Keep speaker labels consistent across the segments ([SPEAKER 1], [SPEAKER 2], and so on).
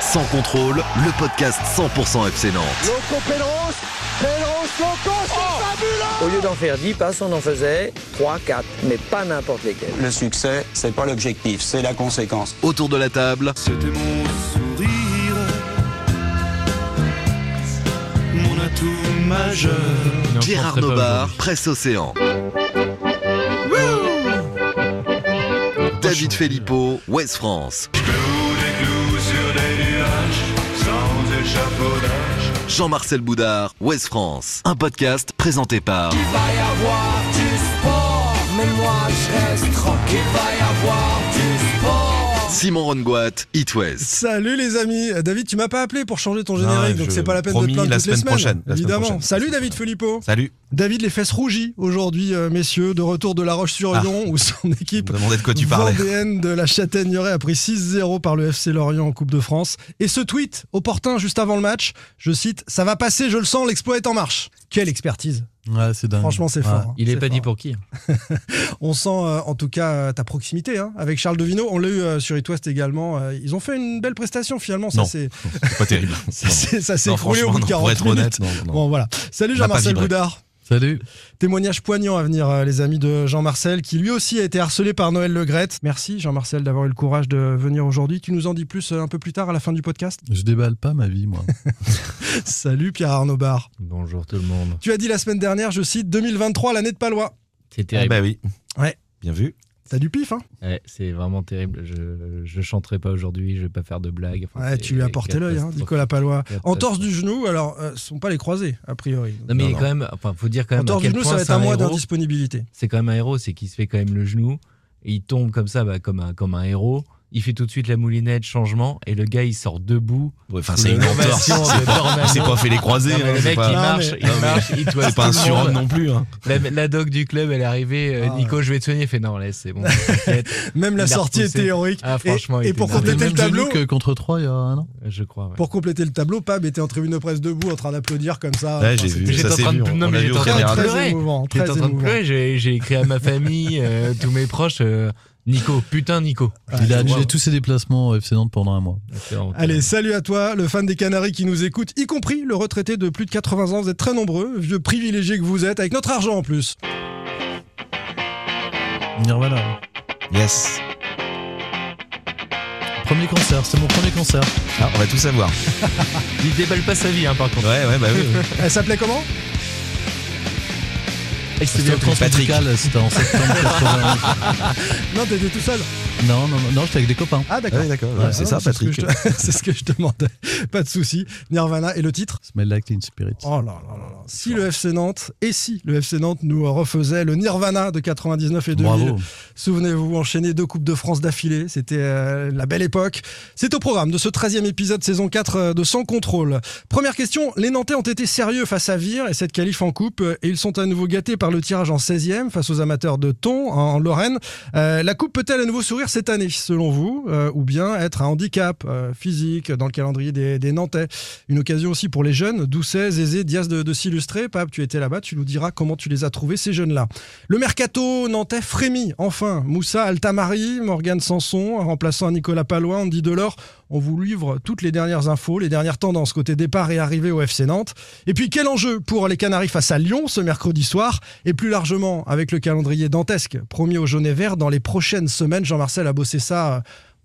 [SPEAKER 1] Sans contrôle, le podcast 100% FC Nantes.
[SPEAKER 2] Loco Pelleros, Pelleros, Loco, c'est
[SPEAKER 3] Oh.
[SPEAKER 2] fabuleux
[SPEAKER 4] Au lieu d'en faire 10 passes, on en faisait 3, 4, mais pas n'importe lesquels.
[SPEAKER 3] Le succès, c'est pas l'objectif, c'est la conséquence.
[SPEAKER 1] Autour de la table,
[SPEAKER 5] C'était mon sourire, mon atout majeur.
[SPEAKER 1] Gérard Nobard, Presse Océan. David Filippo, Ouest France.
[SPEAKER 5] Clous des clous sur des nuages, sans échafaudage.
[SPEAKER 1] Jean-Marcel Boudard, Ouest France. Un podcast présenté par Simon Rongoat, It West.
[SPEAKER 6] Salut les amis, Euh, David, tu m'as pas appelé pour changer ton
[SPEAKER 7] Non,
[SPEAKER 6] générique,
[SPEAKER 7] je-
[SPEAKER 6] donc c'est pas la peine de te
[SPEAKER 7] promis,
[SPEAKER 6] plaindre
[SPEAKER 7] la
[SPEAKER 6] toutes les
[SPEAKER 7] semaine
[SPEAKER 6] semaines.
[SPEAKER 7] prochaine, la semaine
[SPEAKER 6] évidemment.
[SPEAKER 7] prochaine.
[SPEAKER 6] Salut David Filippo.
[SPEAKER 7] Salut.
[SPEAKER 6] David les fesses rougies aujourd'hui, euh, messieurs, de retour de La Roche-sur-Yon où son
[SPEAKER 7] Je
[SPEAKER 6] équipe
[SPEAKER 7] me demandais de quoi Ah. tu parlais.
[SPEAKER 6] vendéenne de la Châtaigneraie a pris 6-0 par le FC Lorient en Coupe de France. Et ce tweet opportun juste avant le match, je cite "Ça va passer, je le sens, l'exploit est en marche." Quelle expertise
[SPEAKER 8] Ouais, c'est dingue.
[SPEAKER 6] Franchement, c'est
[SPEAKER 8] Ouais.
[SPEAKER 6] fort. hein.
[SPEAKER 8] Il est
[SPEAKER 6] C'est
[SPEAKER 8] pas dit
[SPEAKER 6] fort.
[SPEAKER 8] pour qui.
[SPEAKER 6] On sent euh, en tout cas euh, ta proximité hein, avec Charles Devino. On l'a eu euh, sur It West également. Euh, ils ont fait une belle prestation finalement. Ça
[SPEAKER 7] Non.
[SPEAKER 6] c'est
[SPEAKER 7] C'est pas terrible.
[SPEAKER 6] ça s'est- ça s'est
[SPEAKER 7] Non,
[SPEAKER 6] écroulé au
[SPEAKER 7] franchement,
[SPEAKER 6] bout de
[SPEAKER 7] non, pour
[SPEAKER 6] 40
[SPEAKER 7] être
[SPEAKER 6] minutes.
[SPEAKER 7] honnête, non, non.
[SPEAKER 6] Bon voilà.
[SPEAKER 7] On
[SPEAKER 6] Salut
[SPEAKER 7] n'a pas
[SPEAKER 6] Jean-Marcel
[SPEAKER 7] vibré.
[SPEAKER 6] Boudard.
[SPEAKER 8] Salut.
[SPEAKER 6] Témoignage poignant à venir, euh, les amis de Jean-Marcel, qui lui aussi a été harcelé par Noël Legrette. Merci Jean-Marcel d'avoir eu le courage de venir aujourd'hui. Tu nous en dis plus euh, un peu plus tard à la fin du podcast.
[SPEAKER 8] Je déballe pas ma vie, moi.
[SPEAKER 6] Salut Pierre Arnaud Barre.
[SPEAKER 8] Bonjour tout le monde.
[SPEAKER 6] Tu as dit la semaine dernière, je cite 2023, l'année de Palois.
[SPEAKER 9] C'est
[SPEAKER 7] Ah
[SPEAKER 9] terrible.
[SPEAKER 7] bah oui.
[SPEAKER 6] Ouais.
[SPEAKER 7] Bien vu.
[SPEAKER 6] T'as du pif, hein
[SPEAKER 9] Ouais, c'est vraiment terrible. Je, je chanterai pas aujourd'hui, je vais pas faire de blagues. Enfin,
[SPEAKER 6] Ouais,
[SPEAKER 9] c'est
[SPEAKER 6] tu lui as porté l'œil, hein,
[SPEAKER 9] catastrophe.
[SPEAKER 6] Nicolas Palois. En
[SPEAKER 9] Catastrophe.
[SPEAKER 6] torse du genou, alors, euh, ce sont pas les croisés, a priori.
[SPEAKER 9] Non, mais
[SPEAKER 7] Non,
[SPEAKER 9] il est
[SPEAKER 7] non.
[SPEAKER 9] quand même. Enfin, faut dire quand
[SPEAKER 6] En
[SPEAKER 9] même. à
[SPEAKER 6] torse du
[SPEAKER 9] quel
[SPEAKER 6] genou,
[SPEAKER 9] point
[SPEAKER 6] ça va
[SPEAKER 9] c'est
[SPEAKER 6] être un mois
[SPEAKER 9] héros.
[SPEAKER 6] d'indisponibilité.
[SPEAKER 9] C'est quand même un héros, c'est qu'il se fait quand même le genou. et il tombe comme ça, bah, comme, un, comme un héros. Il fait tout de suite la moulinette, changement, et le gars il sort debout.
[SPEAKER 7] Ouais, Enfin,
[SPEAKER 9] Sous
[SPEAKER 7] Ah, c'est une entorse.
[SPEAKER 9] l'ovation de
[SPEAKER 7] C'est pas,
[SPEAKER 9] Dormammu.
[SPEAKER 7] c'est pas fait les croisés.
[SPEAKER 9] Non, mais
[SPEAKER 7] hein,
[SPEAKER 9] le
[SPEAKER 7] c'est
[SPEAKER 9] mec
[SPEAKER 7] pas-
[SPEAKER 9] il marche,
[SPEAKER 6] Non,
[SPEAKER 9] il marche, il toise
[SPEAKER 7] C'est pas un
[SPEAKER 9] tout le monde.
[SPEAKER 7] surhomme non plus. hein.
[SPEAKER 9] La, la doc du club elle est arrivée, euh,
[SPEAKER 6] Ah,
[SPEAKER 9] Nico je vais te soigner, il fait non, laisse, c'est bon, t'inquiète.
[SPEAKER 6] Même la
[SPEAKER 9] Il a
[SPEAKER 6] sortie
[SPEAKER 9] repoussé.
[SPEAKER 6] était héroïque.
[SPEAKER 9] Ah,
[SPEAKER 6] Et-
[SPEAKER 9] franchement, il
[SPEAKER 6] et
[SPEAKER 9] était
[SPEAKER 6] pour
[SPEAKER 9] énorme.
[SPEAKER 8] le
[SPEAKER 6] compléter
[SPEAKER 8] même
[SPEAKER 6] le tableau,
[SPEAKER 8] genou que contre 3 il y a un an.
[SPEAKER 9] Je crois. ouais.
[SPEAKER 6] Pour compléter le tableau, Pab était en tribune de presse debout en train d'applaudir comme ça.
[SPEAKER 7] Ouais,
[SPEAKER 6] Enfin,
[SPEAKER 7] j'ai vu.
[SPEAKER 6] c'était
[SPEAKER 9] J'étais
[SPEAKER 7] Ça,
[SPEAKER 9] en
[SPEAKER 7] c'est
[SPEAKER 9] train de-
[SPEAKER 7] vu. On
[SPEAKER 9] non, mais
[SPEAKER 7] l'a
[SPEAKER 9] j'étais
[SPEAKER 7] vu au
[SPEAKER 9] en train de
[SPEAKER 7] caméras.
[SPEAKER 9] pleurer.
[SPEAKER 6] Très émouvant,
[SPEAKER 9] J'étais
[SPEAKER 6] très
[SPEAKER 9] en train de
[SPEAKER 6] émouvant.
[SPEAKER 9] pleurer, j'ai j'ai écrit à ma famille, euh, tous mes proches, euh, Nico, putain Nico.
[SPEAKER 8] Il
[SPEAKER 6] Ah,
[SPEAKER 8] a annulé
[SPEAKER 9] Wow.
[SPEAKER 8] tous ses déplacements au FC Nantes pendant un mois.
[SPEAKER 6] Allez, salut à toi, le fan des Canaries qui nous écoute, y compris le retraité de plus de 80 ans. Vous êtes très nombreux, vieux privilégiés que vous êtes, avec notre argent en plus.
[SPEAKER 8] Nirvana.
[SPEAKER 7] Yes.
[SPEAKER 8] Premier concert, c'est mon premier concert.
[SPEAKER 7] Ah, on va tout savoir.
[SPEAKER 9] il déballe pas sa vie hein, par contre.
[SPEAKER 7] Ouais, ouais, bah oui.
[SPEAKER 6] Elle s'appelait comment
[SPEAKER 8] C'était au
[SPEAKER 7] Patrick.
[SPEAKER 8] Transmusical, c'était en septembre 91.
[SPEAKER 6] Non, t'étais tout seul.
[SPEAKER 8] Non, non, non, non, j'étais avec des copains.
[SPEAKER 6] Ah, d'accord.
[SPEAKER 7] Ouais, d'accord.
[SPEAKER 6] Ah,
[SPEAKER 7] ouais, C'est ça,
[SPEAKER 6] non, ce que
[SPEAKER 7] Patrick.
[SPEAKER 6] je te- C'est ce que je demandais. Pas de souci. Nirvana et le titre
[SPEAKER 8] Smell Like Teen Spirit.
[SPEAKER 6] Oh là là là là. Si le FC Nantes, et si le FC Nantes nous refaisait le Nirvana de 99 et 2000,
[SPEAKER 8] Bravo.
[SPEAKER 6] Souvenez-vous, enchaîner deux Coupes de France d'affilée, c'était euh, la belle époque. C'est au programme de ce 13e épisode saison 4 euh, de Sans Contrôle. Première question, les Nantais ont été sérieux face à Vire et cette qualif en Coupe, euh, et ils sont à nouveau gâtés par le tirage en 16e face aux amateurs de Thon en Lorraine. Euh, la Coupe peut-elle à nouveau sourire cette année, selon vous, euh, ou bien être un handicap euh, physique dans le calendrier des, des Nantais Une occasion aussi pour les jeunes, Doucet, Zézé, Diaz de, de s'illustrer. Pape, tu étais là-bas, tu nous diras comment tu les as trouvés, ces jeunes-là. Le mercato nantais frémit, enfin. Moussa Altamari, Morgane Sanson, remplaçant Nicolas Palois, Andy Delors. On vous livre toutes les dernières infos, les dernières tendances côté départ et arrivée au FC Nantes. Et puis, quel enjeu pour les Canaries face à Lyon ce mercredi soir et plus largement avec le calendrier dantesque promis aux Jaunes et Verts dans les prochaines semaines. Jean-Marcel a bossé ça euh,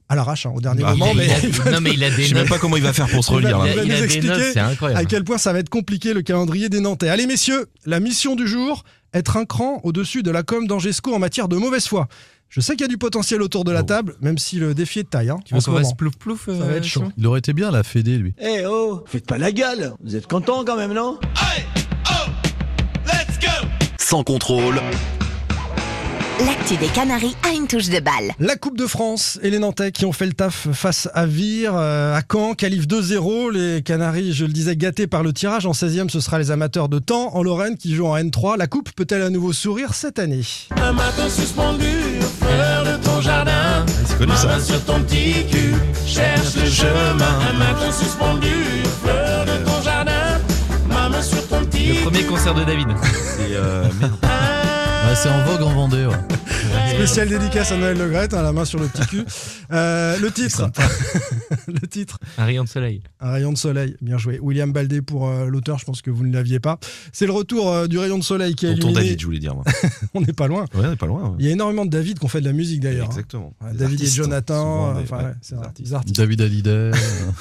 [SPEAKER 6] à l'arrache, hein, au dernier
[SPEAKER 7] Ah,
[SPEAKER 6] moment,
[SPEAKER 9] Bah, Il a-
[SPEAKER 6] mais
[SPEAKER 9] il a- non mais il a
[SPEAKER 7] Je
[SPEAKER 9] des
[SPEAKER 7] sais même
[SPEAKER 9] notes.
[SPEAKER 7] pas comment il va faire pour
[SPEAKER 8] Eh
[SPEAKER 7] se
[SPEAKER 8] ben,
[SPEAKER 7] relire.
[SPEAKER 6] Il
[SPEAKER 7] là.
[SPEAKER 6] va
[SPEAKER 9] Il
[SPEAKER 6] nous
[SPEAKER 9] a des notes,
[SPEAKER 6] expliquer
[SPEAKER 9] c'est
[SPEAKER 6] à
[SPEAKER 9] incroyable.
[SPEAKER 6] quel point ça va être compliqué le calendrier des Nantais. Allez messieurs, la mission du jour, être un cran au-dessus de la com d'Angesco en matière de mauvaise foi. Je sais qu'il y a du potentiel autour de la
[SPEAKER 8] Oh.
[SPEAKER 6] table, même si le défi est de taille. hein,
[SPEAKER 9] Tu
[SPEAKER 6] en
[SPEAKER 9] veux
[SPEAKER 6] ce
[SPEAKER 9] qu'on va
[SPEAKER 6] moment.
[SPEAKER 9] se plouf plouf euh,
[SPEAKER 6] Ça va être chaud.
[SPEAKER 8] Il aurait été bien la Fédé, lui.
[SPEAKER 2] Eh oh, faites pas la gueule, vous êtes contents quand même, non
[SPEAKER 1] Sans contrôle,
[SPEAKER 10] L'actu des Canaries a une touche de balle.
[SPEAKER 6] La Coupe de France et les Nantais qui ont fait le taf face à Vire, euh, à Caen, qualif 2-0. Les Canaries, je le disais, gâtés par le tirage. En 16e, ce sera les amateurs de temps en Lorraine qui jouent en N3. La Coupe peut-elle à nouveau sourire cette année
[SPEAKER 5] Un matin suspendu, fleur de ton jardin.
[SPEAKER 7] C'est connu ça.
[SPEAKER 5] Main sur ton petit cul, cherche le chemin. Un matin suspendu, fleur de ton jardin. Ma main sur ton petit
[SPEAKER 9] Le premier concert de David. Ah.
[SPEAKER 7] C'est, euh, merde.
[SPEAKER 8] Ouais, c'est en vogue en Vendée. ouais.
[SPEAKER 6] C'est Spéciale dédicace à Noël Le Graët, hein, la main sur le petit cul. Euh, le titre. le titre.
[SPEAKER 9] Un rayon de soleil.
[SPEAKER 6] Un rayon de soleil, bien joué. William Baldé pour euh, l'auteur, je pense que vous ne l'aviez pas. C'est le retour euh, du rayon de soleil qui a
[SPEAKER 7] Tonton
[SPEAKER 6] illuminé-
[SPEAKER 7] David, je voulais dire. Moi.
[SPEAKER 6] On n'est pas loin.
[SPEAKER 7] Ouais, on est pas loin.
[SPEAKER 6] Il y a énormément de David qui ont fait de la musique d'ailleurs. hein.
[SPEAKER 7] Exactement.
[SPEAKER 6] Ouais,
[SPEAKER 7] Des
[SPEAKER 6] David
[SPEAKER 7] artistes,
[SPEAKER 6] et Jonathan,
[SPEAKER 7] souvent des-
[SPEAKER 6] enfin,
[SPEAKER 7] ouais,
[SPEAKER 6] ouais, c'est
[SPEAKER 7] des
[SPEAKER 6] un-
[SPEAKER 7] artistes.
[SPEAKER 6] des artistes.
[SPEAKER 8] David Hallyday. euh,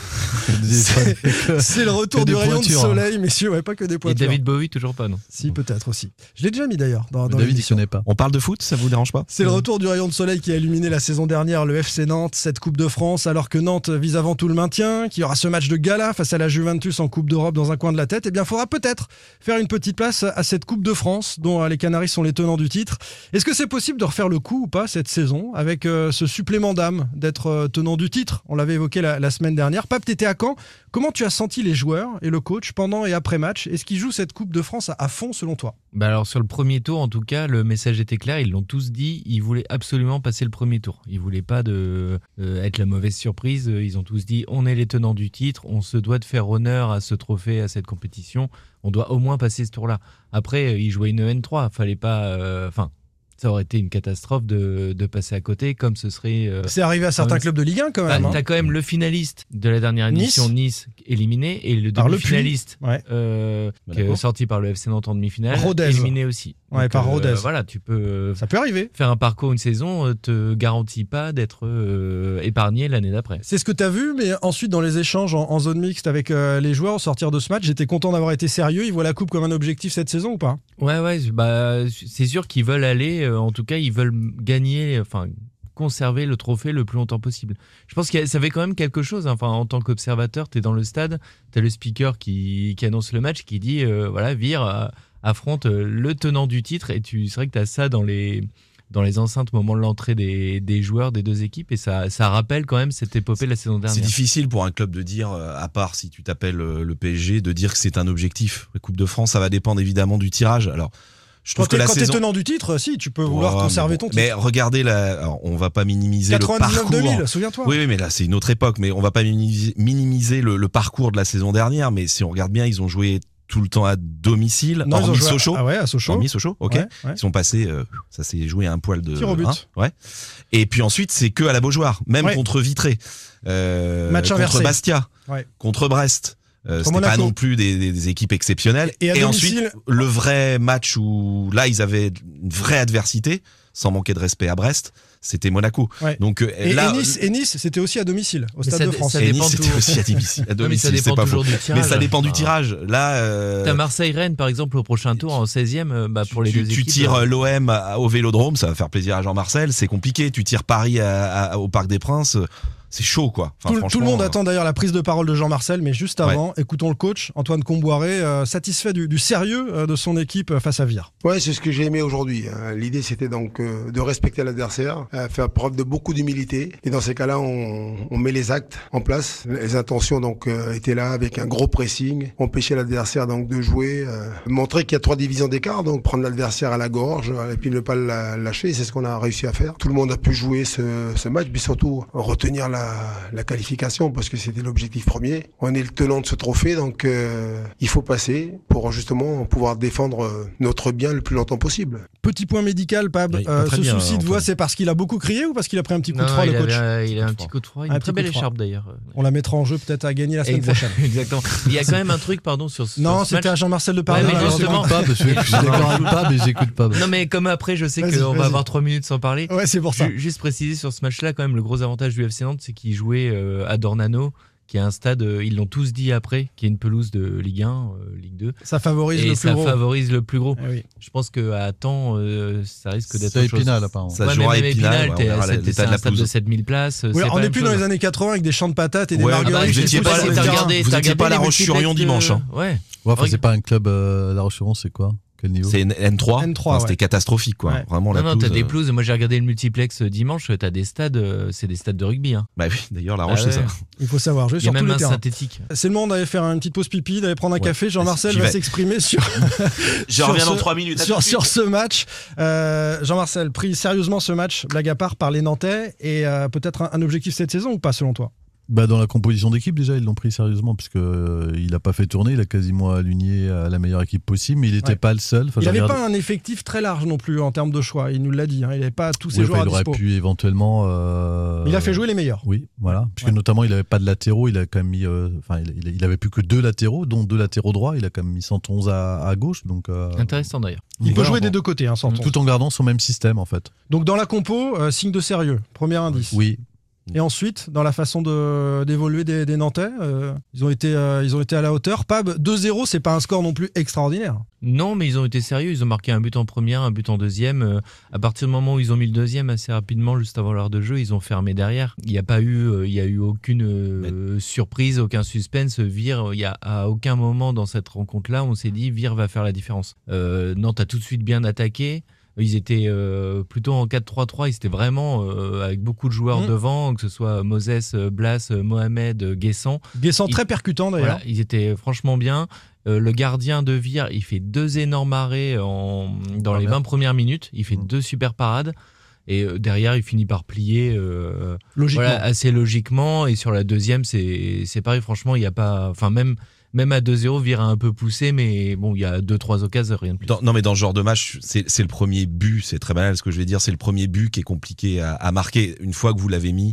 [SPEAKER 8] des-
[SPEAKER 6] C'est- C'est le retour
[SPEAKER 8] Que
[SPEAKER 6] du
[SPEAKER 8] des
[SPEAKER 6] rayon de
[SPEAKER 8] pointures, hein.
[SPEAKER 6] soleil, messieurs, ouais, pas que des
[SPEAKER 9] Et
[SPEAKER 6] pointures.
[SPEAKER 9] David Bowie, toujours pas, non
[SPEAKER 6] Si, peut-être aussi. Je l'ai déjà mis d'ailleurs dans,
[SPEAKER 8] Mais
[SPEAKER 6] dans
[SPEAKER 8] David, il
[SPEAKER 6] l'émission.
[SPEAKER 8] connaît pas.
[SPEAKER 7] On parle de foot, ça vous dérange pas
[SPEAKER 6] C'est
[SPEAKER 9] Mhm.
[SPEAKER 6] le retour du rayon de soleil qui a illuminé la saison dernière le FC Nantes, cette Coupe de France, alors que Nantes vise avant tout le maintien, qu'il y aura ce match de gala face à la Juventus en Coupe d'Europe dans un coin de la tête, eh bien, faudra peut-être faire une petite place à cette Coupe de France dont euh, les Canaries sont les tenants du titre. Est-ce que c'est possible de refaire le coup ou pas cette saison avec euh, ce supplément d'âme d'être euh, tenant du titre On l'avait évoqué la, la semaine dernière. Pape, t'étais à Caen. Comment tu as senti les joueurs et le coach pendant et après match Est-ce qu'ils jouent cette Coupe de France à, à fond selon toi
[SPEAKER 9] Bah alors sur le premier tour, en tout cas, le message était clair. Ils l'ont tous dit. Ils voulaient absolument passer le premier tour. Ils voulaient pas de euh, être la mauvaise surprise. Euh, Ils ont tous dit on est les tenants du titre. On se doit de faire honneur à ce trophée, à cette compétition. On doit au moins passer ce tour-là. Après, euh, ils jouaient une N3. Fallait pas. euh, Enfin, ça aurait été une catastrophe de, de passer à côté, comme ce serait. euh,
[SPEAKER 6] C'est arrivé à certains
[SPEAKER 9] ouais.
[SPEAKER 6] clubs de Ligue 1 quand
[SPEAKER 9] Bah,
[SPEAKER 6] même. hein.
[SPEAKER 9] T'as quand même le finaliste de la dernière édition, Nice, éliminé, et le
[SPEAKER 6] Par le Puy.
[SPEAKER 9] demi-finaliste
[SPEAKER 6] Ouais.
[SPEAKER 9] euh, qui est
[SPEAKER 8] Monaco.
[SPEAKER 9] sorti par le FC Nantes en demi-finale,
[SPEAKER 6] Rodez.
[SPEAKER 9] éliminé aussi.
[SPEAKER 6] Ouais, par Rodez.
[SPEAKER 9] voilà, tu peux euh,
[SPEAKER 6] Ça peut arriver.
[SPEAKER 9] faire un parcours, une saison, euh, te garantit pas d'être euh, épargné l'année d'après.
[SPEAKER 6] C'est ce que tu as vu, mais ensuite dans les échanges en, en zone mixte avec euh, les joueurs au sortir de ce match, j'étais content d'avoir été sérieux. Ils voient la coupe comme un objectif cette saison ou pas
[SPEAKER 9] Ouais, ouais, c'est- bah, c'est sûr qu'ils veulent aller, euh, en tout cas, ils veulent gagner, enfin, conserver le trophée le plus longtemps possible. Je pense que ça fait quand même quelque chose. hein. Enfin, en tant qu'observateur, tu es dans le stade, tu as le speaker qui, qui annonce le match, qui dit euh, voilà, Vire euh, affronte euh, le tenant du titre. Et tu c'est vrai que tu as ça dans les, dans les enceintes au moment de l'entrée des, des joueurs des deux équipes. Et ça, ça rappelle quand même cette épopée de la saison
[SPEAKER 7] C'est
[SPEAKER 9] dernière.
[SPEAKER 7] difficile pour un club de dire, euh, à part si tu t'appelles euh, le PSG, de dire que c'est un objectif. La Coupe de France, ça va dépendre évidemment du tirage. Alors, je
[SPEAKER 6] Quand
[SPEAKER 7] trouve que
[SPEAKER 6] t'es
[SPEAKER 7] la
[SPEAKER 6] quand t'es
[SPEAKER 7] saison.
[SPEAKER 6] tenant du titre, si, tu peux vouloir
[SPEAKER 7] Ouais,
[SPEAKER 6] conserver
[SPEAKER 7] mais
[SPEAKER 6] ton
[SPEAKER 7] bon.
[SPEAKER 6] titre.
[SPEAKER 7] Mais regardez, la... alors, on va pas minimiser le parcours.
[SPEAKER 6] 99-2000, souviens-toi.
[SPEAKER 7] Oui, oui, mais là, c'est une autre époque. Mais on va pas minimiser, minimiser le, le parcours de la saison dernière. Mais si on regarde bien, ils ont joué tout le temps à domicile,
[SPEAKER 6] Non, ils ont
[SPEAKER 7] hormis
[SPEAKER 6] joué à-
[SPEAKER 7] Sochaux.
[SPEAKER 6] Ah ouais, à Sochaux.
[SPEAKER 7] Hormis Sochaux, ok.
[SPEAKER 6] Ouais, ouais.
[SPEAKER 7] Ils sont passés, euh, ça s'est joué à un poil de.
[SPEAKER 6] Tir au but.
[SPEAKER 7] hein, ouais. Et puis ensuite, c'est que à la Beaujoire, même
[SPEAKER 6] Ouais.
[SPEAKER 7] contre Vitré, euh,
[SPEAKER 6] Match inversé.
[SPEAKER 7] contre Bastia,
[SPEAKER 6] Ouais.
[SPEAKER 7] contre Brest. Euh,
[SPEAKER 6] Contre
[SPEAKER 7] c'était pas
[SPEAKER 6] Monaco.
[SPEAKER 7] non plus des, des- des équipes exceptionnelles.
[SPEAKER 6] Et à domicile-
[SPEAKER 7] ensuite, le vrai match où là, ils avaient une vraie adversité, sans manquer de respect à Brest, c'était Monaco.
[SPEAKER 6] Ouais.
[SPEAKER 7] Donc euh,
[SPEAKER 6] Et,
[SPEAKER 7] là,
[SPEAKER 6] et Nice, et Nice, c'était aussi à domicile, au
[SPEAKER 9] Mais
[SPEAKER 6] Stade
[SPEAKER 9] ça-
[SPEAKER 6] de France.
[SPEAKER 9] ça
[SPEAKER 7] et Nice,
[SPEAKER 9] dépend
[SPEAKER 7] c'était
[SPEAKER 9] tout.
[SPEAKER 7] aussi à domicile. à
[SPEAKER 9] Non, mais ça
[SPEAKER 7] domicile, c'est
[SPEAKER 9] dépend
[SPEAKER 7] pas faux.
[SPEAKER 9] toujours du tirage.
[SPEAKER 7] Mais ça dépend du
[SPEAKER 9] Enfin,
[SPEAKER 7] tirage. Là, euh,
[SPEAKER 9] T'as Marseille-Rennes, par exemple, au prochain tour, en 16e, euh, bah, pour les
[SPEAKER 7] tu,
[SPEAKER 9] deux
[SPEAKER 7] tu
[SPEAKER 9] équipes.
[SPEAKER 7] tires euh, l'OM à- au Vélodrome, ça va faire plaisir à Jean-Marcel, c'est compliqué. Tu tires Paris à- à- au Parc des Princes, euh, c'est chaud quoi. Enfin,
[SPEAKER 6] Tout, le- tout
[SPEAKER 7] franchement,
[SPEAKER 6] le monde
[SPEAKER 7] euh,
[SPEAKER 6] attend d'ailleurs la prise de parole de Jean-Marcel, mais juste avant, écoutons le coach Antoine Comboiré, euh, satisfait du, du sérieux euh, de son équipe euh, face à Vire.
[SPEAKER 2] Ouais, c'est ce que j'ai aimé aujourd'hui. hein. L'idée, c'était donc euh, de respecter l'adversaire, euh, faire preuve de beaucoup d'humilité. Et dans ces cas-là, on, on met les actes en place. Les intentions donc euh, étaient là avec un gros pressing, empêcher l'adversaire donc de jouer, euh, montrer qu'il y a trois divisions d'écart, donc prendre l'adversaire à la gorge euh, et puis ne pas la lâcher. C'est ce qu'on a réussi à faire. Tout le monde a pu jouer ce, ce match, puis surtout retenir la, la qualification parce que c'était l'objectif premier. On est le tenant de ce trophée, donc euh, il faut passer pour justement pouvoir défendre euh, notre bien le plus longtemps possible.
[SPEAKER 6] Petit point médical, Pab,
[SPEAKER 7] Oui, pas
[SPEAKER 6] euh,
[SPEAKER 7] très
[SPEAKER 6] ce
[SPEAKER 7] bien,
[SPEAKER 6] souci de voix,
[SPEAKER 7] Antoine.
[SPEAKER 6] c'est parce qu'il a beaucoup crié ou parce qu'il a pris un petit coup
[SPEAKER 9] Non,
[SPEAKER 6] de froid,
[SPEAKER 9] il
[SPEAKER 6] le coach
[SPEAKER 9] avait- il a un
[SPEAKER 7] Coup de
[SPEAKER 9] petit
[SPEAKER 7] froid.
[SPEAKER 9] coup de froid,
[SPEAKER 6] Un
[SPEAKER 9] une
[SPEAKER 6] petit
[SPEAKER 9] très
[SPEAKER 6] coup
[SPEAKER 9] belle
[SPEAKER 6] de froid.
[SPEAKER 9] écharpe d'ailleurs.
[SPEAKER 6] On la mettra en jeu peut-être à gagner la semaine
[SPEAKER 9] Exact-
[SPEAKER 6] prochaine.
[SPEAKER 9] Exactement. Il y a quand même un truc, pardon, sur ce.
[SPEAKER 6] Non,
[SPEAKER 9] sur ce
[SPEAKER 6] c'était à
[SPEAKER 9] match.
[SPEAKER 6] Jean-Marcel de Paris.
[SPEAKER 9] Ouais, mais
[SPEAKER 6] alors,
[SPEAKER 8] je
[SPEAKER 6] c'est
[SPEAKER 9] justement-
[SPEAKER 8] n'écoute pas, parce que je suis d'accord avec pas, mais j'écoute pas.
[SPEAKER 9] Non, mais comme après, je sais
[SPEAKER 6] Vas-y,
[SPEAKER 9] qu'on va
[SPEAKER 6] vas-y.
[SPEAKER 9] avoir trois minutes sans parler.
[SPEAKER 6] bon. Ouais, c'est pour ça.
[SPEAKER 9] Ju- Juste préciser sur ce match-là, quand même, le gros avantage du FC Nantes, c'est qu'ils jouaient euh, à Dornano, qui est un stade, euh, ils l'ont tous dit après, qui est une pelouse de Ligue 1, euh, Ligue 2.
[SPEAKER 6] Ça favorise
[SPEAKER 9] Et
[SPEAKER 6] le plus
[SPEAKER 9] ça
[SPEAKER 6] gros.
[SPEAKER 9] favorise le plus gros.
[SPEAKER 6] Eh oui.
[SPEAKER 9] Je pense qu'à temps, euh, ça risque d'être.
[SPEAKER 8] C'est
[SPEAKER 9] autre chose.
[SPEAKER 8] épinal, apparemment.
[SPEAKER 7] euh, Ça
[SPEAKER 9] Ouais,
[SPEAKER 7] jouera
[SPEAKER 9] mais
[SPEAKER 7] à
[SPEAKER 9] même
[SPEAKER 7] Épinal,
[SPEAKER 9] Épinal,
[SPEAKER 7] ouais, on
[SPEAKER 9] t'es-
[SPEAKER 7] verra
[SPEAKER 9] c'est-
[SPEAKER 7] l'état
[SPEAKER 9] c'est
[SPEAKER 7] de la
[SPEAKER 9] un stade de
[SPEAKER 7] pelouse.
[SPEAKER 9] 7000 places. euh,
[SPEAKER 6] Oui,
[SPEAKER 9] c'est pas
[SPEAKER 6] on
[SPEAKER 9] la
[SPEAKER 6] n'est
[SPEAKER 9] même
[SPEAKER 6] plus dans
[SPEAKER 9] chose.
[SPEAKER 6] les années 80 avec des champs de patates et des
[SPEAKER 7] Ouais, ah bah,
[SPEAKER 6] marguerites.
[SPEAKER 7] vous
[SPEAKER 6] qui
[SPEAKER 7] étiez
[SPEAKER 6] poussent
[SPEAKER 7] pas
[SPEAKER 6] sur
[SPEAKER 7] là,
[SPEAKER 6] le
[SPEAKER 7] t'as
[SPEAKER 6] terrain.
[SPEAKER 7] regardé. vous étiez pas à La Roche-sur-Yon dimanche, hein.
[SPEAKER 9] euh, Ouais.
[SPEAKER 8] Ouais, enfin,
[SPEAKER 9] Regarde.
[SPEAKER 8] c'est pas un club euh, La Roche-sur-Yon, c'est quoi Quel niveau
[SPEAKER 7] C'est N- N3,
[SPEAKER 6] N3,
[SPEAKER 7] Enfin, c'était
[SPEAKER 6] ouais.
[SPEAKER 7] catastrophique quoi.
[SPEAKER 6] Ouais.
[SPEAKER 7] Vraiment la
[SPEAKER 9] non, non, t'as
[SPEAKER 7] pelouse,
[SPEAKER 9] des
[SPEAKER 7] euh,
[SPEAKER 9] pelouses. Moi, j'ai regardé le multiplex euh, dimanche. T'as des stades, euh, c'est des stades de rugby. Hein.
[SPEAKER 7] Bah oui, d'ailleurs la Roche
[SPEAKER 9] Ah
[SPEAKER 7] c'est ça.
[SPEAKER 9] ouais.
[SPEAKER 6] Il faut savoir jouer
[SPEAKER 9] Il y
[SPEAKER 6] sur
[SPEAKER 9] a
[SPEAKER 6] tous
[SPEAKER 9] même
[SPEAKER 6] les
[SPEAKER 9] un
[SPEAKER 6] terrains.
[SPEAKER 9] synthétique.
[SPEAKER 6] C'est le moment d'aller faire une petite pause pipi, d'aller prendre un
[SPEAKER 7] Ouais.
[SPEAKER 6] café. Jean-Marcel
[SPEAKER 7] J'y
[SPEAKER 6] va
[SPEAKER 7] vais.
[SPEAKER 6] s'exprimer sur,
[SPEAKER 7] Je
[SPEAKER 6] reviens dans
[SPEAKER 7] trois minutes.
[SPEAKER 6] sur, sur ce match. Euh, Jean-Marcel, pris sérieusement ce match, blague à part, par les Nantais, et euh, peut-être un, un objectif cette saison ou pas selon toi
[SPEAKER 8] Bah, dans la composition d'équipe, déjà, ils l'ont pris sérieusement, puisque euh, il n'a pas fait tourner, il a quasiment aligné à la meilleure équipe possible, mais il n'était
[SPEAKER 6] Ouais.
[SPEAKER 8] pas le seul. Enfin,
[SPEAKER 6] Il
[SPEAKER 8] j'ai
[SPEAKER 6] n'avait
[SPEAKER 8] regardé-
[SPEAKER 6] pas un effectif très large non plus en termes de choix. Il nous l'a dit. hein. Il n'avait pas tous ses
[SPEAKER 8] Oui,
[SPEAKER 6] joueurs
[SPEAKER 8] enfin, il
[SPEAKER 6] à
[SPEAKER 8] aurait
[SPEAKER 6] dispo.
[SPEAKER 8] pu éventuellement. euh,
[SPEAKER 6] Il a fait jouer les meilleurs.
[SPEAKER 8] Oui, voilà. Puisque notamment, il n'avait pas de latéraux. Il a quand même mis. euh, Enfin, il- il, il avait plus que deux latéraux, dont deux latéraux droits. Il a quand même mis 111 à, à gauche. Donc, euh,
[SPEAKER 7] Ah.
[SPEAKER 9] Intéressant d'ailleurs.
[SPEAKER 6] Il peut
[SPEAKER 8] voilà,
[SPEAKER 6] jouer
[SPEAKER 8] bon.
[SPEAKER 6] des deux côtés, hein,
[SPEAKER 7] Mm.
[SPEAKER 6] Santon.
[SPEAKER 8] Tout en gardant son même système, en fait.
[SPEAKER 6] Donc dans la compo, euh, signe de sérieux, premier indice.
[SPEAKER 8] Oui.
[SPEAKER 6] Et ensuite, dans la façon de- d'évoluer des, des Nantais, euh, ils, ont été, euh, ils ont été à la hauteur. Pab, 2-0, c'est pas un score non plus extraordinaire.
[SPEAKER 9] Non, mais ils ont été sérieux. Ils ont marqué un but en première, un but en deuxième. Euh, à partir du moment où ils ont mis le deuxième, assez rapidement, juste avant l'heure de jeu, ils ont fermé derrière. Il n'y a pas eu, euh, il y a eu aucune euh, surprise, aucun suspense. Vire, il y a à aucun moment dans cette rencontre-là, on s'est dit Vire va faire la différence. Euh, Nantes a tout de suite bien attaqué. Ils étaient euh, plutôt en 4-3-3. Ils étaient vraiment euh, avec beaucoup de joueurs
[SPEAKER 6] Mm.
[SPEAKER 9] devant, que ce soit Moses, euh, Blas, euh, Mohamed, euh, Guessant.
[SPEAKER 6] Descend
[SPEAKER 9] Il-
[SPEAKER 6] très percutant d'ailleurs.
[SPEAKER 9] Voilà, ils étaient franchement bien. Euh, le gardien de Vire, il fait deux énormes arrêts en, dans les
[SPEAKER 8] Première.
[SPEAKER 9] 20 premières minutes. Il fait
[SPEAKER 8] Mm.
[SPEAKER 9] deux super parades. Et euh, derrière, il finit par plier euh,
[SPEAKER 6] Logiquement.
[SPEAKER 9] voilà, assez logiquement. Et sur la deuxième, c'est c'est pareil. Franchement, il n'y a pas. Enfin, même, même à 2-0, Vire a un peu poussé. Mais bon, il y a deux, trois occasions, rien de plus.
[SPEAKER 7] Dans- non, mais dans ce genre de match, c'est c'est le premier but. C'est très banal ce que je vais dire. C'est le premier but qui est compliqué à, à marquer. Une fois que vous l'avez mis,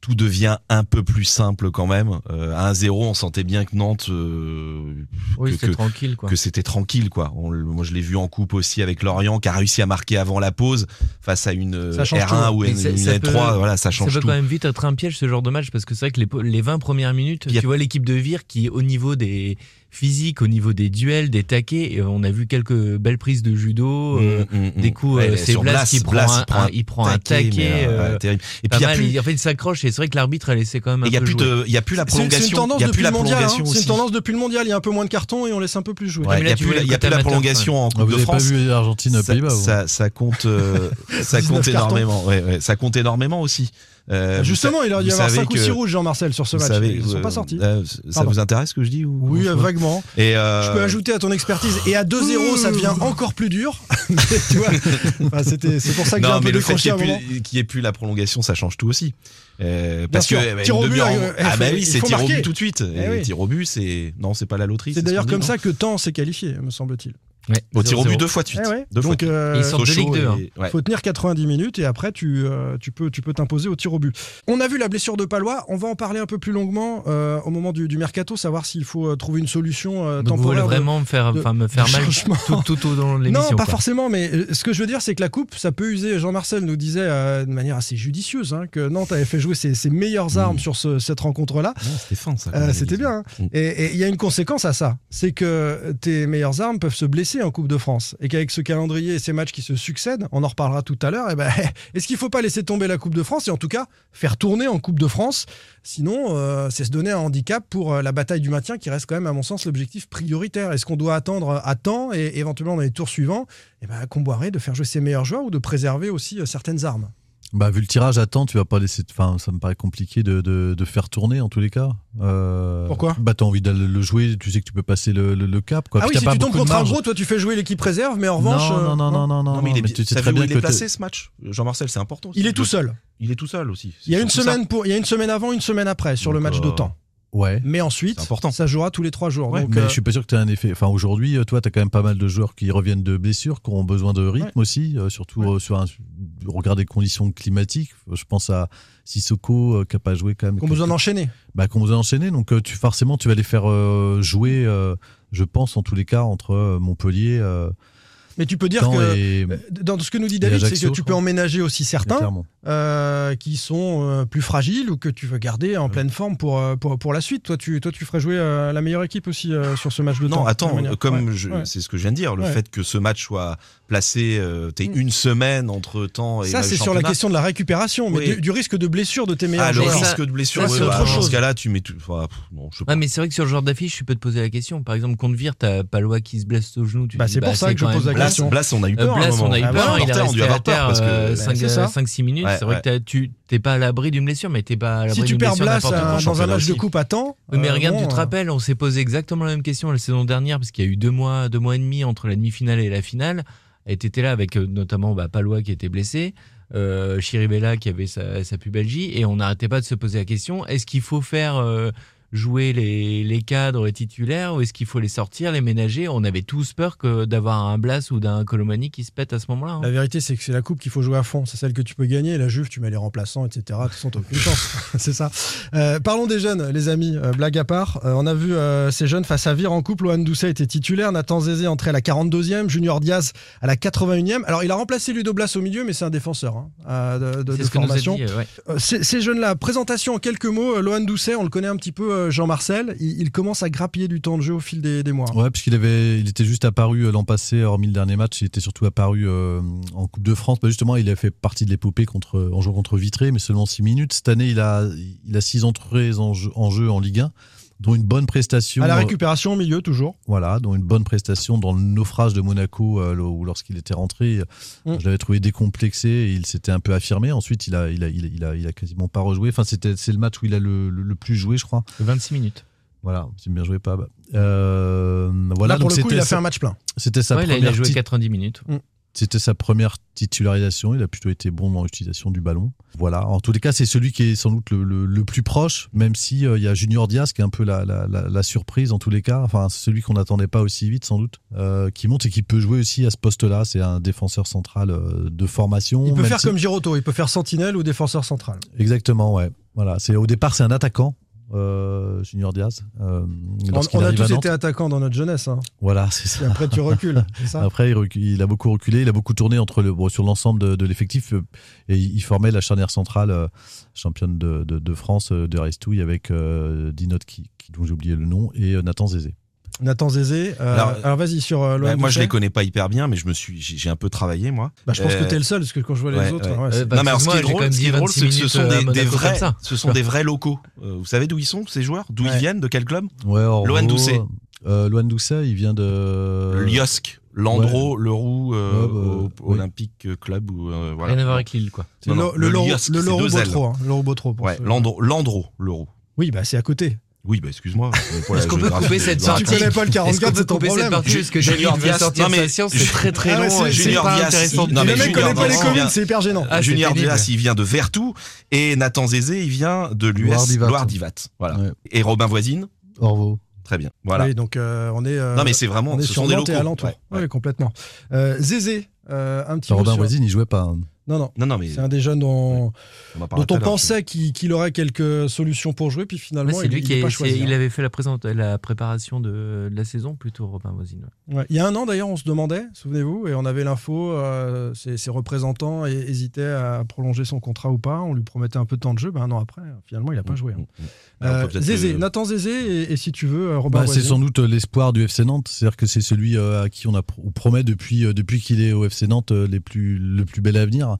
[SPEAKER 7] tout devient un peu plus simple quand même. Euh, à 1-0, on sentait bien que Nantes, euh,
[SPEAKER 9] Oui,
[SPEAKER 7] que-
[SPEAKER 9] c'était
[SPEAKER 7] que-
[SPEAKER 9] tranquille. Quoi.
[SPEAKER 7] que c'était tranquille, quoi. On le- moi, je l'ai vu en coupe aussi avec Lorient, qui a réussi à marquer avant la pause face à une euh,
[SPEAKER 6] Ça change
[SPEAKER 7] R1
[SPEAKER 6] tout.
[SPEAKER 7] ou
[SPEAKER 9] Mais
[SPEAKER 7] une,
[SPEAKER 9] ça-
[SPEAKER 7] une
[SPEAKER 9] ça
[SPEAKER 7] N3.
[SPEAKER 9] peut-
[SPEAKER 7] voilà, ça
[SPEAKER 9] Ça
[SPEAKER 7] change
[SPEAKER 9] peut
[SPEAKER 7] tout.
[SPEAKER 9] quand même vite être un piège ce genre de match parce que c'est vrai que les, po- les 20 premières minutes,
[SPEAKER 7] Il y a-
[SPEAKER 9] tu vois l'équipe de Vire qui, au niveau des physiques, au niveau des duels, des taquets, euh, on a vu quelques belles prises de judo, euh,
[SPEAKER 7] Mm, mm, mm.
[SPEAKER 9] des coups,
[SPEAKER 7] Ouais,
[SPEAKER 9] euh, c'est
[SPEAKER 7] sur
[SPEAKER 9] Blas, qui prend,
[SPEAKER 7] Blas,
[SPEAKER 9] un, un- il prend un taquet.
[SPEAKER 7] mais, euh,
[SPEAKER 9] euh,
[SPEAKER 7] ouais, terrible. Et
[SPEAKER 9] pas
[SPEAKER 7] puis, il y a
[SPEAKER 9] mal.
[SPEAKER 7] plus-
[SPEAKER 9] Il- en fait, il s'accroche et c'est vrai que l'arbitre a laissé quand même un
[SPEAKER 7] et il y a
[SPEAKER 9] peu
[SPEAKER 7] plus
[SPEAKER 9] jouer.
[SPEAKER 7] de, il y a plus la
[SPEAKER 6] C'est- c'est une
[SPEAKER 7] prolongation.
[SPEAKER 6] tendance
[SPEAKER 7] Il y a
[SPEAKER 6] depuis
[SPEAKER 7] plus
[SPEAKER 6] le
[SPEAKER 7] la
[SPEAKER 6] mondial. hein.
[SPEAKER 7] prolongation
[SPEAKER 6] C'est une
[SPEAKER 7] aussi.
[SPEAKER 6] tendance depuis le mondial. Il y a un peu moins de cartons et on laisse un peu plus jouer.
[SPEAKER 7] Ouais,
[SPEAKER 9] mais
[SPEAKER 7] Il
[SPEAKER 9] là,
[SPEAKER 7] y a
[SPEAKER 9] tu
[SPEAKER 7] plus
[SPEAKER 9] vois
[SPEAKER 7] la- il y
[SPEAKER 9] le
[SPEAKER 7] a plus
[SPEAKER 9] côté
[SPEAKER 7] la
[SPEAKER 9] amateur,
[SPEAKER 7] prolongation en
[SPEAKER 8] Ah,
[SPEAKER 7] Coupe
[SPEAKER 8] vous
[SPEAKER 7] de
[SPEAKER 8] n'avez pas
[SPEAKER 7] France.
[SPEAKER 8] vu Argentine
[SPEAKER 7] ça,
[SPEAKER 8] Pays-Bas vous
[SPEAKER 7] ça- ça compte, euh, ça
[SPEAKER 6] 19
[SPEAKER 7] compte
[SPEAKER 6] cartons.
[SPEAKER 7] énormément. Ouais, ouais, ça compte énormément aussi. Euh, vous
[SPEAKER 6] Justement,
[SPEAKER 7] sa-
[SPEAKER 6] il aurait dû y
[SPEAKER 7] vous
[SPEAKER 6] avoir
[SPEAKER 7] savez
[SPEAKER 6] 5 ou
[SPEAKER 7] que-
[SPEAKER 6] 6 rouges, Jean-Marcel, sur ce
[SPEAKER 7] vous
[SPEAKER 6] match.
[SPEAKER 7] savez,
[SPEAKER 6] Ils ne sont
[SPEAKER 7] euh,
[SPEAKER 6] pas sortis.
[SPEAKER 7] euh, ça
[SPEAKER 6] Pardon.
[SPEAKER 7] vous intéresse ce que je dis ou
[SPEAKER 6] Oui,
[SPEAKER 7] ou-
[SPEAKER 6] euh, vaguement.
[SPEAKER 7] Et euh,
[SPEAKER 6] Je peux ajouter à ton expertise. Et à 2-0, ça devient encore plus dur. Mais tu vois, enfin, c'était- c'est pour ça que j'ai
[SPEAKER 7] Non,
[SPEAKER 6] un peu
[SPEAKER 7] mais le fait qu'il
[SPEAKER 6] décroché à un
[SPEAKER 7] n'y ait,
[SPEAKER 6] moment.
[SPEAKER 7] plus- qu'il y ait plus la prolongation, ça change tout aussi. Euh, parce
[SPEAKER 6] sûr.
[SPEAKER 7] que eh ben,
[SPEAKER 6] Tir au
[SPEAKER 7] une
[SPEAKER 6] but,
[SPEAKER 7] demi-heure en-
[SPEAKER 6] euh,
[SPEAKER 7] ah
[SPEAKER 6] il
[SPEAKER 7] bah
[SPEAKER 6] faut-
[SPEAKER 7] oui,
[SPEAKER 6] il
[SPEAKER 7] c'est
[SPEAKER 6] faut
[SPEAKER 7] tir au
[SPEAKER 6] marquer.
[SPEAKER 7] but tout de suite.
[SPEAKER 6] Eh
[SPEAKER 7] Et
[SPEAKER 6] oui.
[SPEAKER 7] Tir au but, c'est non, c'est pas la loterie.
[SPEAKER 6] C'est
[SPEAKER 7] ce
[SPEAKER 6] d'ailleurs
[SPEAKER 7] qu'on
[SPEAKER 6] comme
[SPEAKER 7] dit,
[SPEAKER 6] ça
[SPEAKER 7] non
[SPEAKER 6] que Temps s'est qualifié, me semble-t-il.
[SPEAKER 9] Ouais,
[SPEAKER 7] Au tir au
[SPEAKER 9] 0-0.
[SPEAKER 7] but deux fois de suite.
[SPEAKER 6] Eh ouais.
[SPEAKER 7] Deux fois
[SPEAKER 6] Donc,
[SPEAKER 7] de suite.
[SPEAKER 6] euh,
[SPEAKER 9] Et ils sortent de
[SPEAKER 7] Sochaux
[SPEAKER 9] Ligue 2, hein.
[SPEAKER 7] et- ouais.
[SPEAKER 6] faut tenir 90 minutes et après tu, euh, tu peux tu peux t'imposer au tir au but. On a vu la blessure de Palois, on va en parler un peu plus longuement euh, au moment du, du mercato, savoir s'il faut euh, trouver une solution euh,
[SPEAKER 9] Donc vous voulez
[SPEAKER 6] temporaire. de-
[SPEAKER 9] vraiment me faire,
[SPEAKER 6] de-
[SPEAKER 9] enfin, me faire
[SPEAKER 6] de
[SPEAKER 9] mal
[SPEAKER 6] changement.
[SPEAKER 9] tout, tout au long de l'émission.
[SPEAKER 6] Non, pas
[SPEAKER 9] quoi.
[SPEAKER 6] forcément, mais euh, ce que je veux dire, c'est que la coupe, ça peut user. Jean-Marcel nous disait euh, de manière assez judicieuse hein, que Nantes avait fait jouer ses, ses meilleures armes
[SPEAKER 9] Hmm.
[SPEAKER 7] Mmh.
[SPEAKER 6] sur ce- cette rencontre-là.
[SPEAKER 7] Ouais, C'était fin ça.
[SPEAKER 6] Euh,
[SPEAKER 7] comme
[SPEAKER 6] C'était
[SPEAKER 7] analyse.
[SPEAKER 6] bien. hein.
[SPEAKER 7] Mm.
[SPEAKER 6] Et et il y a une conséquence à ça, c'est que tes meilleures armes peuvent se blesser en Coupe de France. Et qu'avec ce calendrier et ces matchs qui se succèdent, on en reparlera tout à l'heure, eh ben, est-ce qu'il ne faut pas laisser tomber la Coupe de France et en tout cas faire tourner en Coupe de France Sinon, euh, c'est se donner un handicap pour euh, la bataille du maintien qui reste quand même, à mon sens, l'objectif prioritaire. Est-ce qu'on doit attendre euh, à temps et éventuellement dans les tours suivants, eh ben, Comboiré de faire jouer ses meilleurs joueurs ou de préserver aussi euh, certaines armes
[SPEAKER 8] Bah, vu le tirage à temps, tu vas pas laisser. Enfin, ça me paraît compliqué de, de- de faire tourner en tous les cas. Euh,
[SPEAKER 6] Pourquoi
[SPEAKER 8] Bah, t'as envie de le jouer, tu sais que tu peux passer le, le- le cap. Quoi.
[SPEAKER 6] Ah
[SPEAKER 8] Bah, Puis
[SPEAKER 6] oui,
[SPEAKER 8] t'as
[SPEAKER 6] si
[SPEAKER 8] pas
[SPEAKER 6] tu tombes
[SPEAKER 8] beaucoup de
[SPEAKER 6] contre un
[SPEAKER 8] marge.
[SPEAKER 6] gros, toi tu fais jouer l'équipe réserve, mais en
[SPEAKER 8] non,
[SPEAKER 6] revanche. euh,
[SPEAKER 8] non, non, non, non, non,
[SPEAKER 7] Non, mais il est,
[SPEAKER 8] mais tu sais
[SPEAKER 7] ça
[SPEAKER 8] très
[SPEAKER 7] veut où
[SPEAKER 8] bien
[SPEAKER 7] il
[SPEAKER 8] que
[SPEAKER 7] est
[SPEAKER 8] t'es-
[SPEAKER 7] placé ce match. Jean-Marcel, c'est important.
[SPEAKER 6] Il est tout
[SPEAKER 7] De-
[SPEAKER 6] seul.
[SPEAKER 7] Il est tout seul aussi.
[SPEAKER 6] Il y a
[SPEAKER 7] C'est
[SPEAKER 6] une
[SPEAKER 7] surtout ça.
[SPEAKER 6] semaine pour, il y a une semaine avant, une semaine après sur le
[SPEAKER 7] Donc,
[SPEAKER 6] match
[SPEAKER 7] euh,
[SPEAKER 6] d'autant.
[SPEAKER 8] Ouais.
[SPEAKER 6] Mais ensuite,
[SPEAKER 7] c'est important.
[SPEAKER 6] ça jouera tous les trois jours.
[SPEAKER 7] Ouais,
[SPEAKER 6] donc,
[SPEAKER 8] mais
[SPEAKER 6] euh,
[SPEAKER 8] je suis pas sûr que tu as un effet. Enfin, aujourd'hui, euh, toi, tu as quand même pas mal de joueurs qui reviennent de blessures, qui ont besoin de rythme aussi, euh, surtout euh, sur un au regard des conditions climatiques. Je pense à Sissoko euh, qui a pas joué quand même.
[SPEAKER 6] qu'on a besoin d'enchaîner.
[SPEAKER 8] bah, qu'on vous a enchaîné. Donc, euh, tu, forcément, tu vas les faire euh, jouer, euh, je pense, en tous les cas, entre euh, Montpellier, euh,
[SPEAKER 6] Mais tu peux dire
[SPEAKER 8] Caen
[SPEAKER 6] que
[SPEAKER 8] et,
[SPEAKER 6] euh, dans ce que nous dit
[SPEAKER 8] et
[SPEAKER 6] David, c'est
[SPEAKER 8] Ajaccio,
[SPEAKER 6] que tu
[SPEAKER 8] je
[SPEAKER 6] peux
[SPEAKER 8] crois.
[SPEAKER 6] emménager aussi
[SPEAKER 8] et
[SPEAKER 6] certains
[SPEAKER 8] Clermont.
[SPEAKER 6] euh, qui sont euh, plus fragiles ou que tu veux garder en pleine forme pour, euh, pour, pour la suite. Toi, tu, toi, tu ferais jouer euh, la meilleure équipe aussi euh, sur ce match de temps.
[SPEAKER 7] Non,
[SPEAKER 6] de toute
[SPEAKER 7] attends,
[SPEAKER 6] manière.
[SPEAKER 7] euh, comme
[SPEAKER 6] Ouais,
[SPEAKER 7] je-
[SPEAKER 6] ouais.
[SPEAKER 7] c'est ce que je viens de dire, le
[SPEAKER 6] Ouais.
[SPEAKER 7] fait que ce match soit placé, euh, t'es
[SPEAKER 6] Mm.
[SPEAKER 7] une semaine entre temps et
[SPEAKER 6] Ça,
[SPEAKER 7] le
[SPEAKER 6] c'est sur la
[SPEAKER 7] championnat.
[SPEAKER 6] question de la récupération, mais
[SPEAKER 7] Oui.
[SPEAKER 6] du, du risque de blessure de tes meilleurs
[SPEAKER 7] Ah, le
[SPEAKER 9] Mais
[SPEAKER 6] joueurs.
[SPEAKER 9] ça-
[SPEAKER 7] risque de blessure,
[SPEAKER 9] ça,
[SPEAKER 7] ouais,
[SPEAKER 9] c'est
[SPEAKER 7] bah,
[SPEAKER 9] autre
[SPEAKER 7] dans
[SPEAKER 6] chose.
[SPEAKER 7] ce cas-là, tu mets tout. enfin, pff, non, je sais pas.
[SPEAKER 9] Ouais, mais c'est vrai que sur le genre d'affiche, tu peux te poser la question. Par exemple, contre Vire, t'as Palois qui se blesse au genou. tu
[SPEAKER 6] Bah,
[SPEAKER 9] te dis,
[SPEAKER 6] c'est pour ça que je
[SPEAKER 9] quand
[SPEAKER 6] pose
[SPEAKER 9] même
[SPEAKER 6] la
[SPEAKER 7] Blas,
[SPEAKER 6] question.
[SPEAKER 7] Blas, on a eu
[SPEAKER 9] Euh,
[SPEAKER 7] peur. à un
[SPEAKER 9] Blas, on
[SPEAKER 7] moment.
[SPEAKER 9] a eu
[SPEAKER 6] Ah
[SPEAKER 9] peur,
[SPEAKER 6] ouais,
[SPEAKER 7] en
[SPEAKER 9] il est
[SPEAKER 7] retard, on
[SPEAKER 9] resté
[SPEAKER 7] devait
[SPEAKER 9] à
[SPEAKER 7] avoir peur
[SPEAKER 9] terre euh,
[SPEAKER 7] parce que- Ouais,
[SPEAKER 6] bah, c'est ça.
[SPEAKER 9] 5-6 minutes.
[SPEAKER 7] Ouais,
[SPEAKER 9] c'est vrai
[SPEAKER 7] ouais.
[SPEAKER 9] que t'as- tu t'es pas à l'abri d'une blessure, mais t'es pas à l'abri
[SPEAKER 6] Si tu
[SPEAKER 9] d'une
[SPEAKER 6] perds
[SPEAKER 9] blessure
[SPEAKER 6] Blas
[SPEAKER 9] n'importe
[SPEAKER 6] euh,
[SPEAKER 9] quand.
[SPEAKER 6] dans un
[SPEAKER 7] championnat
[SPEAKER 6] match de
[SPEAKER 7] aussi.
[SPEAKER 6] coupe à temps.
[SPEAKER 9] Oui, mais
[SPEAKER 6] euh,
[SPEAKER 9] regarde,
[SPEAKER 6] bon,
[SPEAKER 9] tu te
[SPEAKER 6] euh,
[SPEAKER 9] rappelles, on s'est posé exactement la même question la saison dernière, parce qu'il y a eu deux mois, deux mois et demi entre la demi-finale et la finale. Et t'étais là avec euh, notamment bah, Palois qui était blessé. euh, Chiribella qui avait sa, sa plus belle J, et on n'arrêtait pas de se poser la question est-ce qu'il faut faire euh, jouer les, les cadres et titulaires ou est-ce qu'il faut les sortir, les ménager On avait tous peur que d'avoir un Blas ou d'un Colomani qui se pète à ce moment-là. hein.
[SPEAKER 6] La vérité, c'est que c'est la coupe qu'il faut jouer à fond. C'est celle que tu peux gagner. La Juve, tu mets les remplaçants, etc. De toute façon, t'as aucune chance. c'est ça. Euh, parlons des jeunes, les amis. Euh, blague à part, euh, on a vu euh, ces jeunes face à Vire en couple. Lohan Doucet était titulaire. Nathan Zézé entré à la 42e. Junior Diaz à la 81e. Alors, il a remplacé Ludo Blas au milieu, mais c'est un défenseur hein, euh, de, de-
[SPEAKER 9] C'est
[SPEAKER 6] de
[SPEAKER 9] ce que nous a
[SPEAKER 6] formation.
[SPEAKER 9] dit, euh, ouais.
[SPEAKER 6] Euh, ces, ces jeunes-là, présentation en quelques mots. Euh, Lohan Doucet, on le connaît un petit peu, euh, Jean-Marcel. Il, il commence à grappiller du temps de jeu au fil des, des mois.
[SPEAKER 8] Ouais, parce qu'il avait, il était juste apparu euh, l'an passé, hormis le dernier match, il était surtout apparu euh, en Coupe de France. Bah, justement, il a fait partie de l'épopée contre, en jouant contre Vitré, mais seulement 6 minutes. Cette année, il a, il a 6 entrées en jeu, en jeu en Ligue 1, dont une bonne prestation.
[SPEAKER 6] À la
[SPEAKER 8] euh,
[SPEAKER 6] récupération au milieu, toujours.
[SPEAKER 8] Voilà, dont une bonne prestation dans le naufrage de Monaco, euh, lo- où lorsqu'il était rentré, euh,
[SPEAKER 6] Mm.
[SPEAKER 8] je l'avais trouvé décomplexé et il s'était un peu affirmé. Ensuite, il a, il a, il a, il a, il a quasiment pas rejoué. Enfin, c'était, c'est le match où il a le, le- le plus joué, je crois.
[SPEAKER 9] 26 minutes.
[SPEAKER 8] Voilà, c'est bien joué, Pab. Euh, voilà,
[SPEAKER 6] Là, pour
[SPEAKER 8] donc
[SPEAKER 6] le coup,
[SPEAKER 8] c'était
[SPEAKER 6] il a
[SPEAKER 8] sa-
[SPEAKER 6] fait un match plein.
[SPEAKER 8] C'était sa
[SPEAKER 9] Ouais, il a- il a
[SPEAKER 8] première
[SPEAKER 9] joué
[SPEAKER 8] tit-
[SPEAKER 9] 90 minutes.
[SPEAKER 8] c'était sa première titularisation. Il a plutôt été bon dans l'utilisation du ballon. Voilà. En tous les cas, c'est celui qui est sans doute le, le- le plus proche, même si euh, il y a Junior Diaz qui est un peu la, la- la- la surprise en tous les cas. Enfin, celui qu'on n'attendait pas aussi vite sans doute, euh, qui monte et qui peut jouer aussi à ce poste-là. C'est un défenseur central euh, de formation.
[SPEAKER 6] Il peut
[SPEAKER 8] même
[SPEAKER 6] faire
[SPEAKER 8] si-
[SPEAKER 6] comme Giroto, il peut faire sentinelle ou défenseur central.
[SPEAKER 8] Exactement, ouais. Voilà. C'est au départ, c'est un attaquant. euh, Junior Diaz. euh,
[SPEAKER 6] On,
[SPEAKER 8] lorsqu'il
[SPEAKER 6] on a
[SPEAKER 8] arrive à
[SPEAKER 6] tous
[SPEAKER 8] Nantes.
[SPEAKER 6] été attaquants dans notre jeunesse. hein.
[SPEAKER 8] Voilà, c'est ça.
[SPEAKER 6] Et après, tu recules. c'est ça
[SPEAKER 8] Après, il, recu- il a beaucoup reculé, il a beaucoup tourné entre le, bon, sur l'ensemble de, de l'effectif euh, et il il formait la charnière centrale euh, championne de, de- de France euh, de Restouille avec euh, Dinot, qui, qui- dont j'ai oublié le nom, et euh, Nathan Zézé.
[SPEAKER 6] Nathan Zézé. euh, alors
[SPEAKER 7] Alors,
[SPEAKER 6] vas-y, sur euh, Lohan
[SPEAKER 7] Bah, moi, je
[SPEAKER 6] Doucet.
[SPEAKER 7] les connais pas hyper bien, mais je me suis, j'ai j'ai un peu travaillé moi.
[SPEAKER 6] Bah, je pense que
[SPEAKER 7] Euh,
[SPEAKER 6] t'es le seul, parce que quand je vois les
[SPEAKER 7] ouais,
[SPEAKER 6] autres.
[SPEAKER 7] ouais.
[SPEAKER 6] ouais, c'est-
[SPEAKER 9] Euh, bah,
[SPEAKER 7] non, mais alors, ce qui est
[SPEAKER 9] excuse-moi, j'ai quand
[SPEAKER 7] drôle,
[SPEAKER 9] même
[SPEAKER 7] ce qui est
[SPEAKER 9] dit
[SPEAKER 7] drôle, c'est que
[SPEAKER 9] 26
[SPEAKER 7] ce sont
[SPEAKER 9] minutes, euh,
[SPEAKER 7] des, des
[SPEAKER 9] à Monaco comme
[SPEAKER 7] vrais,
[SPEAKER 9] ça.
[SPEAKER 7] ce sont des vrais locaux. Euh, vous savez d'où ils sont ces joueurs, d'où
[SPEAKER 6] Ouais.
[SPEAKER 7] ils viennent, de quel club
[SPEAKER 8] Ouais, en
[SPEAKER 7] Loan
[SPEAKER 8] gros,
[SPEAKER 7] Doucet.
[SPEAKER 8] euh, Loan Doucet, il vient de.
[SPEAKER 7] Liosk, Landreau, Leroux, euh,
[SPEAKER 8] Euh, Ouais, bah,
[SPEAKER 7] au-
[SPEAKER 8] oui.
[SPEAKER 7] Olympique Club ou euh, voilà.
[SPEAKER 9] Rien à voir avec Lille, quoi.
[SPEAKER 6] le,
[SPEAKER 7] Non, non,
[SPEAKER 6] le, Laurent-
[SPEAKER 7] Liosk,
[SPEAKER 6] le
[SPEAKER 7] c'est
[SPEAKER 6] Laurent
[SPEAKER 7] deux ailes.
[SPEAKER 6] Bautreau. hein, le Laurent Bautreau, pour
[SPEAKER 7] Ouais,
[SPEAKER 6] ceux-
[SPEAKER 7] Landreau, Landreau, Leroux.
[SPEAKER 6] Oui, bah, c'est à côté.
[SPEAKER 7] Oui, bah excuse-moi. mais pour la
[SPEAKER 9] Est-ce qu'on peut
[SPEAKER 7] géographie,
[SPEAKER 9] couper
[SPEAKER 7] je-
[SPEAKER 9] cette
[SPEAKER 7] je-
[SPEAKER 6] Si tu
[SPEAKER 9] sortie
[SPEAKER 7] raconte.
[SPEAKER 6] connais pas le 44, c'est ton problème.
[SPEAKER 9] parce que
[SPEAKER 7] Junior
[SPEAKER 9] David veut
[SPEAKER 7] Diaz,
[SPEAKER 9] sortir
[SPEAKER 7] non,
[SPEAKER 9] sa
[SPEAKER 7] mais-
[SPEAKER 9] science, c'est très très
[SPEAKER 6] Ah, mais
[SPEAKER 9] long.
[SPEAKER 6] c'est-
[SPEAKER 9] et c'est
[SPEAKER 7] Junior
[SPEAKER 9] pas
[SPEAKER 7] Diaz,
[SPEAKER 9] intéressant
[SPEAKER 7] il-
[SPEAKER 9] du
[SPEAKER 7] non,
[SPEAKER 9] tout.
[SPEAKER 7] mais
[SPEAKER 6] le mec
[SPEAKER 7] Junior
[SPEAKER 6] connaît pas les
[SPEAKER 7] Diaz,
[SPEAKER 6] communes,
[SPEAKER 7] vient-
[SPEAKER 6] c'est hyper gênant.
[SPEAKER 9] Ah, c'est
[SPEAKER 7] Junior
[SPEAKER 9] pénible.
[SPEAKER 7] Diaz, il vient de Vertou et Nathan Zézé, il vient de l'US
[SPEAKER 8] Loire-Divat.
[SPEAKER 7] Loire-Divat. Voilà.
[SPEAKER 8] Ouais.
[SPEAKER 7] Et Robin Voisine,
[SPEAKER 8] Orvo.
[SPEAKER 7] très bien. Voilà.
[SPEAKER 6] Oui, donc euh, on est. euh,
[SPEAKER 7] non mais c'est
[SPEAKER 6] on
[SPEAKER 7] vraiment,
[SPEAKER 6] est
[SPEAKER 7] ce
[SPEAKER 6] sur
[SPEAKER 7] sont des
[SPEAKER 6] Nantes
[SPEAKER 7] locaux.
[SPEAKER 6] et alentour.
[SPEAKER 7] Ouais, ouais.
[SPEAKER 6] Oui, complètement. Euh, Zézé, euh, un petit peu.
[SPEAKER 8] Robin
[SPEAKER 6] sur-
[SPEAKER 8] Voisine, il jouait pas. hein.
[SPEAKER 6] Non, non.
[SPEAKER 7] Non non mais
[SPEAKER 6] C'est un des jeunes dont,
[SPEAKER 7] on en parlera
[SPEAKER 6] dont
[SPEAKER 7] tout à
[SPEAKER 6] on
[SPEAKER 7] l'heure,
[SPEAKER 6] pensait qu'il qu'il aurait quelques solutions pour jouer, puis
[SPEAKER 9] Ouais,
[SPEAKER 6] finalement,
[SPEAKER 9] c'est
[SPEAKER 6] il,
[SPEAKER 9] lui
[SPEAKER 6] il
[SPEAKER 9] qui
[SPEAKER 6] est
[SPEAKER 9] est- hein.
[SPEAKER 6] pas
[SPEAKER 9] c'est-
[SPEAKER 6] choisi. hein.
[SPEAKER 9] il avait fait la, présent- la préparation de, de la saison plutôt Robin Voisine. ouais.
[SPEAKER 6] Ouais. Il y a un an d'ailleurs, on se demandait, souvenez-vous, et on avait l'info, euh, ses, ses représentants hé- hésitaient à prolonger son contrat ou pas, on lui promettait un peu de temps de jeu, ben, un an après, finalement, il n'a pas joué. hein.
[SPEAKER 7] Alors, on
[SPEAKER 6] Euh,
[SPEAKER 7] peut Mm. Ah, peut-être
[SPEAKER 6] Zézé,
[SPEAKER 7] le-
[SPEAKER 6] Nathan Zézé, et, et si tu veux, euh, Robin
[SPEAKER 8] Bah, c'est
[SPEAKER 6] Voisine.
[SPEAKER 8] sans doute l'espoir du FC Nantes. C'est-à-dire que c'est celui euh, à qui on, a, pr- on promet depuis, euh, depuis qu'il est au FC Nantes euh, les plus, le plus bel avenir. Euh,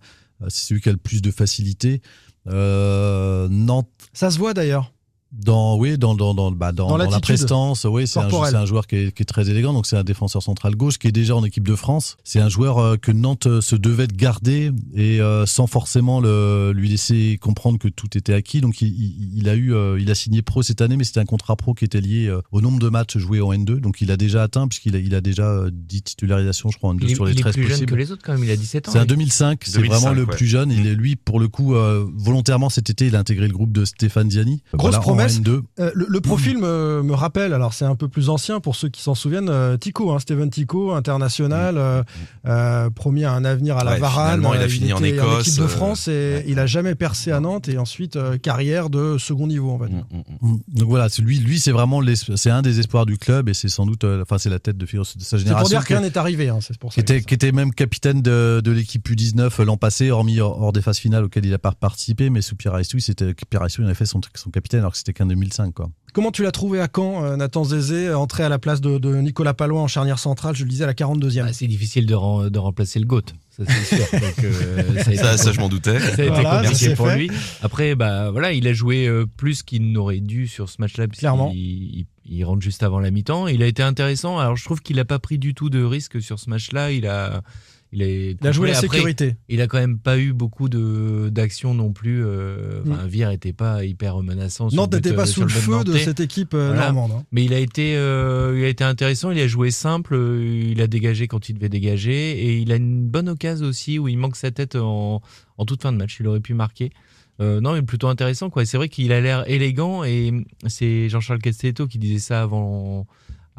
[SPEAKER 8] C'est celui qui a le plus de facilité. Euh, Nantes.
[SPEAKER 6] Ça se voit d'ailleurs.
[SPEAKER 8] Dans, oui, dans, dans, dans, bah, dans,
[SPEAKER 6] Dans
[SPEAKER 8] dans la
[SPEAKER 6] l'attitude
[SPEAKER 8] prestance, oui, c'est un,
[SPEAKER 6] corporelle.
[SPEAKER 8] c'est un joueur qui est, qui est très élégant, donc c'est un défenseur central gauche qui est déjà en équipe de France. C'est un joueur euh, que Nantes euh, se devait de garder et euh, sans forcément le, lui laisser comprendre que tout était acquis. Donc il, il- il a eu, euh, il a signé pro cette année, mais c'était un contrat pro qui était lié euh, au nombre de matchs joués en N2, donc il a déjà atteint, puisqu'il a, il a déjà euh, 10 titularisations, je crois, en N2
[SPEAKER 9] Il est,
[SPEAKER 8] sur les
[SPEAKER 9] il est
[SPEAKER 8] 13
[SPEAKER 9] plus jeune
[SPEAKER 8] possibles.
[SPEAKER 9] que les autres quand même, il a 17 ans.
[SPEAKER 8] C'est un
[SPEAKER 9] lui.
[SPEAKER 8] 2005, c'est
[SPEAKER 7] 2005,
[SPEAKER 8] vraiment le
[SPEAKER 7] ouais.
[SPEAKER 8] plus jeune. Il est, lui, pour le coup, euh, volontairement cet été, il a intégré le groupe de Stéphane Ziani.
[SPEAKER 6] Grosse
[SPEAKER 8] Voilà, en
[SPEAKER 6] promesse.
[SPEAKER 8] N2.
[SPEAKER 6] Euh, le, le profil me, me rappelle, alors c'est un peu plus ancien pour ceux qui s'en souviennent, euh, Tico, hein, Steven Tico, international, euh, euh, promis à un avenir à la
[SPEAKER 7] Ouais,
[SPEAKER 6] Varane.
[SPEAKER 7] finalement, il a
[SPEAKER 6] euh,
[SPEAKER 7] fini en
[SPEAKER 6] était
[SPEAKER 7] Écosse,
[SPEAKER 6] équipe de
[SPEAKER 7] euh,
[SPEAKER 6] France et
[SPEAKER 7] ouais.
[SPEAKER 6] il a jamais percé à Nantes et ensuite euh, carrière de second niveau, on va dire.
[SPEAKER 7] Mm, mm, mm.
[SPEAKER 8] Mm. Donc voilà, c'est lui, lui c'est vraiment l'es- c'est un des espoirs du club et c'est sans doute, euh, enfin c'est la tête de, figure de sa
[SPEAKER 6] C'est
[SPEAKER 8] génération.
[SPEAKER 6] pour dire que
[SPEAKER 8] qui-
[SPEAKER 6] rien n'est arrivé, hein, c'est pour
[SPEAKER 8] qui
[SPEAKER 6] ça. que
[SPEAKER 8] était,
[SPEAKER 6] je dis ça.
[SPEAKER 8] qui était même capitaine de, de l'équipe U19 l'an passé, hormis hors, hors des phases finales auxquelles il n'a pas participé, mais sous Pierre Aristouille, c'était Pierre Aristouille en effet son, son capitaine alors que c'était qu'en 2005 quoi.
[SPEAKER 6] Comment tu l'as trouvé à Caen, euh, Nathan Zézé, entré à la place de, de Nicolas Palois en charnière centrale, je le disais, à la 42e
[SPEAKER 9] Bah, c'est difficile de, ren- de remplacer le GOAT, ça c'est sûr. Donc, euh, ça a été
[SPEAKER 7] Ça, ça, je m'en doutais.
[SPEAKER 9] Ça a été
[SPEAKER 6] Voilà, ça
[SPEAKER 9] compliqué
[SPEAKER 6] c'est euh,
[SPEAKER 9] pour
[SPEAKER 6] fait.
[SPEAKER 9] lui. Après, bah voilà, il a joué euh, plus qu'il n'aurait dû sur ce match-là. puisqu'il-
[SPEAKER 6] Clairement.
[SPEAKER 9] Il, il rentre juste avant la mi-temps. Il a été intéressant. Alors, je trouve qu'il n'a pas pris du tout de risque sur ce match-là. Il a, il est
[SPEAKER 6] Il a joué
[SPEAKER 9] complet.
[SPEAKER 6] la
[SPEAKER 9] Après,
[SPEAKER 6] sécurité.
[SPEAKER 9] Il a quand même pas eu beaucoup de d'actions non plus. euh, Enfin, Vire était pas hyper menaçant. sur
[SPEAKER 6] Nantes
[SPEAKER 9] but,
[SPEAKER 6] n'était
[SPEAKER 9] euh,
[SPEAKER 6] Mm. pas sous
[SPEAKER 9] sur
[SPEAKER 6] le
[SPEAKER 9] but
[SPEAKER 6] feu de
[SPEAKER 9] nantais.
[SPEAKER 6] cette équipe euh,
[SPEAKER 9] Voilà.
[SPEAKER 6] normande. hein.
[SPEAKER 9] Mais il a été, euh, il a été intéressant. Il a joué simple. euh, Il a dégagé quand il devait dégager. Et il a une bonne occasion aussi où il manque sa tête en, en toute fin de match. Il aurait pu marquer. Euh, non, mais plutôt intéressant quoi. Et C'est vrai qu'il a l'air élégant et c'est Jean-Charles Castelletto qui disait ça avant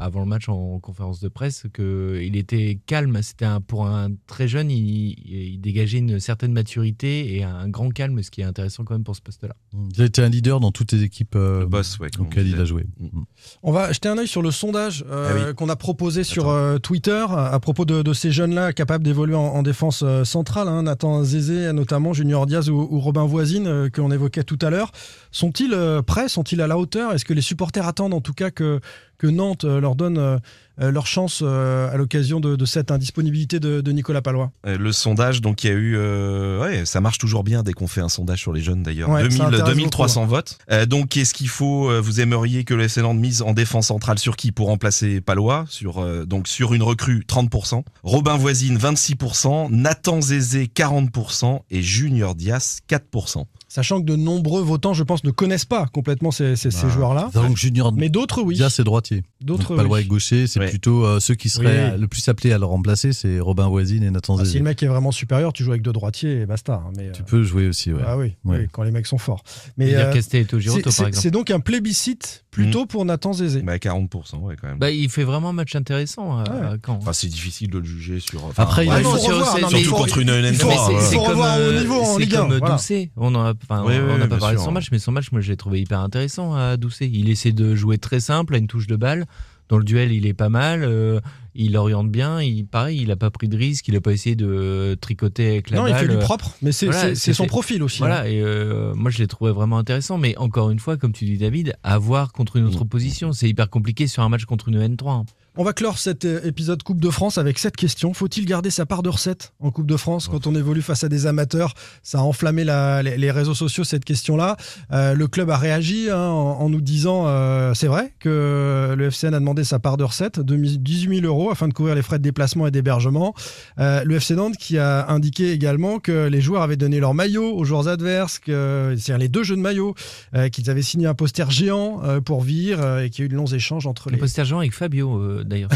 [SPEAKER 9] avant le match en conférence de presse que il était calme. C'était un, pour un très jeune, il, il dégageait une certaine maturité et un grand calme, ce qui est intéressant quand même pour ce poste-là.
[SPEAKER 8] Il a été un leader dans toutes les équipes euh,
[SPEAKER 7] Le boss, ouais. comme on
[SPEAKER 8] auxquelles il
[SPEAKER 7] disait.
[SPEAKER 8] a joué.
[SPEAKER 7] Mm.
[SPEAKER 6] On va jeter un œil sur le sondage euh,
[SPEAKER 7] Ah oui.
[SPEAKER 6] qu'on a proposé sur euh, Twitter à à propos de, de ces jeunes-là capables d'évoluer en, en défense euh, centrale. hein. Nathan Zézé, notamment Junior Diaz ou, ou Robin Voisine, euh, qu'on évoquait tout à l'heure. Sont-ils euh, prêts Sont-ils à la hauteur Est-ce que les supporters attendent en tout cas que, que Nantes euh, leur donne euh, euh, leur chance euh, à l'occasion de, de cette indisponibilité de, de Nicolas Palois
[SPEAKER 7] Euh, Le sondage, donc il y a eu. euh, ouais, ça marche toujours bien dès qu'on fait un sondage sur les jeunes d'ailleurs.
[SPEAKER 6] Ouais,
[SPEAKER 7] 2000,
[SPEAKER 6] ça intéresse hein.
[SPEAKER 7] 2300 votes. Euh, donc est-ce qu'il faut. euh, vous aimeriez que le FC Nantes mise en défense centrale sur qui pour remplacer Palois sur, euh, Donc sur une recrue, 30%. Robin Voisine, 26%. Nathan Zézé, 40%. Et Junior Dias, 4%.
[SPEAKER 6] Sachant que de nombreux votants, je pense, ne connaissent pas complètement ces, ces- ces
[SPEAKER 7] Ah.
[SPEAKER 6] joueurs-là.
[SPEAKER 8] Donc Junior
[SPEAKER 6] Hein Mais d'autres, oui.
[SPEAKER 8] Bah. Diaz, c'est droitier. Donc
[SPEAKER 6] D'autres,
[SPEAKER 8] Palois
[SPEAKER 6] oui.
[SPEAKER 8] est gaucher, c'est
[SPEAKER 7] Ouais.
[SPEAKER 8] plutôt euh, ceux qui seraient
[SPEAKER 6] Oui.
[SPEAKER 8] euh, le plus appelés à le remplacer, c'est Robin Voisine et Nathan
[SPEAKER 6] Ah, si
[SPEAKER 8] Zézé.
[SPEAKER 6] le mec est vraiment supérieur, tu joues avec deux droitiers et basta. hein, mais,
[SPEAKER 8] Tu
[SPEAKER 6] euh,
[SPEAKER 8] peux jouer aussi, ouais.
[SPEAKER 6] Ah oui,
[SPEAKER 8] Ouais.
[SPEAKER 6] oui, quand les mecs sont forts. Mais
[SPEAKER 9] Et
[SPEAKER 6] euh,
[SPEAKER 9] Castelletto
[SPEAKER 6] c'est-
[SPEAKER 9] Giroto par
[SPEAKER 6] c'est
[SPEAKER 9] exemple. Mm.
[SPEAKER 6] c'est donc un plébiscite plutôt pour Nathan Zézé.
[SPEAKER 7] Bah 40%, ouais, quand même.
[SPEAKER 9] Bah, il fait vraiment un match intéressant euh, hein. à,
[SPEAKER 6] Ouais.
[SPEAKER 9] à Caen.
[SPEAKER 7] Enfin, c'est difficile de le juger sur. enfin,
[SPEAKER 8] Après, il a
[SPEAKER 6] Ah
[SPEAKER 9] Ouais,
[SPEAKER 8] eu-
[SPEAKER 6] non,
[SPEAKER 9] faut
[SPEAKER 6] sur-
[SPEAKER 9] revoir,
[SPEAKER 6] c'est-
[SPEAKER 9] non, mais
[SPEAKER 7] surtout
[SPEAKER 9] il faut-
[SPEAKER 7] contre une NN3.
[SPEAKER 6] faut-
[SPEAKER 9] Mais c'est-
[SPEAKER 7] euh,
[SPEAKER 9] c'est
[SPEAKER 6] faut
[SPEAKER 9] comme,
[SPEAKER 6] revoir au
[SPEAKER 9] euh,
[SPEAKER 6] niveau en
[SPEAKER 9] c'est
[SPEAKER 6] Ligue un,
[SPEAKER 9] comme
[SPEAKER 6] voilà.
[SPEAKER 9] Doucet. On n'a enfin,
[SPEAKER 7] Oui, oui,
[SPEAKER 9] on n'a
[SPEAKER 7] oui,
[SPEAKER 9] pas
[SPEAKER 7] bien
[SPEAKER 9] parlé de
[SPEAKER 7] sûr.
[SPEAKER 9] son match, mais son match, moi, je l'ai trouvé hyper intéressant à Doucet. Il essaie de jouer très simple, à une touche de balle. Dans le duel, il est pas mal. euh, il oriente bien. Il, pareil, il a pas pris de risque. Il a pas essayé de euh, tricoter avec la
[SPEAKER 6] non, il
[SPEAKER 9] balle.
[SPEAKER 6] fait du hein.
[SPEAKER 9] euh,
[SPEAKER 6] propre, mais c'est
[SPEAKER 9] voilà,
[SPEAKER 6] c'est- c'est son
[SPEAKER 9] c'était-
[SPEAKER 6] profil aussi.
[SPEAKER 9] Voilà, et euh, moi je l'ai trouvé vraiment intéressant, mais encore une fois, comme tu dis David, à voir contre une
[SPEAKER 7] Mm.
[SPEAKER 9] autre opposition, c'est hyper compliqué sur un match contre une N3. hein.
[SPEAKER 6] On va clore cet euh, épisode Coupe de France avec cette question. Faut-il garder sa part de recette en Coupe de France quand on évolue face à des amateurs Ça a enflammé la- les, les réseaux sociaux, cette question-là. Euh, le club a réagi hein, en, en nous disant, euh, c'est vrai, que le FCN a demandé sa part de recette de 18 000 euros afin de couvrir les frais de déplacement et d'hébergement. Euh, le FC Nantes qui a indiqué également que les joueurs avaient donné leur maillot aux joueurs adverses, que- c'est-à-dire les deux jeux de maillot, euh, qu'ils avaient signé un poster géant euh, pour Vire euh, et qu'il y a eu de longs échanges entre
[SPEAKER 9] Le
[SPEAKER 6] les,
[SPEAKER 9] poster Jean avec Fabio, euh, d'ailleurs.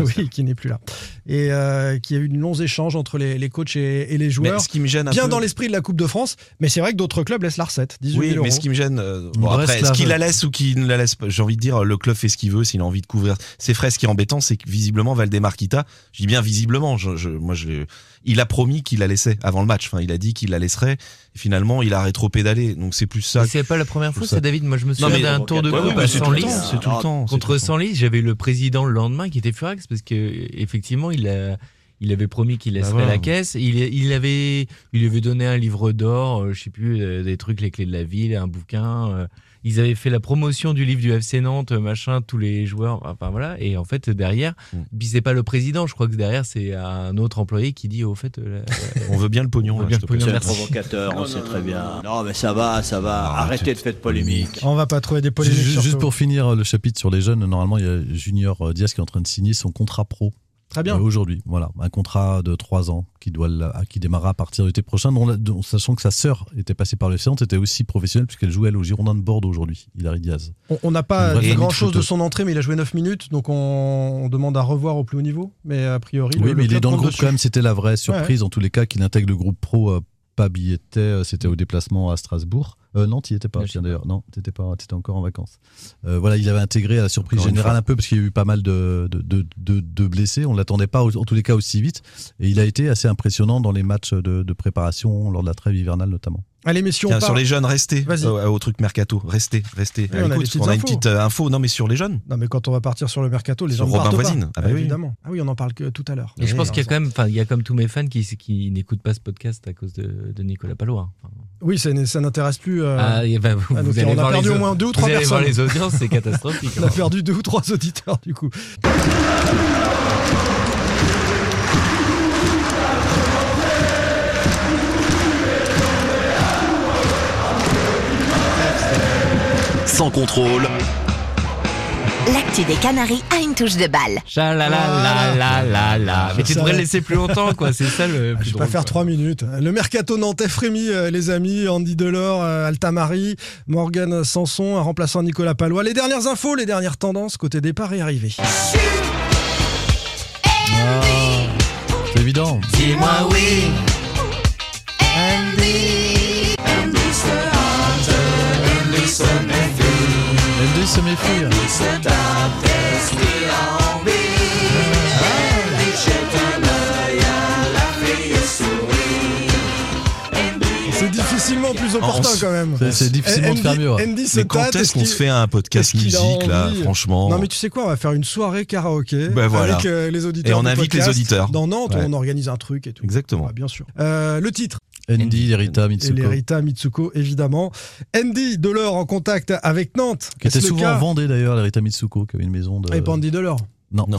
[SPEAKER 6] oui, qui n'est plus là. Et euh, qui a eu de longs échanges entre les, les coachs et, et les
[SPEAKER 7] mais
[SPEAKER 6] joueurs.
[SPEAKER 7] ce qui me gêne un
[SPEAKER 6] Bien
[SPEAKER 7] peu-
[SPEAKER 6] dans l'esprit de la Coupe de France, mais c'est vrai que d'autres clubs laissent la recette, 18
[SPEAKER 7] Oui,
[SPEAKER 6] 000
[SPEAKER 7] mais
[SPEAKER 6] euros.
[SPEAKER 7] ce qui me gêne, euh,
[SPEAKER 8] Il
[SPEAKER 7] bon,
[SPEAKER 8] reste
[SPEAKER 7] après,
[SPEAKER 8] la-
[SPEAKER 7] est-ce qu'il la laisse ou qu'il ne la laisse pas J'ai envie de dire, le club fait ce qu'il veut, s'il a envie de couvrir ses frais. Ce qui est embêtant, c'est que visiblement, Valdemarquita, je dis bien visiblement, je, je- moi, je, il a promis qu'il la laissait avant le match. Enfin, il a dit qu'il la laisserait. Et finalement, il a rétro-pédalé. Donc, c'est plus ça.
[SPEAKER 9] Mais C'est pas la première fois,
[SPEAKER 7] ça-
[SPEAKER 9] ça, David. Moi, je me souviens
[SPEAKER 7] mais-
[SPEAKER 9] d'un tour de
[SPEAKER 7] Ouais,
[SPEAKER 9] coupe
[SPEAKER 7] ouais,
[SPEAKER 9] à
[SPEAKER 7] c'est tout le
[SPEAKER 9] Senlis.
[SPEAKER 7] temps, c'est tout le temps. c'est tout
[SPEAKER 9] Contre
[SPEAKER 7] le temps.
[SPEAKER 9] Senlis, j'avais eu le président le lendemain qui était furax parce que effectivement, il a- il avait promis qu'il laisserait
[SPEAKER 7] Bah voilà.
[SPEAKER 9] la caisse. Il, il avait, il lui avait donné un livre d'or, euh, je sais plus, euh, des trucs, les clés de la ville, un bouquin. euh, ils avaient fait la promotion du livre du FC Nantes, euh, machin, tous les joueurs. Enfin voilà. Et en fait, derrière,
[SPEAKER 7] Mm.
[SPEAKER 9] puis c'est pas le président. Je crois que derrière, c'est un autre employé qui dit au fait. euh, la-
[SPEAKER 7] On veut bien le pognon.
[SPEAKER 9] On veut
[SPEAKER 7] là,
[SPEAKER 9] bien
[SPEAKER 7] s'il
[SPEAKER 9] le
[SPEAKER 7] te plaît.
[SPEAKER 9] pognon,
[SPEAKER 7] Merci.
[SPEAKER 3] provocateur, on sait très bien. Non, mais ça va, ça va. Arrêtez de faire de polémique.
[SPEAKER 6] On va pas trouver des polémiques.
[SPEAKER 8] Ju- Juste
[SPEAKER 6] surtout.
[SPEAKER 8] pour finir euh, le chapitre sur les jeunes, normalement, il y a Junior euh, Diaz qui est en train de signer son contrat pro
[SPEAKER 6] Très bien.
[SPEAKER 8] euh, aujourd'hui. Voilà, un contrat de 3 ans qui, doit, la- à- qui démarrera à partir de l'été prochain, dont la- dont- sachant que sa sœur était passée par le FC Nantes, était aussi professionnelle puisqu'elle joue elle au Girondin de Bordeaux aujourd'hui, Hilary Diaz.
[SPEAKER 6] On- On n'a pas
[SPEAKER 8] Une vraie
[SPEAKER 6] dit
[SPEAKER 8] famille de
[SPEAKER 6] grand-chose de
[SPEAKER 8] footeux.
[SPEAKER 6] son entrée, mais il a joué 9 minutes, donc on, on demande à revoir au plus haut niveau. Mais a priori, le-
[SPEAKER 8] oui,
[SPEAKER 6] le
[SPEAKER 8] mais il est
[SPEAKER 6] club
[SPEAKER 8] dans le
[SPEAKER 6] compte
[SPEAKER 8] groupe
[SPEAKER 6] dessus.
[SPEAKER 8] quand même, c'était la vraie surprise en tous les cas qu'il intègre le groupe pro. euh, pas billetté, euh, c'était au déplacement à Strasbourg. Euh, non, tu étais pas,
[SPEAKER 9] Je sais
[SPEAKER 8] tiens, d'ailleurs. Non, tu étais, encore en vacances. Euh, voilà, il avait intégré à la surprise
[SPEAKER 7] Encore une
[SPEAKER 8] générale
[SPEAKER 7] fois.
[SPEAKER 8] un peu, parce qu'il y a eu pas mal de, de, de, de- de blessés. On ne l'attendait pas, au- en tous les cas, aussi vite. Et il a été assez impressionnant dans les matchs de, de préparation, lors de la trêve hivernale notamment.
[SPEAKER 6] Allez, messieurs, on
[SPEAKER 7] Tiens,
[SPEAKER 6] part.
[SPEAKER 7] sur les jeunes, restez
[SPEAKER 6] Vas-y.
[SPEAKER 7] au, au truc mercato, restez, restez.
[SPEAKER 6] on
[SPEAKER 7] À
[SPEAKER 6] a des
[SPEAKER 7] l'écoute,
[SPEAKER 6] petites
[SPEAKER 7] on a une
[SPEAKER 6] infos.
[SPEAKER 7] petite euh, info, non mais sur les jeunes.
[SPEAKER 6] Non, mais quand on va partir sur le mercato, les
[SPEAKER 7] Sur
[SPEAKER 6] gens ne
[SPEAKER 7] Robin
[SPEAKER 6] partent
[SPEAKER 7] Voisine.
[SPEAKER 6] pas.
[SPEAKER 7] Ah bah oui.
[SPEAKER 6] Évidemment. Ah oui, on en parle que tout à l'heure.
[SPEAKER 9] Et je pense
[SPEAKER 6] Oui,
[SPEAKER 9] qu'il y a quand même, enfin, il y a comme tous mes fans qui, qui n'écoutent pas ce podcast à cause de, de Nicolas Palois. Enfin,
[SPEAKER 6] Oui, ça, n'est- ça n'intéresse plus. euh,
[SPEAKER 9] ah, et ben, vous,
[SPEAKER 6] ah, donc
[SPEAKER 9] vous allez
[SPEAKER 6] on a
[SPEAKER 9] voir les
[SPEAKER 6] perdu au
[SPEAKER 9] autres.
[SPEAKER 6] moins deux ou trois
[SPEAKER 9] Vous allez voir
[SPEAKER 6] personnes.
[SPEAKER 9] les audiences, c'est catastrophique. hein.
[SPEAKER 6] On a perdu deux ou trois auditeurs du coup.
[SPEAKER 1] sans contrôle,
[SPEAKER 10] L'actu des Canaries a une touche de balle.
[SPEAKER 9] Chalalalalalala. Mais tu
[SPEAKER 6] Ça
[SPEAKER 9] devrais
[SPEAKER 6] va.
[SPEAKER 9] le laisser plus longtemps, quoi. C'est ça le
[SPEAKER 6] Ah,
[SPEAKER 9] plus
[SPEAKER 6] Je vais pas
[SPEAKER 9] drôle,
[SPEAKER 7] euh.
[SPEAKER 6] faire
[SPEAKER 9] quoi.
[SPEAKER 6] trois minutes. Le mercato nantais frémit, euh, les amis. Andy Delors, euh, Altamari, Morgan Sanson, un remplaçant Nicolas Palois. Les dernières infos, les dernières tendances côté départ et arrivée.
[SPEAKER 8] C'est évident.
[SPEAKER 5] Dis-moi oui.
[SPEAKER 8] Andy se méfie.
[SPEAKER 6] C'est difficilement plus opportin
[SPEAKER 7] Ah, on s-
[SPEAKER 6] quand même. Eh,
[SPEAKER 8] C'est- C'est difficilement de
[SPEAKER 6] Andy-
[SPEAKER 8] faire mieux. ouais.
[SPEAKER 6] Andy se
[SPEAKER 7] hein. Mais quand
[SPEAKER 6] tâte,
[SPEAKER 7] est-ce qu'on
[SPEAKER 6] qu'il-
[SPEAKER 7] se fait un podcast
[SPEAKER 6] est-ce qu'il a
[SPEAKER 7] musique, là,
[SPEAKER 6] envie
[SPEAKER 7] franchement
[SPEAKER 6] Non mais tu sais quoi, on va faire une soirée karaoké
[SPEAKER 7] Ben voilà.
[SPEAKER 6] avec euh, les auditeurs.
[SPEAKER 7] Et on
[SPEAKER 6] du
[SPEAKER 7] invite les
[SPEAKER 6] podcast.
[SPEAKER 7] auditeurs.
[SPEAKER 6] Dans Nantes,
[SPEAKER 7] Ouais.
[SPEAKER 6] on organise un truc et tout.
[SPEAKER 7] Exactement.
[SPEAKER 6] Ah, bien sûr. Euh, le titre.
[SPEAKER 8] Andy, Lerita, Mitsuko.
[SPEAKER 6] Et l'Erita Mitsuko, évidemment. Andy Delors en contact avec Nantes.
[SPEAKER 8] Qui était
[SPEAKER 6] Est-ce le
[SPEAKER 8] souvent
[SPEAKER 6] cas Ah,
[SPEAKER 8] en Vendée d'ailleurs, Lerita Mitsuko, qui avait une maison de.
[SPEAKER 6] Et
[SPEAKER 7] euh,
[SPEAKER 6] pas Andy Delors.
[SPEAKER 8] Non.
[SPEAKER 7] Non.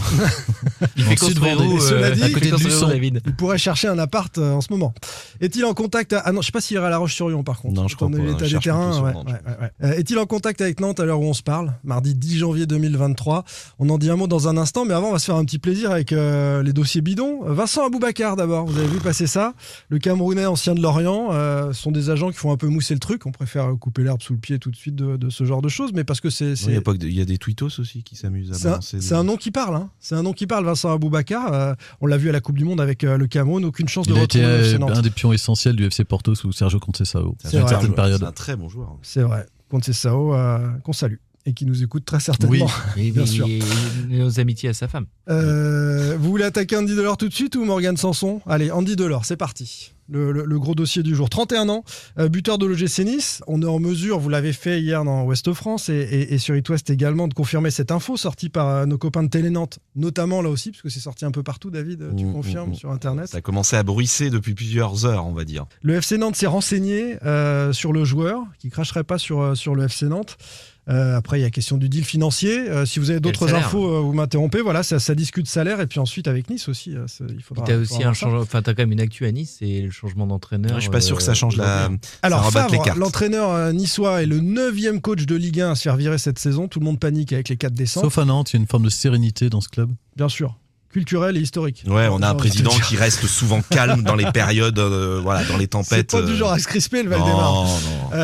[SPEAKER 9] Il
[SPEAKER 8] Dans le
[SPEAKER 9] fait
[SPEAKER 8] sud
[SPEAKER 9] construire
[SPEAKER 8] Vendée.
[SPEAKER 9] où
[SPEAKER 8] Et
[SPEAKER 6] cela
[SPEAKER 9] euh,
[SPEAKER 6] dit,
[SPEAKER 9] à côté
[SPEAKER 8] Côté de
[SPEAKER 9] de construire
[SPEAKER 8] Luçon.
[SPEAKER 9] où, David
[SPEAKER 6] Il pourrait chercher un appart euh, en ce moment. Est-il en contact à- Ah non, je sais pas s'il ira à La Roche-sur-Yon par contre.
[SPEAKER 7] Non, je
[SPEAKER 6] Étant
[SPEAKER 7] crois
[SPEAKER 6] donné
[SPEAKER 7] pas. Il
[SPEAKER 6] l'état des
[SPEAKER 7] cherche
[SPEAKER 6] terrains,
[SPEAKER 7] plutôt
[SPEAKER 6] ouais,
[SPEAKER 7] sur Nantes,
[SPEAKER 6] ouais, ouais, ouais. Euh, Est-il en contact avec Nantes à l'heure où on se parle Mardi 10 janvier 2023. On en dit un mot dans un instant, mais avant, on va se faire un petit plaisir avec euh, les dossiers bidons. Euh, Vincent Aboubacar d'abord, vous avez vu passer ça. Le Camerounais ancien de Lorient euh, sont des agents qui font un peu mousser le truc. On préfère couper l'herbe sous le pied tout de suite de, de ce genre de choses, mais parce que c'est.
[SPEAKER 7] Non, Il y,
[SPEAKER 6] c'est-
[SPEAKER 7] a pas que des- il y a des tweetos aussi qui s'amusent à
[SPEAKER 6] c'est un,
[SPEAKER 7] balancer des-
[SPEAKER 6] c'est un nom qui parle, hein. c'est un nom qui parle, Vincent Aboubacar. Euh, on l'a vu à la Coupe du Monde avec euh, le Cameroun, aucune chance
[SPEAKER 8] Il
[SPEAKER 6] de
[SPEAKER 8] a été
[SPEAKER 6] retrouver le FC
[SPEAKER 8] euh,
[SPEAKER 6] Nantes.
[SPEAKER 8] un des pions essentiels du FC Porto sous Sergio Conceição.
[SPEAKER 7] C'est un très
[SPEAKER 6] C'est vrai.
[SPEAKER 7] bon
[SPEAKER 8] Certaines
[SPEAKER 7] joueur.
[SPEAKER 8] périodes.
[SPEAKER 7] C'est un très bon joueur. hein.
[SPEAKER 6] C'est vrai. Concessao, euh, qu'on salue et qui nous écoute très certainement.
[SPEAKER 8] Oui.
[SPEAKER 9] Et
[SPEAKER 6] Bien
[SPEAKER 9] bien
[SPEAKER 6] sûr.
[SPEAKER 9] sûr. Nos amitiés à sa femme.
[SPEAKER 6] Euh, vous voulez attaquer Andy Delors tout de suite ou Morgan Sanson Allez, Andy Delors, c'est parti. Le, le- le gros dossier du jour. 31 ans, euh, buteur de l'OGC Nice. On est en mesure, vous l'avez fait hier dans Ouest France et, et- et sur It West également, de confirmer cette info sortie par euh, nos copains de Télé Nantes, notamment là aussi, parce que c'est sorti un peu partout, David, euh, tu
[SPEAKER 7] Mm,
[SPEAKER 6] confirmes
[SPEAKER 7] mm, mm.
[SPEAKER 6] sur Internet.
[SPEAKER 7] Ça a commencé à bruisser depuis plusieurs heures, on va dire.
[SPEAKER 6] Le FC Nantes s'est renseigné euh, sur le joueur qui cracherait pas sur, euh, sur le FC Nantes. Euh, après, il y a question du deal financier. Euh, si vous avez d'autres
[SPEAKER 9] salaire,
[SPEAKER 6] infos, euh, vous m'interrompez. Voilà, ça, ça discute salaire et puis ensuite avec Nice aussi. euh, ça- il faudra.
[SPEAKER 9] T'as
[SPEAKER 6] faudra
[SPEAKER 9] aussi
[SPEAKER 6] voir
[SPEAKER 9] un
[SPEAKER 6] ça.
[SPEAKER 9] changement. Enfin, t'as quand même une actu à Nice, c'est le changement d'entraîneur. euh,
[SPEAKER 7] je suis pas sûr que ça change la.
[SPEAKER 6] Alors
[SPEAKER 7] rebatte les
[SPEAKER 6] Favre,
[SPEAKER 7] cartes.
[SPEAKER 6] l'entraîneur euh, niçois est le neuvième coach de Ligue 1 à se faire virer cette saison. Tout le monde panique avec les 4 décembre.
[SPEAKER 8] Sauf à Nantes, il y a une forme de sérénité dans ce club.
[SPEAKER 6] Bien sûr, culturel et historique.
[SPEAKER 7] Ouais, on a
[SPEAKER 6] Ça,
[SPEAKER 7] un
[SPEAKER 6] va
[SPEAKER 7] président
[SPEAKER 6] te dire.
[SPEAKER 7] qui reste souvent calme dans les périodes, euh, voilà, dans les
[SPEAKER 6] C'est
[SPEAKER 7] tempêtes.
[SPEAKER 6] pas du
[SPEAKER 7] euh,
[SPEAKER 6] genre à se crisper le Valdemar.
[SPEAKER 7] non, non.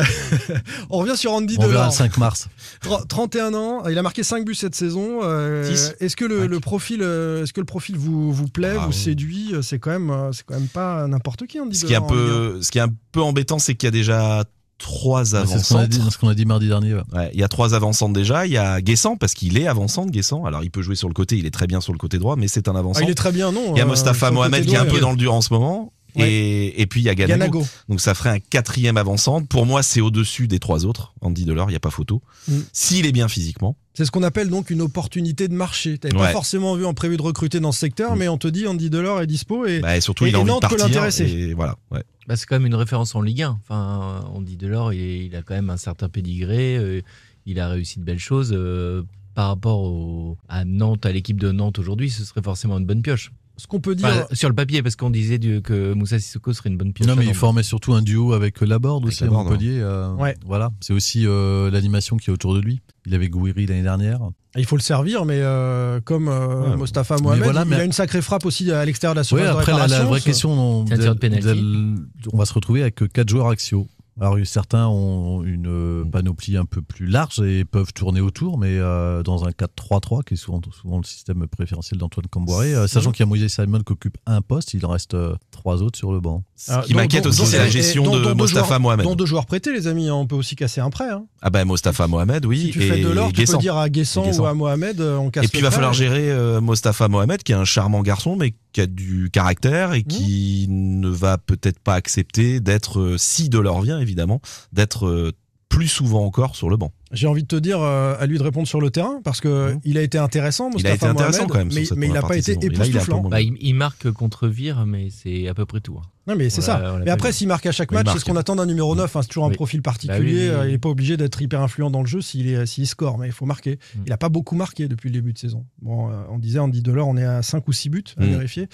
[SPEAKER 6] On revient sur Andy
[SPEAKER 8] On verra le
[SPEAKER 6] Delors.
[SPEAKER 8] 5 mars.
[SPEAKER 6] Tro- 31 ans, il a marqué 5 buts cette saison. Euh,
[SPEAKER 7] Six.
[SPEAKER 6] est-ce que le,
[SPEAKER 7] Cinq.
[SPEAKER 6] le profil, euh, est-ce que le profil vous, vous plaît,
[SPEAKER 7] Ah
[SPEAKER 6] vous
[SPEAKER 7] oui.
[SPEAKER 6] séduit euh, C'est quand même, euh, c'est quand même pas n'importe qui. hein, Andy
[SPEAKER 7] Ce qui est un
[SPEAKER 6] Delors, en Ligue
[SPEAKER 7] peu, ce qui est un peu embêtant, c'est qu'il y a déjà trois
[SPEAKER 8] C'est ce qu'on a dit,
[SPEAKER 7] avant-centres.
[SPEAKER 8] ce qu'on a dit mardi dernier. ouais.
[SPEAKER 7] Ouais, il y a trois avant-centres déjà. Il y a Guessant parce qu'il est avant-centre, Guessant. Alors il peut jouer sur le côté, il est très bien sur le côté droit, mais c'est un
[SPEAKER 6] un. Ah, il
[SPEAKER 7] avant-centre.
[SPEAKER 6] est très bien, non
[SPEAKER 7] il y a
[SPEAKER 6] euh, sur
[SPEAKER 7] Mostafa
[SPEAKER 6] le
[SPEAKER 7] Mohamed
[SPEAKER 6] côté
[SPEAKER 7] qui est un
[SPEAKER 6] droit,
[SPEAKER 7] peu
[SPEAKER 6] il-
[SPEAKER 7] dans le dur en ce moment.
[SPEAKER 6] Ouais.
[SPEAKER 7] Et, et puis il y a Ganago.
[SPEAKER 6] Ganago.
[SPEAKER 7] Donc ça ferait un quatrième avant-centre. Pour moi, c'est au-dessus des trois autres. Andy Delors, il n'y a pas photo.
[SPEAKER 6] Mm.
[SPEAKER 7] S'il est bien physiquement,
[SPEAKER 6] C'est ce qu'on appelle donc une opportunité de marché. T'avais pas
[SPEAKER 7] Ouais.
[SPEAKER 6] forcément vu en prévu de recruter dans ce secteur,
[SPEAKER 7] Mm.
[SPEAKER 6] mais on te dit Andy Delors est dispo et
[SPEAKER 7] bah, et surtout
[SPEAKER 6] Et-
[SPEAKER 7] il a
[SPEAKER 6] et
[SPEAKER 7] envie de
[SPEAKER 6] Nantes peut
[SPEAKER 7] partir.
[SPEAKER 6] l'intéresser.
[SPEAKER 7] Et voilà. ouais.
[SPEAKER 9] Bah, c'est quand même une référence en Ligue 1. Enfin, on dit Delors, il, est- il a quand même un certain pédigré. euh, il a réussi de belles choses. euh, par rapport au- à Nantes, à l'équipe de Nantes aujourd'hui, ce serait forcément une bonne pioche.
[SPEAKER 6] ce qu'on peut dire.
[SPEAKER 9] Enfin, sur le papier, parce qu'on disait du- que Moussa Sissoko serait une bonne pioche.
[SPEAKER 8] Non, mais
[SPEAKER 9] à
[SPEAKER 8] il
[SPEAKER 9] Nantes.
[SPEAKER 8] formait surtout un duo avec Laborde
[SPEAKER 7] Avec
[SPEAKER 8] aussi à
[SPEAKER 7] Laborde,
[SPEAKER 8] Montpellier. euh,
[SPEAKER 6] Ouais.
[SPEAKER 8] Voilà, c'est aussi euh, l'animation qui est autour de lui. Il avait Gouiri l'année dernière.
[SPEAKER 6] Il faut le servir, mais euh, comme euh,
[SPEAKER 7] Ouais.
[SPEAKER 6] Mostafa Mohamed,
[SPEAKER 8] voilà,
[SPEAKER 6] il
[SPEAKER 8] mais-
[SPEAKER 6] a une sacrée frappe aussi à l'extérieur de la
[SPEAKER 8] Oui,
[SPEAKER 6] surface de
[SPEAKER 8] après la, la
[SPEAKER 6] réparation,
[SPEAKER 8] vraie
[SPEAKER 6] ça-
[SPEAKER 8] question, on,
[SPEAKER 9] C'est un tir de pénalty.
[SPEAKER 8] on va se retrouver avec euh, quatre joueurs axiaux. Alors certains ont une euh, panoplie un peu plus large et peuvent tourner autour, mais euh, dans un 4-3-3 qui est souvent, souvent le système préférentiel d'antoine Camboiré, euh, sachant qu'il y a Moïse Simon qui occupe un poste, il en reste euh, trois autres sur le banc.
[SPEAKER 7] Ce
[SPEAKER 6] Ah,
[SPEAKER 7] qui
[SPEAKER 6] dont-
[SPEAKER 7] m'inquiète
[SPEAKER 6] dont-
[SPEAKER 7] aussi,
[SPEAKER 6] dont-
[SPEAKER 7] c'est la
[SPEAKER 6] et-
[SPEAKER 7] gestion
[SPEAKER 6] dont- dont
[SPEAKER 7] de
[SPEAKER 6] deux
[SPEAKER 7] Mostafa
[SPEAKER 6] joueurs-
[SPEAKER 7] Mohamed.
[SPEAKER 6] Dont deux joueurs prêtés, les amis, hein, on peut aussi casser un prêt. hein.
[SPEAKER 7] Ah bah Mostafa Mohamed, oui.
[SPEAKER 6] Si tu
[SPEAKER 7] et
[SPEAKER 6] fais de l'or, tu peux
[SPEAKER 7] Guessant.
[SPEAKER 6] dire à Guessant
[SPEAKER 7] Et Guessant.
[SPEAKER 6] ou à Mohamed, euh, on casse
[SPEAKER 7] Et puis il
[SPEAKER 6] le
[SPEAKER 7] va
[SPEAKER 6] prêt.
[SPEAKER 7] falloir gérer euh, Mostafa Mohamed, qui est un charmant garçon, mais qui a du caractère
[SPEAKER 6] Mm.
[SPEAKER 7] et qui ne va peut-être pas accepter d'être, euh, si de leur vient évidemment, d'être euh, plus souvent encore sur le banc.
[SPEAKER 6] J'ai envie de te dire euh, à lui de répondre sur le terrain parce que
[SPEAKER 7] Mhm.
[SPEAKER 6] il a été intéressant, Mostafa
[SPEAKER 7] Il a été intéressant
[SPEAKER 6] Mohamed,
[SPEAKER 7] quand même sur
[SPEAKER 6] mais,
[SPEAKER 7] cette
[SPEAKER 6] mais il n'a
[SPEAKER 7] première
[SPEAKER 6] pas
[SPEAKER 7] partie
[SPEAKER 6] été
[SPEAKER 7] de saison. Mais là, il est un peu
[SPEAKER 6] époustouflant.
[SPEAKER 7] moins
[SPEAKER 9] Bah, il, il marque contre Vire, mais c'est à peu près tout. hein.
[SPEAKER 6] Non, mais c'est
[SPEAKER 9] On
[SPEAKER 6] ça.
[SPEAKER 9] l'a- on l'a
[SPEAKER 6] Mais
[SPEAKER 9] pas
[SPEAKER 6] après,
[SPEAKER 9] vu.
[SPEAKER 6] s'il marque à chaque
[SPEAKER 7] Il
[SPEAKER 6] match, c'est
[SPEAKER 7] marque.
[SPEAKER 6] ce qu'on attend d'un numéro 9. hein, c'est toujours un
[SPEAKER 9] Oui.
[SPEAKER 6] profil particulier.
[SPEAKER 9] Bah oui, oui,
[SPEAKER 6] euh,
[SPEAKER 9] oui.
[SPEAKER 6] Il n'est pas obligé d'être hyper influent dans le jeu s'il est- s'il score, mais il faut marquer.
[SPEAKER 9] Mhm.
[SPEAKER 6] Il n'a pas beaucoup marqué depuis le début de saison. Bon, euh, on disait, Andy Delors, on est à 5 ou 6 buts à
[SPEAKER 9] Mm.
[SPEAKER 7] Mhm.
[SPEAKER 6] vérifier.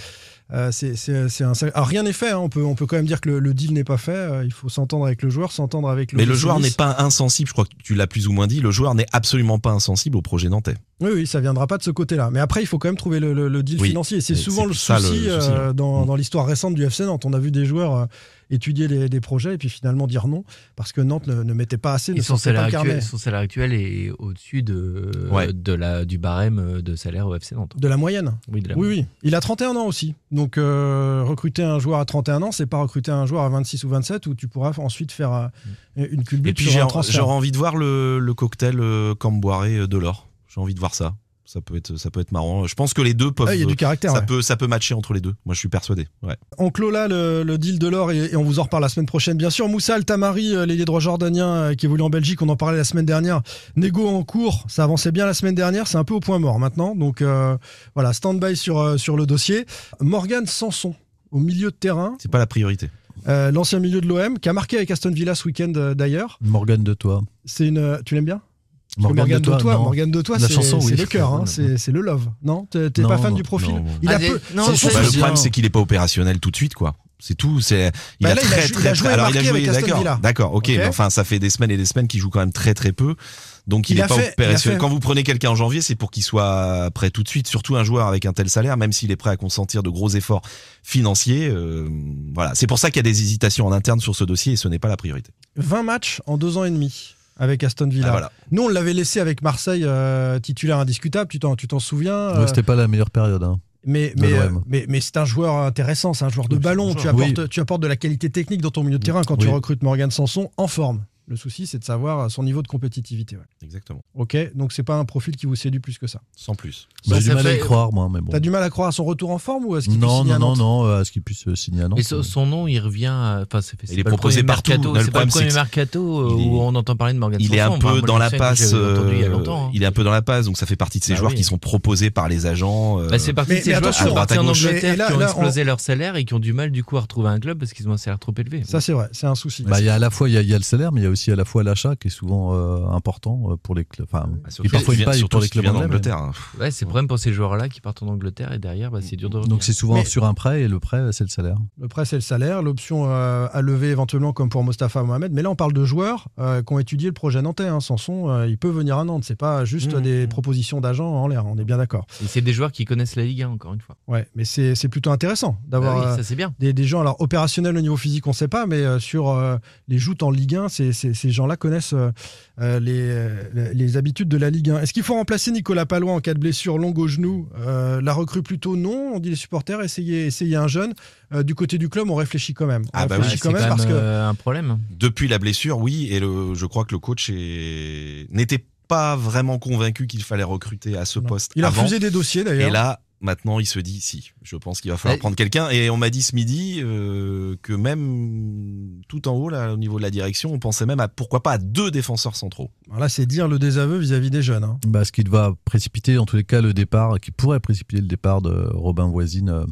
[SPEAKER 6] Euh, c'est- c'est c'est un... sacré- Alors, rien n'est fait. hein, on, peut, on peut quand même dire que le, le deal n'est pas fait. euh, il faut s'entendre avec le joueur, s'entendre avec le
[SPEAKER 7] Mais le joueur
[SPEAKER 6] Nice.
[SPEAKER 7] n'est pas insensible, je crois que tu l'as plus ou moins dit, le joueur n'est absolument pas insensible au projet nantais.
[SPEAKER 6] Oui, oui, ça viendra pas de ce côté-là. Mais après, il faut quand même trouver le, le- le deal
[SPEAKER 7] Oui.
[SPEAKER 6] financier. Et c'est
[SPEAKER 7] Et
[SPEAKER 6] souvent
[SPEAKER 7] c'est
[SPEAKER 6] le souci,
[SPEAKER 7] ça, le souci,
[SPEAKER 6] euh, dans,
[SPEAKER 7] Mm.
[SPEAKER 6] dans l'histoire récente du FC Nantes. On a vu des joueurs euh, étudier les- des projets et puis finalement dire non parce que Nantes ne, ne mettait pas assez,
[SPEAKER 9] Et
[SPEAKER 6] ne
[SPEAKER 9] son
[SPEAKER 6] sortait
[SPEAKER 9] salaire,
[SPEAKER 6] pas le carnet.
[SPEAKER 9] actuel, son salaire actuel est au-dessus de,
[SPEAKER 7] Ouais.
[SPEAKER 9] de la, du barème euh, de salaire au FC Nantes. hein.
[SPEAKER 6] De la moyenne.
[SPEAKER 9] Oui, de la-
[SPEAKER 6] Oui, oui. Il a 31 ans aussi. Donc, euh, recruter un joueur à 31 ans, c'est pas recruter un joueur à 26 ou 27 où tu pourras ensuite faire euh, une culbute
[SPEAKER 7] Mm. Et puis
[SPEAKER 6] sur
[SPEAKER 7] j'ai
[SPEAKER 6] un transfert.
[SPEAKER 7] j'aurais envie de voir le, le cocktail euh, Camboiré de l'or. J'ai envie de voir ça. Ça peut être ça peut être marrant. Je pense que les deux peuvent.
[SPEAKER 6] Ah, il y a du caractère.
[SPEAKER 7] euh, ça
[SPEAKER 6] ouais.
[SPEAKER 7] peut ça peut matcher entre les deux. Moi je suis persuadé. Ouais.
[SPEAKER 6] On clôt là le, le deal de l'or et, et on vous en reparle la semaine prochaine. Bien sûr, Moussa Al-Tamari, euh, l'ailier droit jordanien euh, qui évolue en Belgique, on en parlait la semaine dernière. Négo en cours, ça avançait bien la semaine dernière, c'est un peu au point mort maintenant. Donc euh, voilà, stand-by sur, euh, sur le dossier. Morgan Sanson, au milieu de terrain,
[SPEAKER 7] C'est pas la priorité.
[SPEAKER 6] euh, l'ancien milieu de l'OM, qui a marqué avec Aston Villa ce week-end euh, d'ailleurs.
[SPEAKER 8] Morgane de toi.
[SPEAKER 6] C'est une, euh, tu l'aimes bien Parce que
[SPEAKER 8] Morgane de toi. non.
[SPEAKER 6] Morgane de toi,
[SPEAKER 8] La
[SPEAKER 6] c'est
[SPEAKER 8] chanson, oui.
[SPEAKER 6] c'est le cœur, hein, c'est c'est le love. Non, t'es t'es pas
[SPEAKER 8] Non,
[SPEAKER 6] fan
[SPEAKER 8] non,
[SPEAKER 6] du profil.
[SPEAKER 7] non.
[SPEAKER 6] Il a
[SPEAKER 9] Ah,
[SPEAKER 6] peu-
[SPEAKER 9] non,
[SPEAKER 6] c'est
[SPEAKER 9] c'est-
[SPEAKER 6] chaud,
[SPEAKER 7] Bah,
[SPEAKER 9] c'est
[SPEAKER 7] le
[SPEAKER 9] bien.
[SPEAKER 7] problème c'est qu'il est pas opérationnel tout de suite quoi. C'est tout. C'est il
[SPEAKER 6] Bah,
[SPEAKER 7] a
[SPEAKER 6] là, il a
[SPEAKER 7] très
[SPEAKER 6] jou- il
[SPEAKER 7] très
[SPEAKER 6] a joué
[SPEAKER 7] très-
[SPEAKER 6] et
[SPEAKER 7] alors il a
[SPEAKER 6] marqué
[SPEAKER 7] joué
[SPEAKER 6] avec Aston Villa.
[SPEAKER 7] d'accord d'accord ok,
[SPEAKER 6] Ok.
[SPEAKER 7] mais enfin ça fait des semaines et des semaines qu'il joue quand même très très peu. Donc il,
[SPEAKER 6] Il
[SPEAKER 7] est
[SPEAKER 6] a
[SPEAKER 7] pas
[SPEAKER 6] fait- il a
[SPEAKER 7] opérationnel.
[SPEAKER 6] fait-
[SPEAKER 7] Quand vous prenez quelqu'un en janvier, c'est pour qu'il soit prêt tout de suite. Surtout un joueur avec un tel salaire, même s'il est prêt à consentir de gros efforts financiers. euh, voilà, c'est pour ça qu'il y a des hésitations en interne sur ce dossier et ce n'est pas la priorité.
[SPEAKER 6] 20 matchs en deux ans et demi avec Aston Villa.
[SPEAKER 7] Ah, voilà.
[SPEAKER 6] Nous, on l'avait laissé avec Marseille euh, titulaire indiscutable, tu t'en, tu t'en souviens. euh,
[SPEAKER 8] Ouais, C'était pas la meilleure période. hein.
[SPEAKER 6] mais,
[SPEAKER 8] de
[SPEAKER 6] mais,
[SPEAKER 8] l'OM.
[SPEAKER 6] euh, mais, mais c'est un joueur intéressant, c'est un joueur de
[SPEAKER 8] Oui, c'est un
[SPEAKER 6] ballon.
[SPEAKER 8] bon
[SPEAKER 6] Tu
[SPEAKER 8] joueur.
[SPEAKER 6] apportes, tu apportes de la qualité technique dans ton milieu de terrain quand tu
[SPEAKER 8] Oui.
[SPEAKER 6] recrutes Morgan Sanson en forme. Le souci, c'est de savoir euh, son niveau de compétitivité. ouais.
[SPEAKER 7] Exactement.
[SPEAKER 6] Ok, donc c'est pas un profil qui vous séduit plus que ça.
[SPEAKER 7] Sans plus.
[SPEAKER 8] Bah,
[SPEAKER 9] Ça
[SPEAKER 8] J'ai du mal à y
[SPEAKER 9] fait-
[SPEAKER 8] croire, moi, mais bon.
[SPEAKER 6] T'as du mal à croire à son retour en forme ou à ce qu'il puisse
[SPEAKER 8] Non,
[SPEAKER 6] signer à
[SPEAKER 8] non, non, non,
[SPEAKER 6] Nantes
[SPEAKER 8] euh, à ce qu'il puisse euh, signer à Nantes.
[SPEAKER 9] Mais son, son nom, il revient. à- Enfin, c'est, c'est
[SPEAKER 7] Il est
[SPEAKER 9] pas le
[SPEAKER 7] proposé
[SPEAKER 9] premier
[SPEAKER 7] partout.
[SPEAKER 9] mercato,
[SPEAKER 7] Non, le
[SPEAKER 9] c'est pas le
[SPEAKER 7] problème,
[SPEAKER 9] premier
[SPEAKER 7] c'est que-
[SPEAKER 9] mercato euh,
[SPEAKER 7] il est-
[SPEAKER 9] où on entend parler de Morgan
[SPEAKER 7] il est
[SPEAKER 9] Sanson.
[SPEAKER 7] un
[SPEAKER 9] Enfin,
[SPEAKER 7] peu
[SPEAKER 9] hein. moi,
[SPEAKER 7] dans
[SPEAKER 9] le
[SPEAKER 7] la
[SPEAKER 9] seul que
[SPEAKER 7] passe.
[SPEAKER 9] j'ai entendu il y a
[SPEAKER 7] euh,
[SPEAKER 9] longtemps. hein.
[SPEAKER 7] il est un peu dans la passe, donc ça fait partie de ces
[SPEAKER 9] Bah
[SPEAKER 7] joueurs
[SPEAKER 9] oui.
[SPEAKER 7] qui sont proposés par les agents. euh,
[SPEAKER 9] Bah, c'est parti
[SPEAKER 6] mais-
[SPEAKER 9] de ces
[SPEAKER 6] mais
[SPEAKER 9] joueurs qui
[SPEAKER 6] attention,
[SPEAKER 9] sont partis en
[SPEAKER 7] à gauche.
[SPEAKER 9] Angleterre,
[SPEAKER 6] Et là-
[SPEAKER 9] qui ont
[SPEAKER 6] là,
[SPEAKER 9] explosé leur salaire et qui ont du mal du coup à retrouver un club parce qu'ils ont un salaire trop élevé.
[SPEAKER 6] Ça, c'est vrai, c'est un souci.
[SPEAKER 8] Bah, il y a à la fois il y a, il y a le salaire, mais il y a aussi à la fois l'achat qui est souvent euh, important euh, pour les clubs. Enfin,
[SPEAKER 7] Bah, surtout
[SPEAKER 8] et parfois
[SPEAKER 7] si
[SPEAKER 8] une
[SPEAKER 7] tu viens-
[SPEAKER 8] paille
[SPEAKER 7] surtout
[SPEAKER 8] pour les
[SPEAKER 7] si tu
[SPEAKER 8] clubs
[SPEAKER 7] viens
[SPEAKER 8] anglais.
[SPEAKER 7] d'Angleterre, hein.
[SPEAKER 9] ouais, c'est le problème pour ces joueurs-là qui partent en Angleterre et derrière, bah, c'est dur de
[SPEAKER 8] mais-
[SPEAKER 9] revenir.
[SPEAKER 8] Donc c'est souvent
[SPEAKER 6] Mais-
[SPEAKER 8] sur un prêt et le prêt c'est le salaire.
[SPEAKER 6] Le prêt, c'est le salaire. L'option euh, à lever éventuellement, comme pour Mostafa Mohamed. Mais là, on parle de joueurs euh, qui ont étudié le projet nantais. Hein. Sanson, euh, il peut venir à Nantes. C'est pas juste
[SPEAKER 9] Mmh.
[SPEAKER 6] des propositions d'agents en l'air. On est bien d'accord.
[SPEAKER 9] Et c'est des joueurs qui connaissent la Ligue 1, encore une fois.
[SPEAKER 6] Ouais, mais c'est c'est plutôt intéressant d'avoir
[SPEAKER 9] Bah oui,
[SPEAKER 6] euh,
[SPEAKER 9] ça c'est bien.
[SPEAKER 6] des, des gens. Alors, opérationnels au niveau physique, on ne sait pas, mais euh, sur euh, les joutes en Ligue 1, ces- ces- ces gens-là connaissent euh, euh, les, euh, les habitudes de la Ligue 1. Est-ce qu'il faut remplacer Nicolas Palois en cas de blessure longue au genou Euh, La recrue plutôt non. On dit les supporters, essayez, essayez un jeune. Euh, du côté du club, on réfléchit quand même. On
[SPEAKER 7] Ah bah
[SPEAKER 9] Ouais,
[SPEAKER 7] oui,
[SPEAKER 6] réfléchit
[SPEAKER 9] c'est
[SPEAKER 6] quand même parce que.
[SPEAKER 9] euh, un problème.
[SPEAKER 7] hein. Depuis la blessure, oui, et le, je crois que le coach est- n'était pas vraiment convaincu qu'il fallait recruter à ce
[SPEAKER 6] Non.
[SPEAKER 7] poste.
[SPEAKER 6] Il a
[SPEAKER 7] avant.
[SPEAKER 6] refusé des dossiers
[SPEAKER 7] Et
[SPEAKER 6] d'ailleurs.
[SPEAKER 7] là, maintenant, il se dit si. Je pense qu'il va falloir
[SPEAKER 9] Bah,
[SPEAKER 7] prendre quelqu'un. Et on m'a dit ce midi euh, que même tout en haut, là, au niveau de la direction, on pensait même à pourquoi pas à deux défenseurs centraux.
[SPEAKER 6] Alors là, c'est dire le désaveu vis-à-vis des jeunes. hein.
[SPEAKER 8] Bah, ce qui va précipiter en tous les cas le départ, qui pourrait précipiter le départ de Robin Voisine, euh,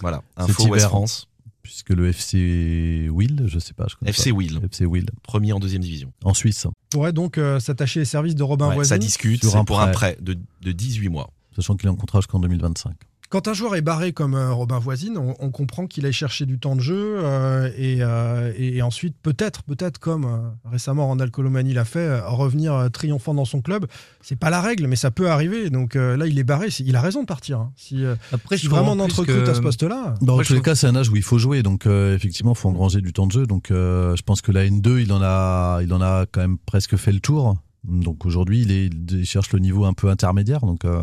[SPEAKER 7] Voilà.
[SPEAKER 8] C'est
[SPEAKER 7] Info West
[SPEAKER 8] hiver.
[SPEAKER 7] France,
[SPEAKER 8] puisque le FC Will, je sais pas, je connais
[SPEAKER 7] FC Will,
[SPEAKER 8] pas. FC Will
[SPEAKER 7] premier en deuxième division.
[SPEAKER 8] en Suisse,
[SPEAKER 6] Pourrait donc euh, s'attacher les services de Robin
[SPEAKER 7] Ouais, ça
[SPEAKER 6] Voisin.
[SPEAKER 7] discute
[SPEAKER 8] Sur
[SPEAKER 7] c'est
[SPEAKER 8] un
[SPEAKER 7] pour un prêt de, de 18 mois.
[SPEAKER 8] sachant qu'il est en contrat jusqu'en 2025.
[SPEAKER 6] Quand un joueur est barré comme euh, Robin Voisin, on, on comprend qu'il aille chercher du temps de jeu euh, et, euh, et- et ensuite peut-être, peut-être comme euh, récemment Randall Colomani l'a fait, euh, revenir euh, triomphant dans son club. C'est pas la règle, mais ça peut arriver. Donc euh, là, il est barré. c'est- Il a raison de partir. hein. Si, euh,
[SPEAKER 9] Après,
[SPEAKER 6] si
[SPEAKER 9] trouve
[SPEAKER 6] vraiment
[SPEAKER 9] en
[SPEAKER 6] on
[SPEAKER 9] plus
[SPEAKER 6] recrute
[SPEAKER 9] que-
[SPEAKER 6] à ce poste-là.
[SPEAKER 8] Dans Bah,
[SPEAKER 9] Moi, je
[SPEAKER 8] tous les
[SPEAKER 9] trouve-
[SPEAKER 8] cas, c'est un âge où il faut jouer, donc euh, effectivement, il faut engranger du temps de jeu. Donc, euh, je pense que la N2, il en a, il en a quand même presque fait le tour. Donc aujourd'hui, il, est- il cherche le niveau un peu intermédiaire. Donc, euh,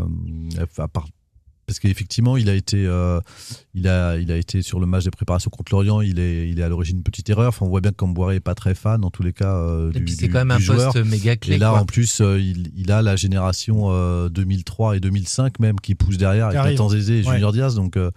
[SPEAKER 8] à part- parce qu'effectivement, il a été, euh, il a, il a été sur le match des préparations contre l'Orient. Il est, il est à l'origine d'une petite erreur. Enfin, on voit bien qu'Amboiré est pas très fan, en tous les cas, euh,
[SPEAKER 9] Et
[SPEAKER 8] du,
[SPEAKER 9] puis c'est
[SPEAKER 8] du-
[SPEAKER 9] quand même un
[SPEAKER 8] du joueur.
[SPEAKER 9] poste méga clé.
[SPEAKER 8] Et là,
[SPEAKER 9] quoi.
[SPEAKER 8] en plus, euh, il, il a la génération euh, 2003 et 2005 même qui pousse derrière
[SPEAKER 6] Qui
[SPEAKER 8] avec
[SPEAKER 6] arrive.
[SPEAKER 8] Nathan Zézé et
[SPEAKER 6] Ouais.
[SPEAKER 8] Junior Diaz. Donc, euh,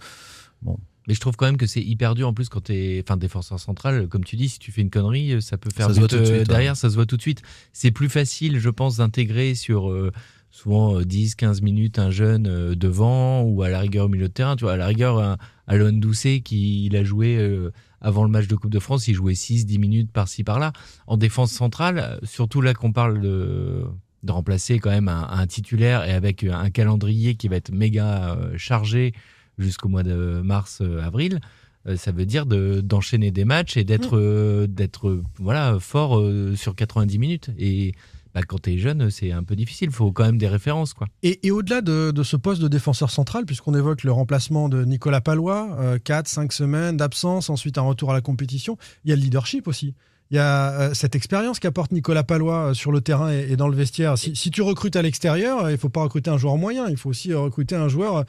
[SPEAKER 9] Mais je trouve quand même que c'est hyper dur en plus quand t'es enfin, défenseur central. Comme tu dis, si tu fais une connerie, euh, ça peut faire
[SPEAKER 8] Ça se voit
[SPEAKER 9] but,
[SPEAKER 8] tout de
[SPEAKER 9] euh,
[SPEAKER 8] suite, ouais.
[SPEAKER 9] derrière, ça se voit tout de suite. C'est plus facile, je pense, d'intégrer sur euh, souvent euh, 10, 15 minutes un jeune euh, devant ou à la rigueur au milieu de terrain. Tu vois, à la rigueur, un Alon Doucet qui il a joué euh, avant le match de Coupe de France, il jouait 6, 10 minutes par-ci par-là. En défense centrale, euh, surtout là qu'on parle de de remplacer quand même un, un titulaire et avec un calendrier qui va être méga euh, chargé jusqu'au mois de mars euh, avril euh, ça veut dire de- d'enchaîner des matchs et d'être euh, d'être euh, voilà fort euh, sur 90 minutes et bah, bah, quand t'es jeune, c'est un peu difficile. Faut quand même des références, quoi.
[SPEAKER 6] Et, et au-delà de, de ce poste de défenseur central, puisqu'on évoque le remplacement de Nicolas Palois, 4-5 semaines d'absence, ensuite un retour à la compétition, il y a le leadership aussi. Il y a euh, cette expérience qu'apporte Nicolas Palois euh, sur le terrain et, et dans le vestiaire. Si, si tu recrutes à l'extérieur, euh, il faut pas recruter un joueur moyen, il faut aussi euh, recruter un joueur euh,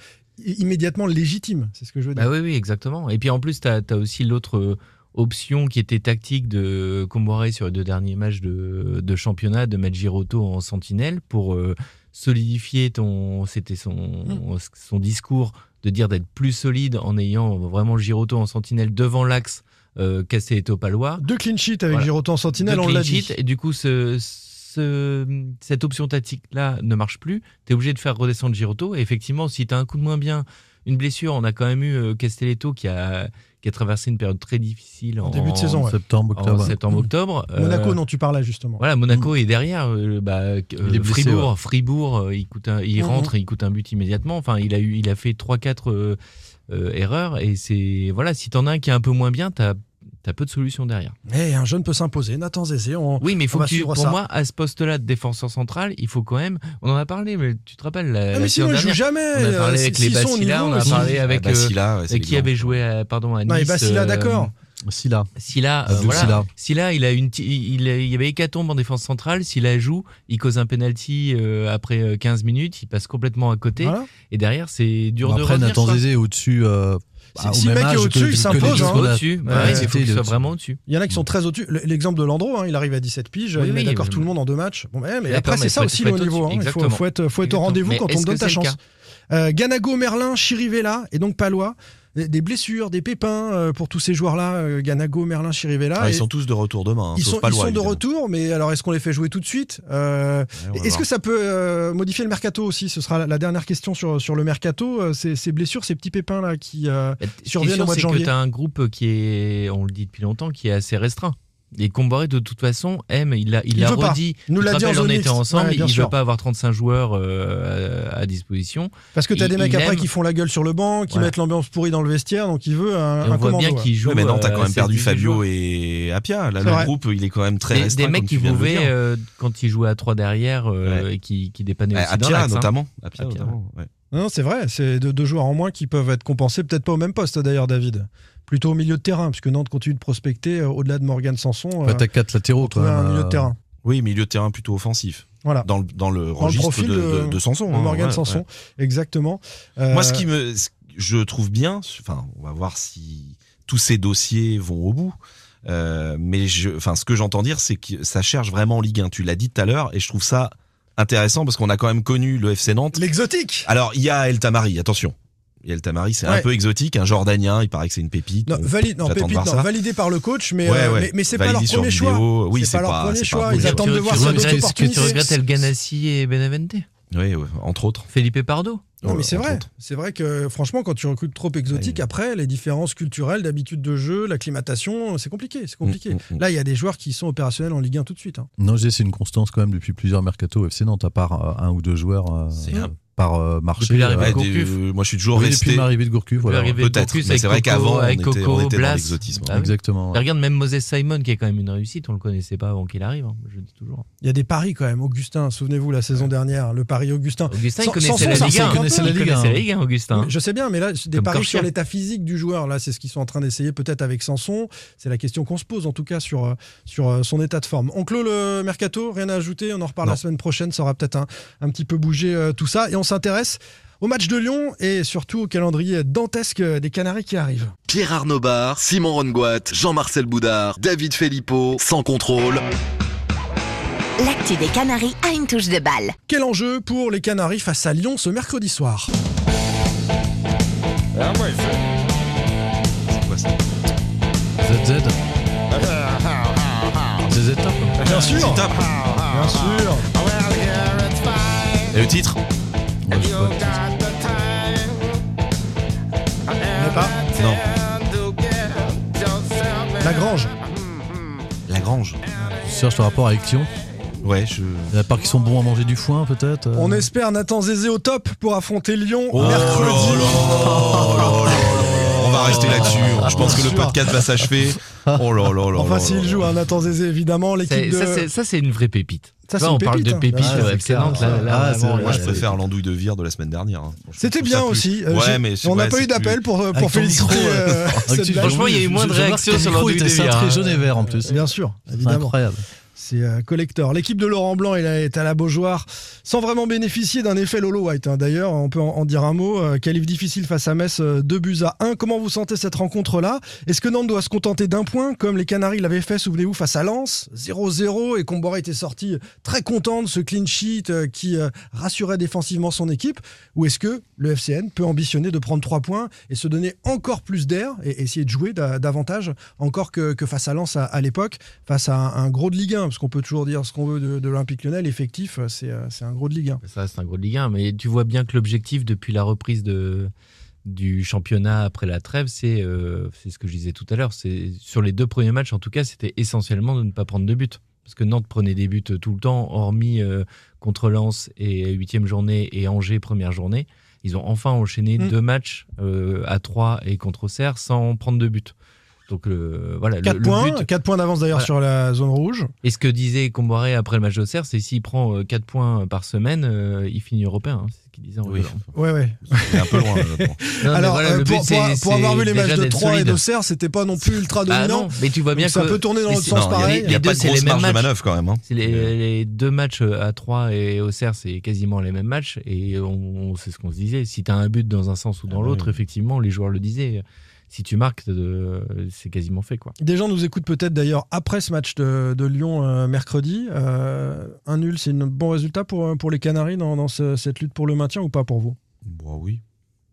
[SPEAKER 6] i- immédiatement légitime, c'est ce que je veux dire.
[SPEAKER 9] Bah oui, oui, exactement. Et puis en plus, tu as, aussi l'autre euh, option qui était tactique de Comboiré sur les deux derniers matchs de, de championnat, de mettre Giroto en sentinelle pour euh, solidifier ton. C'était son, son discours de dire d'être plus solide en ayant vraiment Giroto en sentinelle devant l'axe euh, Castelletto-Palois.
[SPEAKER 6] Deux clean sheets avec
[SPEAKER 9] Voilà.
[SPEAKER 6] Giroton Sentinelle,
[SPEAKER 9] Deux
[SPEAKER 6] on l'a
[SPEAKER 9] clean
[SPEAKER 6] dit.
[SPEAKER 9] sheets. Et du coup, ce- ce- cette option tactique-là ne marche plus. Tu es obligé de faire redescendre Giroto. Et effectivement, si tu as un coup de moins bien, une blessure, on a quand même eu euh, Castelletto qui a, qui a traversé une période très difficile en,
[SPEAKER 6] En début de saison, ouais.
[SPEAKER 8] Septembre,
[SPEAKER 9] en
[SPEAKER 8] octobre.
[SPEAKER 9] septembre-octobre.
[SPEAKER 6] Monaco
[SPEAKER 9] Euh,
[SPEAKER 6] dont tu parlais justement.
[SPEAKER 9] Voilà, Monaco est derrière. euh, bah, euh,
[SPEAKER 8] Il est blessé,
[SPEAKER 9] Fribourg, Fribourg, euh, il, coûte un- il
[SPEAKER 6] Mhm.
[SPEAKER 9] rentre, et il coûte un but immédiatement. Enfin, il a eu, il a fait 3-4 euh, euh, erreurs. Et c'est voilà, si t'en as un qui est un peu moins bien, t'as as peu de solutions derrière.
[SPEAKER 6] Et un jeune peut s'imposer. Nathan Zézé, on...
[SPEAKER 9] Oui, mais il
[SPEAKER 6] On
[SPEAKER 9] faut
[SPEAKER 6] va
[SPEAKER 9] que tu,
[SPEAKER 6] suivre
[SPEAKER 9] pour
[SPEAKER 6] ça.
[SPEAKER 9] moi, à ce poste-là de défenseur central, il faut quand même. On en a parlé, mais tu te rappelles la,
[SPEAKER 6] Ah,
[SPEAKER 9] la
[SPEAKER 6] mais sinon,
[SPEAKER 9] saison
[SPEAKER 6] il joue
[SPEAKER 9] dernière,
[SPEAKER 6] jamais.
[SPEAKER 9] On a
[SPEAKER 6] euh,
[SPEAKER 9] parlé
[SPEAKER 6] si-
[SPEAKER 9] avec les
[SPEAKER 6] s'ils sont au
[SPEAKER 9] Bacilla,
[SPEAKER 6] niveau,
[SPEAKER 9] on a
[SPEAKER 6] ils-
[SPEAKER 9] parlé avec
[SPEAKER 7] Ah,
[SPEAKER 9] euh,
[SPEAKER 7] Bacilla, ouais, c'est
[SPEAKER 9] et qui
[SPEAKER 7] les
[SPEAKER 9] avait
[SPEAKER 7] blancs.
[SPEAKER 9] joué, à- pardon, à Nice.
[SPEAKER 6] Non, et Bacilla,
[SPEAKER 9] euh,
[SPEAKER 6] d'accord.
[SPEAKER 8] Si là.
[SPEAKER 9] Silla, euh,
[SPEAKER 8] Abdou
[SPEAKER 9] voilà.
[SPEAKER 8] Silla.
[SPEAKER 9] Silla, il a une, ti- il, il a- il y avait hécatombe en défense centrale. Silla joue, il cause un penalty euh, après euh, 15 minutes, il passe complètement à côté.
[SPEAKER 6] Voilà.
[SPEAKER 9] Et derrière, c'est dur de
[SPEAKER 8] Après,
[SPEAKER 9] revenir.
[SPEAKER 8] Nathan
[SPEAKER 9] ça.
[SPEAKER 8] Zézé est au-dessus. euh, bah,
[SPEAKER 6] Si-
[SPEAKER 8] au
[SPEAKER 6] si le
[SPEAKER 8] même
[SPEAKER 6] mec est
[SPEAKER 8] âge que-
[SPEAKER 6] au-dessus, il
[SPEAKER 8] que les
[SPEAKER 6] s'impose,
[SPEAKER 8] joueurs
[SPEAKER 6] hein.
[SPEAKER 8] qu'on a-
[SPEAKER 9] Au-dessus,
[SPEAKER 6] Ouais,
[SPEAKER 9] Bah ouais,
[SPEAKER 8] c'est
[SPEAKER 9] il faut
[SPEAKER 8] fait,
[SPEAKER 9] qu'il
[SPEAKER 8] il est
[SPEAKER 9] soit
[SPEAKER 8] au-dessus.
[SPEAKER 9] vraiment au-dessus.
[SPEAKER 6] Il y en a qui sont très au-dessus. Le- L'exemple de Landreau, hein, il arrive à 17 piges,
[SPEAKER 9] Mm. Oui,
[SPEAKER 6] il met
[SPEAKER 9] oui,
[SPEAKER 6] d'accord
[SPEAKER 9] mais-
[SPEAKER 6] tout le monde en deux matchs. Bon, ouais, mais
[SPEAKER 9] D'accord,
[SPEAKER 6] après,
[SPEAKER 9] mais
[SPEAKER 6] c'est
[SPEAKER 9] faut
[SPEAKER 6] ça
[SPEAKER 9] être-
[SPEAKER 6] aussi
[SPEAKER 9] faut
[SPEAKER 6] le haut
[SPEAKER 9] être
[SPEAKER 6] niveau. hein.
[SPEAKER 9] au-dessus,
[SPEAKER 6] Il faut,
[SPEAKER 9] exactement.
[SPEAKER 6] faut être, faut être au
[SPEAKER 9] Exactement.
[SPEAKER 6] rendez-vous
[SPEAKER 9] Mais
[SPEAKER 6] quand on
[SPEAKER 9] est-ce
[SPEAKER 6] te donne
[SPEAKER 9] que
[SPEAKER 6] ta
[SPEAKER 9] c'est le
[SPEAKER 6] chance. Euh, Ganago, Merlin, Chirivella et donc Palois. Des des blessures, des pépins euh, pour tous ces joueurs-là, euh, Ganago, Merlin, Chirivella.
[SPEAKER 7] Ah,
[SPEAKER 6] Et
[SPEAKER 7] ils sont tous de retour demain. hein,
[SPEAKER 6] ils
[SPEAKER 7] sauf
[SPEAKER 6] sont- ils
[SPEAKER 7] Palois,
[SPEAKER 6] sont de
[SPEAKER 7] évidemment.
[SPEAKER 6] retour, mais alors est-ce qu'on les fait jouer tout de suite Euh,
[SPEAKER 9] Oh
[SPEAKER 7] Ouais, on va
[SPEAKER 6] Est-ce
[SPEAKER 7] voir.
[SPEAKER 6] que ça peut euh, modifier le mercato aussi Ce sera la- la dernière question sur, sur le mercato. euh, ces, ces blessures, ces petits pépins là qui. euh,
[SPEAKER 9] Bah, t- ce qui est
[SPEAKER 6] surviennent au
[SPEAKER 9] sûr,
[SPEAKER 6] mois de
[SPEAKER 9] c'est
[SPEAKER 6] janvier.
[SPEAKER 9] que tu as un groupe qui est, on le dit depuis longtemps, qui est assez restreint. Et Comboré, de toute façon, aime, il l'a il
[SPEAKER 6] Il
[SPEAKER 9] l'a
[SPEAKER 6] veut pas.
[SPEAKER 9] redit.
[SPEAKER 6] Il nous
[SPEAKER 9] Tu te
[SPEAKER 6] l'a dit en
[SPEAKER 9] rappelles,
[SPEAKER 6] zone
[SPEAKER 9] on était
[SPEAKER 6] mixte.
[SPEAKER 9] ensemble,
[SPEAKER 6] Ouais, bien
[SPEAKER 9] il
[SPEAKER 6] sûr.
[SPEAKER 9] veut pas avoir 35 joueurs euh, à à disposition.
[SPEAKER 6] Parce que t'as
[SPEAKER 9] il-
[SPEAKER 6] des mecs
[SPEAKER 9] il
[SPEAKER 6] après
[SPEAKER 9] aime.
[SPEAKER 6] qui font la gueule sur le banc, qui
[SPEAKER 9] Voilà.
[SPEAKER 6] mettent l'ambiance pourrie dans le vestiaire, donc il veut un,
[SPEAKER 9] Et on
[SPEAKER 6] un
[SPEAKER 9] voit
[SPEAKER 6] commando.
[SPEAKER 9] bien
[SPEAKER 6] ouais.
[SPEAKER 9] qu'il joue.
[SPEAKER 7] Ouais, mais non, t'as
[SPEAKER 9] euh,
[SPEAKER 7] quand même
[SPEAKER 9] c'est
[SPEAKER 7] perdu
[SPEAKER 9] du
[SPEAKER 7] Fabio
[SPEAKER 9] jour.
[SPEAKER 7] et Apia. Là,
[SPEAKER 6] C'est
[SPEAKER 7] le
[SPEAKER 6] vrai.
[SPEAKER 7] groupe, il est quand même très
[SPEAKER 9] Des,
[SPEAKER 7] restreint,
[SPEAKER 9] des mecs
[SPEAKER 7] comme
[SPEAKER 9] qui
[SPEAKER 7] tu viens de le
[SPEAKER 9] pouvaient,
[SPEAKER 7] dire.
[SPEAKER 9] euh, quand ils jouaient à 3 derrière, euh, et qui, qui dépannaient
[SPEAKER 7] Eh,
[SPEAKER 9] aussi dans
[SPEAKER 7] Apia,
[SPEAKER 9] l'axe, hein.
[SPEAKER 7] notamment. Apia,
[SPEAKER 9] Apia.
[SPEAKER 7] notamment, ouais.
[SPEAKER 6] Non, non, c'est vrai, c'est deux, deux joueurs en moins qui peuvent être compensés, peut-être pas au même poste d'ailleurs, David. Plutôt au milieu de terrain, puisque Nantes continue de prospecter euh, au-delà de Morgan Sanson.
[SPEAKER 8] Bah,
[SPEAKER 6] euh,
[SPEAKER 8] T'as quatre latéraux quand
[SPEAKER 6] trouver
[SPEAKER 8] même.
[SPEAKER 6] un milieu de
[SPEAKER 8] euh,
[SPEAKER 6] terrain.
[SPEAKER 7] Oui, milieu de terrain plutôt offensif.
[SPEAKER 6] Voilà.
[SPEAKER 7] Dans le, dans le registre
[SPEAKER 6] profil
[SPEAKER 7] de,
[SPEAKER 6] de-
[SPEAKER 7] de, de Sanson.
[SPEAKER 6] Le
[SPEAKER 7] hein,
[SPEAKER 6] Morgan
[SPEAKER 7] ouais,
[SPEAKER 6] Sanson,
[SPEAKER 7] ouais.
[SPEAKER 6] exactement. Euh,
[SPEAKER 7] Moi, ce qui me, ce que je trouve bien, enfin, on va voir si tous ces dossiers vont au bout. Euh, mais je, enfin, ce que j'entends dire, c'est que ça cherche vraiment en Ligue 1. Tu l'as dit tout à l'heure, et je trouve ça intéressant parce qu'on a quand même connu le FC Nantes.
[SPEAKER 6] L'exotique
[SPEAKER 7] Alors, il y a El Tamari, attention. Il y a El Tamari, c'est
[SPEAKER 6] Ouais.
[SPEAKER 7] un peu exotique, un Jordanien, il paraît que c'est une pépite.
[SPEAKER 6] non,
[SPEAKER 7] On-
[SPEAKER 6] valide, non,
[SPEAKER 7] j'attends de
[SPEAKER 6] pépite,
[SPEAKER 7] voir
[SPEAKER 6] non,
[SPEAKER 7] ça.
[SPEAKER 6] validé par le coach, mais,
[SPEAKER 7] Ouais,
[SPEAKER 6] euh,
[SPEAKER 7] ouais.
[SPEAKER 6] mais, mais c'est pas leur
[SPEAKER 7] Validé sur
[SPEAKER 6] premier choix.
[SPEAKER 7] vidéo. Oui,
[SPEAKER 6] c'est pas leur premier
[SPEAKER 7] c'est
[SPEAKER 6] choix,
[SPEAKER 7] un premier
[SPEAKER 6] ils attendent
[SPEAKER 9] Tu-
[SPEAKER 6] de
[SPEAKER 9] tu
[SPEAKER 6] voir s'il y a
[SPEAKER 9] regrettes-
[SPEAKER 6] d'autres
[SPEAKER 9] qu'est-ce que tu
[SPEAKER 6] opportunités.
[SPEAKER 9] regrettes El Ganassi et Benavente
[SPEAKER 7] Oui, ouais, entre autres.
[SPEAKER 9] Felipe Pardo
[SPEAKER 6] Non, mais
[SPEAKER 7] Ouais,
[SPEAKER 6] c'est
[SPEAKER 7] entre
[SPEAKER 6] vrai.
[SPEAKER 7] autres.
[SPEAKER 6] C'est vrai que franchement, quand tu recrutes trop exotique, après, les différences culturelles, d'habitude de jeu, l'acclimatation, c'est compliqué. C'est compliqué.
[SPEAKER 7] Mm, mm, mm.
[SPEAKER 6] Là, il y a des joueurs qui sont opérationnels en Ligue 1 tout de suite. hein.
[SPEAKER 8] Non, je dis, c'est une constance quand même depuis plusieurs mercato FC Nantes, à part euh, un ou deux joueurs euh,
[SPEAKER 7] C'est un-
[SPEAKER 8] par euh, marché.
[SPEAKER 9] Depuis l'arrivée
[SPEAKER 8] euh,
[SPEAKER 7] Ouais,
[SPEAKER 9] Gourcuff.
[SPEAKER 7] des- euh, moi, je suis toujours
[SPEAKER 8] oui,
[SPEAKER 7] resté.
[SPEAKER 8] depuis l'arrivée de Gourcuff, voilà.
[SPEAKER 9] arriver
[SPEAKER 7] Peut-être,
[SPEAKER 9] Bocuse
[SPEAKER 7] mais
[SPEAKER 9] avec
[SPEAKER 7] c'est vrai
[SPEAKER 9] Coco,
[SPEAKER 7] qu'avant, on
[SPEAKER 9] avec
[SPEAKER 7] était,
[SPEAKER 9] Coco,
[SPEAKER 7] on était dans
[SPEAKER 9] Blas.
[SPEAKER 7] l'exotisme.
[SPEAKER 9] Ah oui.
[SPEAKER 8] Exactement. ouais.
[SPEAKER 9] Regarde, même Moses Simon, qui est quand même une réussite, on le connaissait pas avant qu'il arrive, hein, je le dis toujours.
[SPEAKER 6] Il y a des paris quand même. Augustin, souvenez-vous la saison dernière, le pari Augustin.
[SPEAKER 9] Augustin,
[SPEAKER 6] Sans-
[SPEAKER 9] il connaissait
[SPEAKER 6] Sanson,
[SPEAKER 9] la
[SPEAKER 6] ça
[SPEAKER 9] Ligue 1.
[SPEAKER 6] ressemble un peu.
[SPEAKER 9] Il
[SPEAKER 8] Il
[SPEAKER 9] connaissait
[SPEAKER 8] connaissait
[SPEAKER 9] la Ligue 1,
[SPEAKER 7] Hein.
[SPEAKER 9] Augustin.
[SPEAKER 6] Je sais bien, mais là, c'est des
[SPEAKER 9] Comme
[SPEAKER 6] paris
[SPEAKER 9] Corchia.
[SPEAKER 6] sur l'état physique du joueur. Là, c'est ce qu'ils sont en train d'essayer peut-être avec Sanson. C'est la question qu'on se pose en tout cas sur, euh, sur euh, son état de forme. On clôt le mercato, rien à ajouter. On en reparle
[SPEAKER 7] Non.
[SPEAKER 6] la semaine prochaine. Ça aura peut-être un, un petit peu bougé euh, tout ça. Et on s'intéresse au match de Lyon et surtout au calendrier dantesque des Canaries qui arrive.
[SPEAKER 1] Pierre Arnaud Bar, Simon Rongoat, Jean-Marcel Boudard, David Filippo, sans contrôle.
[SPEAKER 10] L'actu des Canaries a une touche de balle.
[SPEAKER 6] Quel enjeu pour les Canaries face à Lyon ce mercredi soir
[SPEAKER 7] C'est quoi ça
[SPEAKER 8] ZZ. ZZ Top.
[SPEAKER 6] Bien sûr
[SPEAKER 7] C'est top.
[SPEAKER 6] Bien sûr
[SPEAKER 7] Et le titre
[SPEAKER 8] Ouais, je vois.
[SPEAKER 7] Non.
[SPEAKER 6] La Grange
[SPEAKER 7] La Grange.
[SPEAKER 8] Tu cherches le rapport avec Lyon.
[SPEAKER 7] Ouais, je.
[SPEAKER 8] À part qu'ils sont bons à manger du foin, peut-être. euh.
[SPEAKER 6] On espère Nathan Zézé au top pour affronter Lyon
[SPEAKER 7] Oh là
[SPEAKER 6] mercredi.
[SPEAKER 7] là là là là là là. On va pas rester là-dessus. Je pense que le
[SPEAKER 6] Bien sûr.
[SPEAKER 7] podcast va s'achever. Oh là là là.
[SPEAKER 6] Enfin,
[SPEAKER 7] là
[SPEAKER 6] s'il
[SPEAKER 7] là
[SPEAKER 6] joue
[SPEAKER 7] là.
[SPEAKER 6] à Nathan Zézé, évidemment,
[SPEAKER 9] C'est-
[SPEAKER 6] l'équipe
[SPEAKER 9] Ça,
[SPEAKER 6] de.
[SPEAKER 9] c'est- ça, c'est une vraie pépite.
[SPEAKER 6] Ça,
[SPEAKER 9] Tu
[SPEAKER 6] c'est une
[SPEAKER 9] vois, on parle
[SPEAKER 6] pépite,
[SPEAKER 9] de
[SPEAKER 6] hein.
[SPEAKER 9] pépite
[SPEAKER 8] Ah, c'est
[SPEAKER 9] excellente.
[SPEAKER 8] clair.
[SPEAKER 9] Là, là,
[SPEAKER 8] Ah, c'est
[SPEAKER 9] vraiment,
[SPEAKER 8] vrai.
[SPEAKER 7] Moi, je
[SPEAKER 8] Ouais,
[SPEAKER 7] préfère l'andouille de vire de la semaine dernière. hein. Franchement,
[SPEAKER 6] C'était
[SPEAKER 7] je trouve ça
[SPEAKER 6] bien
[SPEAKER 7] plus-
[SPEAKER 6] aussi. Euh,
[SPEAKER 7] Ouais,
[SPEAKER 6] j'ai-
[SPEAKER 7] mais c'est-
[SPEAKER 6] on n'a
[SPEAKER 7] ouais,
[SPEAKER 6] pas
[SPEAKER 7] c'est
[SPEAKER 6] eu d'appel
[SPEAKER 7] plus-
[SPEAKER 6] pour, euh,
[SPEAKER 8] Avec
[SPEAKER 6] pour
[SPEAKER 8] ton
[SPEAKER 6] féliciter.
[SPEAKER 8] micro, euh,
[SPEAKER 6] euh, cette blague.
[SPEAKER 9] Franchement, il y a eu moins de réactions sur
[SPEAKER 8] le
[SPEAKER 9] l'andouille
[SPEAKER 8] était
[SPEAKER 9] de bière,
[SPEAKER 8] cintré
[SPEAKER 9] hein.
[SPEAKER 8] jaune et vert en plus.
[SPEAKER 6] Bien sûr,
[SPEAKER 8] C'est
[SPEAKER 6] évidemment.
[SPEAKER 8] incroyable.
[SPEAKER 6] C'est euh, collector. L'équipe de Laurent Blanc elle est à la Beaujoire sans vraiment bénéficier d'un effet Lolo White. hein. D'ailleurs, on peut en, en dire un mot. Euh, qualif difficile face à Metz, 2 buts à 1. Comment vous sentez cette rencontre-là Est-ce que Nantes doit se contenter d'un point, comme les Canaries l'avaient fait, souvenez-vous, face à Lens 0-0 et Comboré était sorti très content de ce clean sheet euh, qui euh, rassurait défensivement son équipe Ou est-ce que le FCN peut ambitionner de prendre 3 points et se donner encore plus d'air et essayer de jouer da- davantage encore que, que face à Lens à- à l'époque face à un, un gros de Ligue 1, parce qu'on peut toujours dire ce qu'on veut de, de l'Olympique Lyonnais, l'effectif, euh, c'est euh, c'est un gros de Ligue 1.
[SPEAKER 9] Ça, c'est un gros de Ligue 1. Mais tu vois bien que l'objectif depuis la reprise de, du championnat après la trêve, c'est euh, c'est ce que je disais tout à l'heure. C'est Sur les deux premiers matchs, en tout cas, c'était essentiellement de ne pas prendre de but. Parce que Nantes prenait des buts tout le temps, hormis euh, contre Lens et huitième journée et Angers première journée. Ils ont enfin enchaîné
[SPEAKER 6] Mm.
[SPEAKER 9] deux matchs euh, à 3 et contre Auxerre sans prendre de but. Donc euh, voilà, le-
[SPEAKER 6] 4
[SPEAKER 9] le
[SPEAKER 6] points,
[SPEAKER 9] but-
[SPEAKER 6] quatre points d'avance d'ailleurs
[SPEAKER 9] Voilà.
[SPEAKER 6] sur la zone rouge.
[SPEAKER 9] et ce que disait Comboiré après le match d'Auxerre, c'est s'il prend 4 points par semaine, euh, il finit européen. hein. c'est ce qu'il disait en
[SPEAKER 7] Oui.
[SPEAKER 9] rigolant.
[SPEAKER 6] Ouais, ouais.
[SPEAKER 7] C'est un peu loin. là, bon.
[SPEAKER 9] Non, mais
[SPEAKER 6] Alors,
[SPEAKER 9] voilà,
[SPEAKER 6] euh,
[SPEAKER 9] le but,
[SPEAKER 6] pour, pour-
[SPEAKER 9] c'est-
[SPEAKER 6] pour avoir
[SPEAKER 9] c'est
[SPEAKER 6] vu les
[SPEAKER 9] déjà
[SPEAKER 6] matchs de
[SPEAKER 9] d'être
[SPEAKER 6] 3
[SPEAKER 9] solide.
[SPEAKER 6] et d'Auxerre, c'était pas non plus ultra
[SPEAKER 9] Ah
[SPEAKER 6] dominant.
[SPEAKER 9] non, mais tu vois bien
[SPEAKER 6] Donc, ça
[SPEAKER 9] que
[SPEAKER 6] peut tourner dans
[SPEAKER 9] mais
[SPEAKER 6] l'autre
[SPEAKER 9] c'est-
[SPEAKER 7] Non,
[SPEAKER 6] sens
[SPEAKER 7] il y a-
[SPEAKER 6] pareil.
[SPEAKER 7] Il n'y
[SPEAKER 9] Les
[SPEAKER 7] a
[SPEAKER 9] deux,
[SPEAKER 7] pas de
[SPEAKER 9] c'est les
[SPEAKER 7] grosse
[SPEAKER 9] mêmes
[SPEAKER 7] marge de
[SPEAKER 9] matchs.
[SPEAKER 7] manœuvre quand même. hein.
[SPEAKER 9] c'est les, les deux matchs euh, à 3 et Auxerre, c'est quasiment les mêmes matchs. Et on, on- c'est ce qu'on se disait. Si tu as un but dans un sens ou dans
[SPEAKER 7] Ah oui.
[SPEAKER 9] l'autre, effectivement, les joueurs le disaient. Si tu marques, t'as de- c'est quasiment fait. quoi.
[SPEAKER 6] Des gens nous écoutent peut-être d'ailleurs après ce match de, de Lyon euh, mercredi. Euh, un nul, c'est un bon résultat pour, euh, pour les Canaries dans, dans ce- cette lutte pour le maintien ou pas pour vous
[SPEAKER 8] Bah
[SPEAKER 7] Bon, oui.